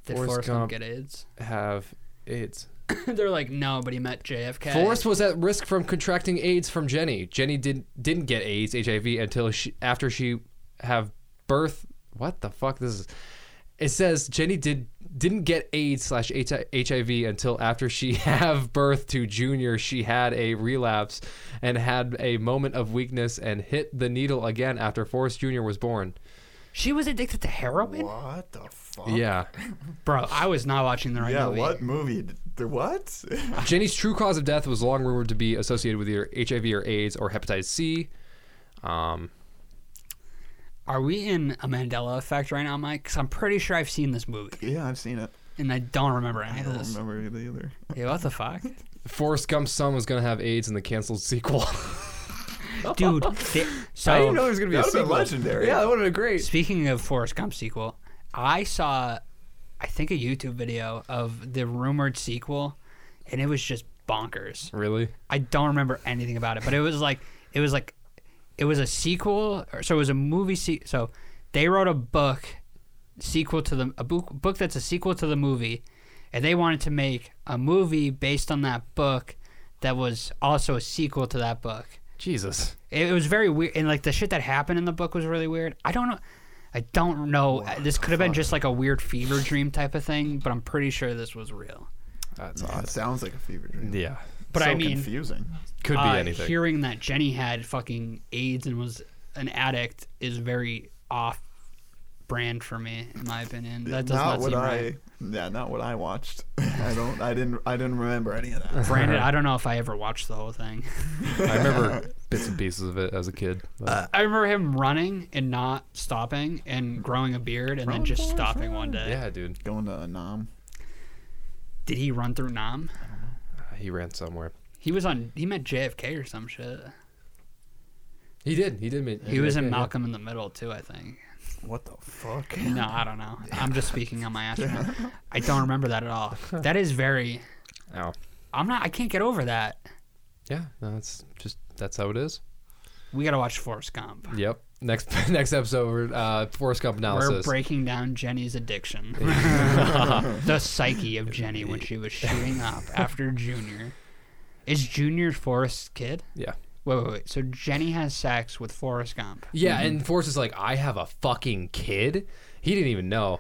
S1: Did
S2: Forrest
S1: Forrest, Gump
S2: Gump.
S1: get AIDS?
S2: Have AIDS.
S1: <laughs> They're like, no, but he met JFK.
S2: Forrest was at risk from contracting AIDS from Jenny. Jenny didn't didn't get AIDS HIV until she after she have birth. What the fuck? This is. It says Jenny did didn't get AIDS slash HIV until after she <laughs> have birth to Junior. She had a relapse and had a moment of weakness and hit the needle again after Forrest Junior was born.
S1: She was addicted to heroin,
S3: What the fuck?
S2: Yeah,
S1: bro. I was not watching the right
S3: Yeah,
S1: movie.
S3: what movie? did- The what? <laughs>
S2: Jenny's true cause of death was long rumored to be associated with either HIV or AIDS or hepatitis C. Um,
S1: Are we in a Mandela effect right now, Mike? Because I'm pretty sure I've seen this movie
S3: yeah, I've seen it.
S1: and I don't remember any
S3: I
S1: of
S3: don't
S1: this.
S3: remember it either.
S1: Yeah, what the fuck,
S3: <laughs>
S2: Forrest Gump's son was gonna have AIDS in the canceled <laughs> sequel.
S1: dude? thi- so
S2: there was gonna
S3: Oh, That would've been legendary.
S2: Yeah, that would have been
S1: <laughs>
S2: great.
S1: Speaking of Forrest Gump sequel, I saw, I think a YouTube video of the rumored sequel, and it was just bonkers.
S2: Really?
S1: I don't remember anything about it, but it was like it was like it was a sequel, or so it was a movie. Se- so they wrote a book sequel to the a book book that's a sequel to the movie, and they wanted to make a movie based on that book that was also a sequel to that book.
S2: Jesus.
S1: It, it was very weird, and like the shit that happened in the book was really weird. I don't know. I don't know. this could have been just like a weird fever dream type of thing, but I'm pretty sure this was real.
S2: That's
S3: Oh, it sounds like a fever dream.
S2: Yeah.
S1: But
S3: so
S1: I mean,
S3: confusing.
S2: Could be
S1: uh,
S2: anything.
S1: Hearing that Jenny had fucking AIDS and was an addict is very off brand for me, in my opinion. That does
S3: not
S1: not,
S3: what
S1: seem
S3: I.
S1: right.
S3: Yeah, not what I watched. <laughs> I don't. I didn't. I didn't remember any of that.
S1: <laughs> Brandon, I don't know if I ever watched the whole thing. <laughs>
S2: I remember <laughs> bits and pieces of it as a kid. but-
S1: I remember him running and not stopping and growing a beard and then just stopping one day.
S2: yeah, dude.
S3: Going to Nam.
S1: Did he run through Nam?
S2: Uh, He ran somewhere.
S1: He was on. He met JFK or some shit.
S2: He did. He did. Meet,
S1: He was in
S2: yeah, yeah.
S1: Malcolm in the Middle too, I think.
S3: What the fuck?
S1: No, I don't know. I'm just speaking on
S2: <laughs>
S1: my ass. right now. I don't remember that at all. That is very.
S2: Ow.
S1: I'm not. I can't get over that.
S2: Oh. Yeah. No, that's just that's how it is.
S1: We gotta watch Forrest Gump.
S2: Yep. Next <laughs> next episode, uh, Forrest Gump
S1: We're
S2: analysis.
S1: breaking down Jenny's
S2: <laughs>
S1: addiction, the psyche of Jenny when she was shooting up after Junior. Is Junior Forrest's kid?
S2: yeah.
S1: Wait, wait, wait. So Jenny has sex with Forrest Gump.
S2: Yeah, and Forrest is like, I have a fucking kid. He didn't even know.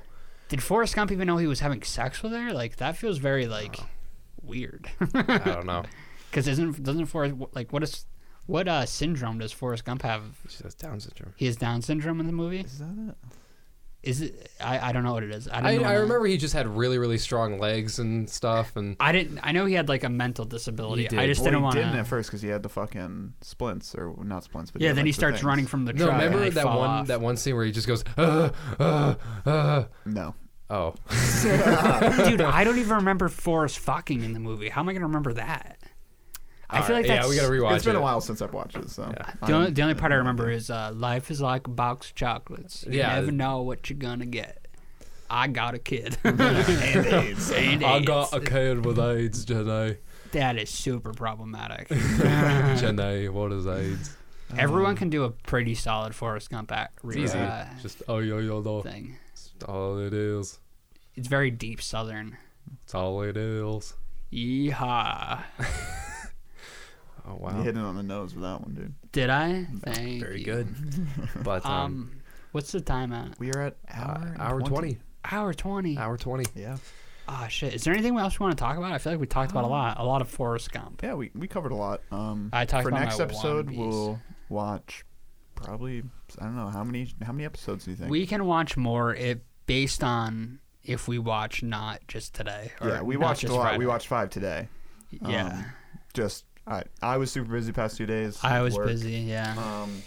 S1: Did Forrest Gump even know he was having sex with her? Like that feels very like
S2: <laughs>
S1: weird.
S2: I don't know.
S1: Because isn't doesn't Forrest like what is what uh syndrome does Forrest Gump have?
S2: She has Down syndrome.
S1: He has Down syndrome in the movie.
S3: Is that it?
S1: Is it? I, I don't know what it is. I, don't
S2: I,
S1: know
S2: I
S1: what-
S2: remember he just had really really strong legs and stuff and
S1: I didn't. I know he had like a mental disability.
S2: He did.
S1: I just
S3: Well,
S1: didn't
S3: he
S1: want
S3: didn't
S1: to.
S3: at first because he had the fucking splints or not splints, but
S1: Yeah.
S3: had,
S1: Then
S3: like,
S1: he
S3: the
S1: starts
S3: things.
S1: running from the
S2: no
S1: truck. and
S2: remember
S1: they
S2: that
S1: fall
S2: one
S1: off.
S2: that one scene where he just goes uh uh uh
S3: No,
S2: oh
S1: Dude, I
S2: <laughs>
S1: don't even remember Forrest fucking in the movie. How am I going to remember that? I feel like
S2: Alright,
S1: that's
S2: yeah we gotta rewatch
S3: it's been
S2: it.
S3: a while since I've watched it. So
S1: The only, the only part I remember is uh, life is like a box of chocolates. You
S2: Yeah.
S1: never know what you're gonna get. I got a
S2: <laughs>
S1: kid. <laughs>
S3: and AIDS.
S1: And
S2: I
S1: AIDS.
S2: got a kid with AIDS Jenny
S1: that is super
S2: <laughs>
S1: problematic.
S2: Jenny what is AIDS
S1: Everyone can do a pretty solid Forrest Gump act re-
S2: easy
S1: uh,
S2: just oh yo yo no
S1: thing.
S2: it's all it is
S1: It's very deep Southern.
S2: it's all it is
S1: Yeehaw!
S2: oh
S3: You
S2: wow
S3: hit it on the nose with that one, dude.
S1: Did I? Thank
S2: very
S1: you.
S2: good but um
S1: Um, what's the time at?
S3: We are at
S2: uh,
S3: hour, and
S2: hour 20
S1: Hour twenty.
S2: hour 20
S3: Yeah,
S1: Ah, shit. Is there anything else we want to talk about? I feel like we talked about a lot. A lot of Forrest Gump.
S3: yeah. We, we covered a lot. Um,
S1: I talked
S3: for
S1: about
S3: next
S1: my
S3: episode.
S1: One Piece.
S3: We'll watch probably I don't know how many how many episodes do you think?
S1: We can watch more if based on if we watch not just today. Or
S3: yeah, we
S1: not
S3: watched a
S1: just
S3: lot.
S1: Friday.
S3: We watched five today.
S1: Yeah,
S3: Um, just I I was super busy past two days.
S1: I
S3: with
S1: was
S3: work.
S1: busy. Yeah.
S3: Um,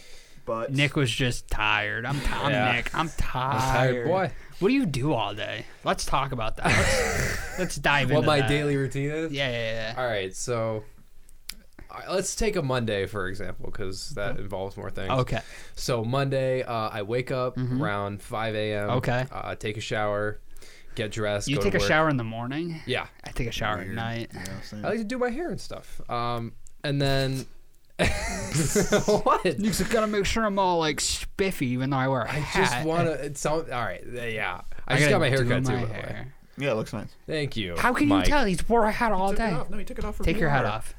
S3: but
S1: Nick was just tired. I'm, t- I'm
S2: Yeah.
S1: Nick. I'm tired.
S2: boy.
S1: What do you do all day? Let's talk about that. Let's, let's dive
S2: what
S1: into
S2: my
S1: that.
S2: daily routine is
S1: Yeah, yeah, yeah.
S2: All right, so all right, let's take a Monday for example, because that involves more things.
S1: Mm-hmm. Okay. Mm-hmm.
S2: So Monday, uh, I wake up around 5 a.m.
S1: Okay.
S2: Uh, take a shower, get dressed.
S1: You
S2: go
S1: take
S2: to
S1: a
S2: work.
S1: shower in the morning.
S2: Yeah,
S1: I take a shower at night.
S3: Yeah, same.
S2: I like to do my hair and stuff. Um, and then
S1: <laughs>
S2: <laughs> what?
S1: You just gotta make sure I'm all like spiffy, even though I wear a
S2: I
S1: hat.
S2: just want to. It's all, all right. Yeah,
S1: I
S2: I, just got
S1: gotta
S2: my hair
S1: do
S2: cut
S1: my
S2: too. by the way.
S1: hair.
S3: yeah, it looks nice.
S2: Thank you.
S1: How can
S2: Mike.
S1: you tell he's wore a hat all
S3: Took it
S1: day?
S3: off. No, he took it off. For
S1: Take your hat
S3: VR.
S1: off.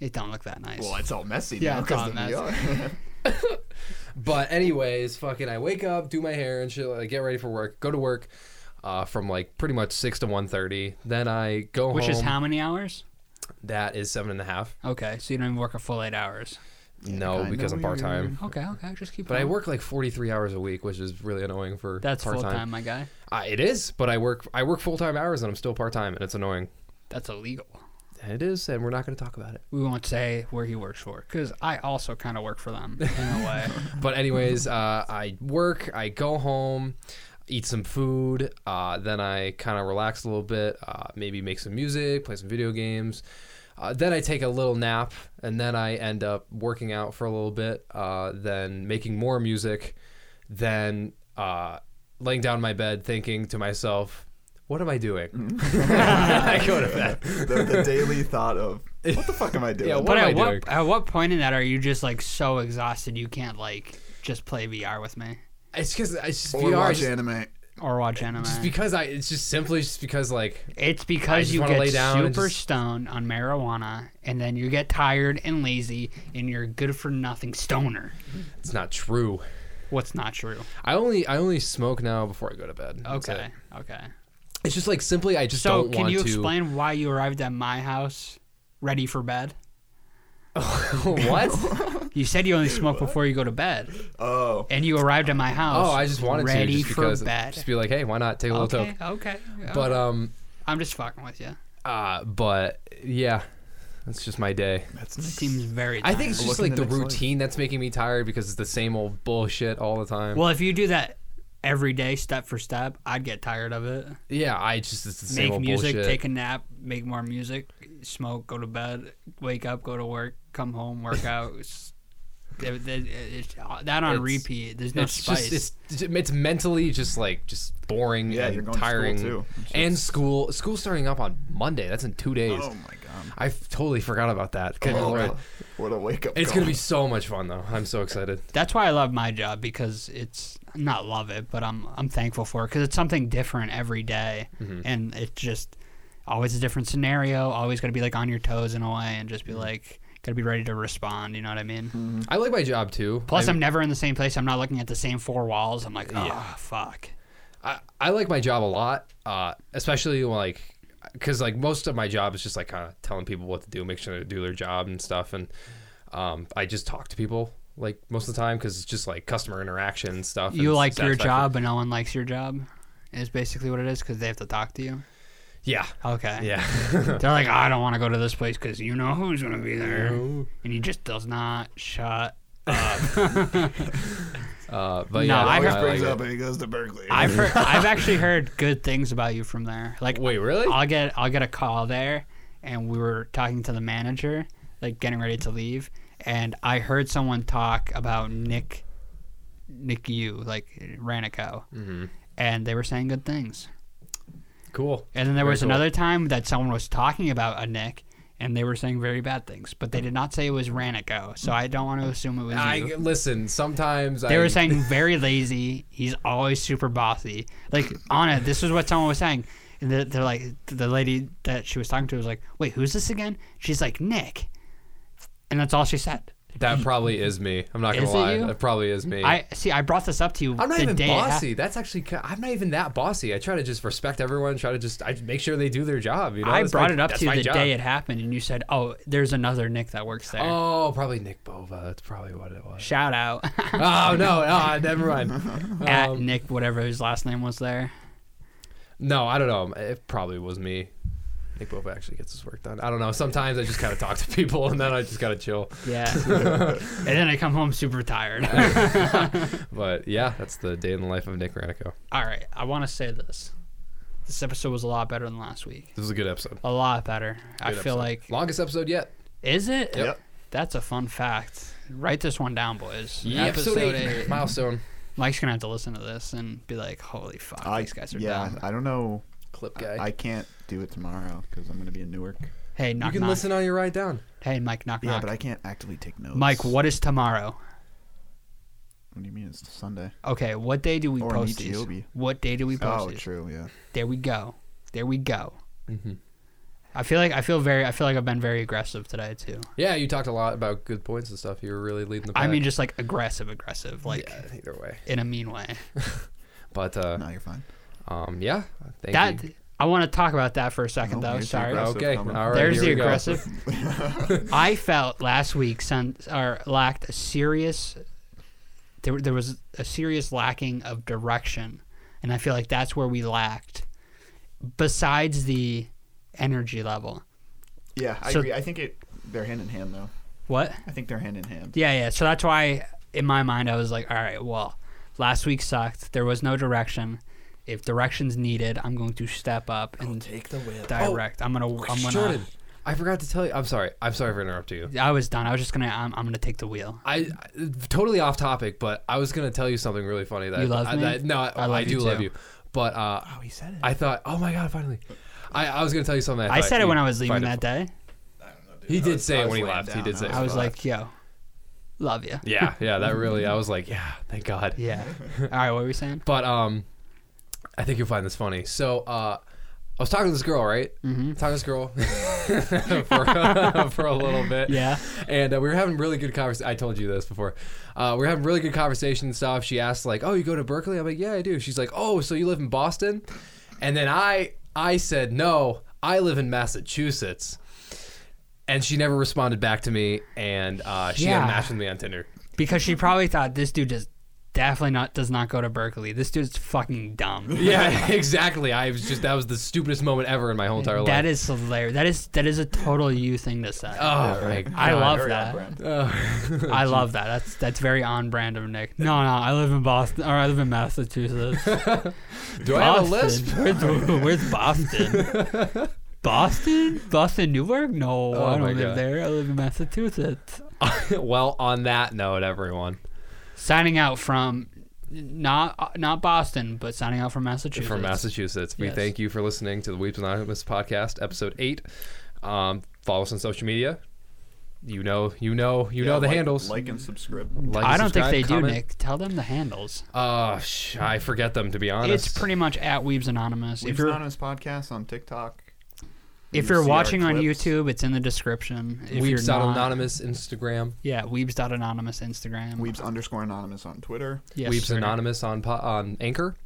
S1: It don't look that nice.
S3: Well, it's all messy
S1: Yeah,
S3: now
S1: it's all
S3: because
S1: messy. <laughs>
S2: But anyways, fucking, I wake up, do my hair and shit, like, get ready for work, go to work, uh, from like pretty much six to 1.30. Then I go
S1: Which
S2: home.
S1: is how many hours?
S2: That is seven and a half.
S1: Okay, so you don't even work a full eight hours.
S2: no,
S3: kinda
S2: because I'm part
S3: weird.
S2: time.
S1: Okay, okay, just keep.
S2: But I
S1: going.
S2: work like 43 hours a week, which is really annoying for
S1: Oh. That's full
S2: part-time.
S1: time, my guy.
S2: Uh, it is, but I work I work full time hours and I'm still part time, and it's annoying.
S1: That's illegal.
S2: It is, and we're not going to talk about it.
S1: We won't say where he works for, because I also kind of work for them in
S2: <laughs>
S1: a way.
S2: But anyways, uh, I work, I go home, eat some food, uh, then I kind of relax a little bit, uh, maybe make some music, play some video games. Uh, then I take a little nap, and then I end up working out for a little bit, uh, then making more music, then uh, laying down in my bed thinking to myself, what am I doing? <laughs>
S3: Mm-hmm.
S2: I go to bed.
S3: the, the daily thought of what the fuck am I doing?
S2: Yeah,
S1: but
S2: am
S1: at
S2: I
S1: what
S2: doing?
S1: at what point in that are you just like so exhausted you can't like just play VR with me
S2: It's because it's just
S3: or
S2: VR.
S3: watch
S2: it's just,
S3: anime.
S1: or watch anime?
S2: just because I, it's just simply just because like
S1: It's
S2: I
S1: because
S2: just
S1: you
S2: wanna
S1: get
S2: lay down and
S1: super
S2: just-
S1: stoned on marijuana, and then you get tired and lazy, and you're a good for nothing stoner.
S2: it's not true.
S1: What's not true?
S2: I only I only smoke now before I go to bed. That's
S1: Okay,
S2: it.
S1: okay.
S2: It's just like simply I just
S1: So,
S2: don't
S1: can
S2: want
S1: you
S2: to.
S1: explain why you arrived at my house ready for bed?
S2: <laughs>
S1: <laughs>
S2: what?
S1: You said
S2: <laughs>
S1: you only smoke before you go to bed,
S3: Oh,
S1: and you arrived at my house.
S2: oh, I just wanted
S1: ready
S2: to just
S1: for
S2: because
S1: bed.
S2: just be like, hey, why not take a little
S1: okay,
S2: toke?
S1: okay.
S2: But um,
S1: I'm just fucking with you.
S2: uh, but yeah, that's just my day.
S3: that's
S1: It
S3: nice.
S1: seems very.
S2: I think it's
S1: tiring.
S2: just
S3: Looking
S2: like the
S3: the next life.
S2: routine that's making me tired because it's the same old bullshit all the time.
S1: well, if you do that every day, step for step, I'd get tired of it.
S2: yeah, I just it's the same
S1: make
S2: old
S1: music,
S2: bullshit.
S1: take a nap, make more music, smoke, go to bed, wake up, go to work, come home, work
S2: <laughs>
S1: out. It's- it- it- it's- uh, that on
S2: It's-
S1: repeat. There's no
S2: it's
S1: spice.
S2: just it's it's mentally just like just boring
S3: Yeah,
S2: and
S3: you're going to school,
S2: tiring
S3: too. It's
S2: and school school starting up on Monday. That's in two days.
S3: Oh my god.
S2: I f- totally forgot about that. Good
S3: Oh,
S2: lord.
S3: What a wake up.
S2: It's
S3: call.
S2: gonna be so much fun though. I'm so excited.
S1: That's why I love my job because it's not love it, but I'm I'm thankful for it because it's something different every day,
S2: Mm-hmm.
S1: and it's just always a different scenario. Always got to be like on your toes in a way, and just be
S2: Mm-hmm.
S1: like got to be ready to respond. You know what I mean?
S2: I like my job too.
S1: Mm. Plus,
S2: Mm-hmm. I,
S1: I'm never in the same place. I'm not looking at the same four walls. I'm like, oh fuck.
S2: I, I like my job a lot, uh, especially like because like most of my job is just like kind of telling people what to do, make sure they do their job and stuff, and um, I just talk to people like most of the time because it's just like customer interaction and stuff.
S1: You
S2: and
S1: like your
S2: satisfaction.
S1: job, but no one likes your job. Is basically what it is because they have to talk to you.
S2: Yeah.
S1: Okay.
S2: Yeah. <laughs>
S1: They're like, I don't want to go to this place because you know who's gonna be there, and he just does not
S2: <laughs>
S1: shut.
S2: uh, but
S1: No,
S2: yeah,
S1: I
S3: Always
S1: heard-
S3: brings
S2: like
S3: up
S2: it.
S3: and he goes to Berkeley.
S1: I've heard, I've actually heard good things about you from there. Like,
S2: Wait, really?
S1: I'll get I'll get a call there, and we were talking to the manager, like getting ready to leave, and I heard someone talk about Nick, Nick you like Ranico,
S2: Mm-hmm.
S1: and they were saying good things.
S2: cool.
S1: And then there
S2: Very
S1: was
S2: cool.
S1: another time that someone was talking about a Nick, and they were saying very bad things, but they did not say it was Ranico, so I don't want to assume it was
S2: I
S1: you.
S2: listen. Sometimes
S1: They
S2: I,
S1: were saying
S2: <laughs>
S1: very lazy. He's always super bossy. Like on it, this is what someone was saying. And they're, they're like the lady that she was talking to was like, "Wait, who's this again?" She's like Nick, and that's all she said.
S2: that probably is me. I'm not gonna
S1: Is it
S2: lie.
S1: you?
S2: That probably is me.
S1: I see. I brought this up to you.
S2: I'm not
S1: the
S2: even
S1: day it happened.
S2: bossy. That's actually ki- I'm not even that bossy. I try to just respect everyone. Try to just I make sure they do their job. You know,
S1: I
S2: That's
S1: brought
S2: my-
S1: it up
S2: that's
S1: to you
S2: my
S1: the
S2: job.
S1: day it happened, and you said, "Oh, there's another Nick that works there."
S2: Oh, probably Nick Bova. That's probably what it was.
S1: Shout out <laughs>
S2: oh no, no, never mind.
S1: at
S2: Um,
S1: Nick, whatever his last name was there.
S2: no, I don't know. It probably was me. Nick Bova actually gets his work done. I don't know. Sometimes I just kind of talk to people and then I just kind of chill. <laughs>
S1: Yeah. and then I come home super tired. <laughs>
S2: But yeah, that's the day in the life of Nick Ranico.
S1: All right, I want to say this. This episode was a lot better than last week.
S2: This was a good episode.
S1: A lot better. I
S2: Good
S1: feel
S2: episode.
S1: like
S2: longest episode yet.
S1: is it?
S3: Yep.
S1: That's a fun fact. Write this one down, boys.
S2: milestone
S1: Mike's gonna have to listen to this and be like, "Holy fuck,
S3: I,
S1: these guys are
S3: yeah,
S1: dumb."
S3: I don't know.
S2: clip guy.
S3: I can't do it tomorrow because I'm going to be in Newark.
S1: Hey, knock
S2: you can
S1: knock.
S2: listen on your ride down.
S1: Hey, Mike, knock
S3: Yeah,
S1: knock.
S3: but I can't actively take notes.
S1: Mike, what is tomorrow?
S3: What do you mean it's Sunday?
S1: Okay, what day do we
S3: Or
S1: post these?
S3: Nichiobi.
S1: What day do we post
S3: Oh,
S1: these?
S3: true. Yeah.
S1: There we go. There we go.
S2: Mm-hmm.
S1: I feel like I feel very. I feel like I've been very aggressive today too.
S2: Yeah, you talked a lot about good points and stuff. You were really leading the.
S1: I
S2: pack.
S1: mean, just like aggressive, aggressive, like
S2: Uh, yeah, either way.
S1: in a mean way.
S2: But uh,
S3: No, you're fine.
S2: um, yeah, thank
S1: That
S2: you.
S1: I want to talk about that for a second,
S3: Oh,
S1: though.
S3: here's the
S1: Sorry.
S3: aggressive
S2: Okay,
S3: comment.
S2: all right.
S1: There's the
S2: here we go.
S1: aggressive.
S2: <laughs>
S1: I felt last week sen- or lacked a serious. There, there was a serious lacking of direction, and I feel like that's where we lacked. Besides the energy level,
S3: Yeah, I
S1: So-
S3: agree. I think it. They're hand in hand, though.
S1: what?
S3: I think they're hand in hand.
S1: Yeah, yeah. So that's why in my mind I was like, all right, well, last week sucked. There was no direction. If direction's needed, I'm going to step up and
S3: Take the whip.
S1: direct. I'm gonna. I'm gonna.
S2: Jordan, I forgot to tell you. I'm sorry. I'm sorry for interrupting you.
S1: I was done. I was just gonna. I'm, I'm gonna take the wheel.
S2: I I- totally off topic, but I was gonna tell you something really funny that
S1: You love
S2: I,
S1: me?
S2: that- no, I,
S1: I love
S2: I
S1: you
S2: do love
S1: too.
S2: you, but uh,
S3: Oh, he said it.
S2: I thought, oh my god, finally. I, I was gonna tell you something.
S1: I
S2: thought
S1: said it
S2: you
S1: when I was leaving
S2: find
S1: that
S2: it
S1: day.
S2: He did say
S3: I
S2: it
S3: was
S2: when he
S3: laying
S2: left. He
S3: down.
S2: did say. it
S1: I was
S2: when he
S1: like, yo, love you.
S2: left. yeah,
S1: <laughs>
S2: yeah, that really. I was like, yeah, thank God.
S1: Yeah. All right, what were we saying?
S2: But um, I think you'll find this funny. So uh, I was talking to this girl, right? Mm-hmm. Talking to this
S1: <laughs>
S2: girl for, <laughs> for a little bit.
S1: Yeah.
S2: And uh, we were having really good conversation. I told you this before. Uh, we were having really good conversation and stuff. She asked like, "Oh, you go to Berkeley?" I'm like, "Yeah, I do." She's like, "Oh, so you live in Boston?" And then I I said, "No, I live in Massachusetts." And she never responded back to me, and uh, she
S1: Yeah.
S2: unmatched with me on Tinder.
S1: Because she probably thought this dude does definitely not does not go to Berkeley. This dude's fucking dumb.
S2: Yeah, <laughs> exactly. I was just that was the stupidest moment ever in my whole entire life.
S1: That is hilarious. That is that is a total you thing to say.
S2: Oh my god.
S1: <laughs> I love
S3: Very on
S1: that. <laughs>
S3: brand.
S1: I love that. That's that's very on brand of Nick. No, no, I live in Boston, or I live in Massachusetts.
S2: <laughs>
S1: Oh,
S2: Do I have a
S1: Boston.
S2: lisp?
S1: Where's, where's Boston?
S2: <laughs>
S1: Boston? Boston, Newark? No,
S2: Oh
S1: I don't
S2: my
S1: live
S2: God.
S1: there. I live in Massachusetts.
S2: <laughs> well, on that note, everyone
S1: signing out from not uh, not Boston, but signing out from Massachusetts.
S2: from Massachusetts, we
S1: Yes.
S2: thank you for listening to the Weeps Anonymous podcast, episode eight. Um, follow us on social media. You know, you know, you know
S3: Yeah,
S2: the
S3: like-
S2: handles.
S3: Like and subscribe.
S2: Like
S1: I
S2: and
S1: don't think
S2: subscribe,
S1: they
S2: comment.
S1: do, Nick. Tell them the handles.
S2: Uh, sh- I forget them to be honest.
S1: It's pretty much at Weebs Anonymous.
S3: We've
S1: if you're
S3: on his podcast on TikTok.
S1: if
S3: You
S1: you're
S3: see our
S1: watching on
S3: clips.
S1: YouTube, it's in the description. If you're
S2: Weeps
S1: not,
S2: anonymous Instagram.
S1: yeah, Weebs.anonymous Instagram.
S3: Weebs underscore anonymous on Twitter.
S1: yes,
S2: Weeps
S1: sir.
S2: anonymous on po- on Anchor.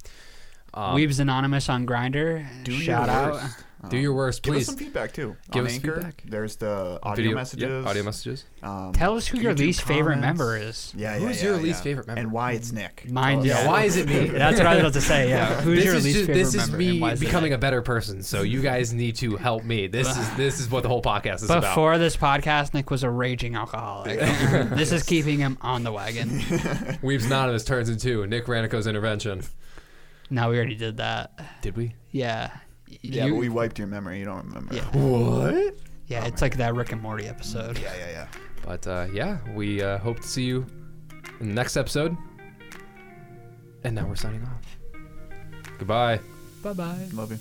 S2: Um,
S1: Weebs Anonymous on Grinder.
S3: Do your
S1: Shout out.
S3: worst.
S1: Oh.
S2: do your worst,
S3: Give us
S2: please.
S3: some feedback too.
S2: Give
S3: on
S2: us
S3: Anchor,
S2: feedback.
S3: There's the audio
S2: Video- yeah,
S3: messages.
S2: audio messages.
S3: Um,
S1: Tell us who your
S3: YouTube
S1: least favorite
S3: comments.
S1: member is.
S2: <laughs>
S3: Yeah, yeah,
S2: Who's
S3: yeah,
S2: your
S3: yeah.
S2: least favorite member?
S3: And why it's Nick. Oh,
S1: Mine.
S3: Tell us.
S2: Yeah, why is
S1: <laughs>
S2: it me?
S1: That's what I was about to say. Yeah. Who's
S2: this
S1: your
S2: is
S1: least
S2: just,
S1: favorite
S2: this is
S1: member? and why
S2: me
S1: is it
S2: becoming
S1: that?
S2: a better person. So you guys need to help me. This
S1: <sighs>
S2: is this is what the whole podcast is about.
S1: Before this podcast, Nick was a raging
S2: <laughs>
S1: alcoholic. <laughs> this is keeping him on the wagon.
S2: Weeb's Anonymous turns into Nick Ranico's intervention.
S1: No, we already did that.
S2: Did we?
S1: Yeah.
S3: Yeah,
S1: You-
S3: but we wiped your memory. You don't remember.
S1: Yeah.
S2: What?
S1: yeah, it's like that Rick and Morty episode.
S3: yeah, yeah. yeah.
S2: But uh, yeah, we uh, hope to see you in the next episode. And now we're signing off. Goodbye.
S1: Bye bye.
S3: Love you.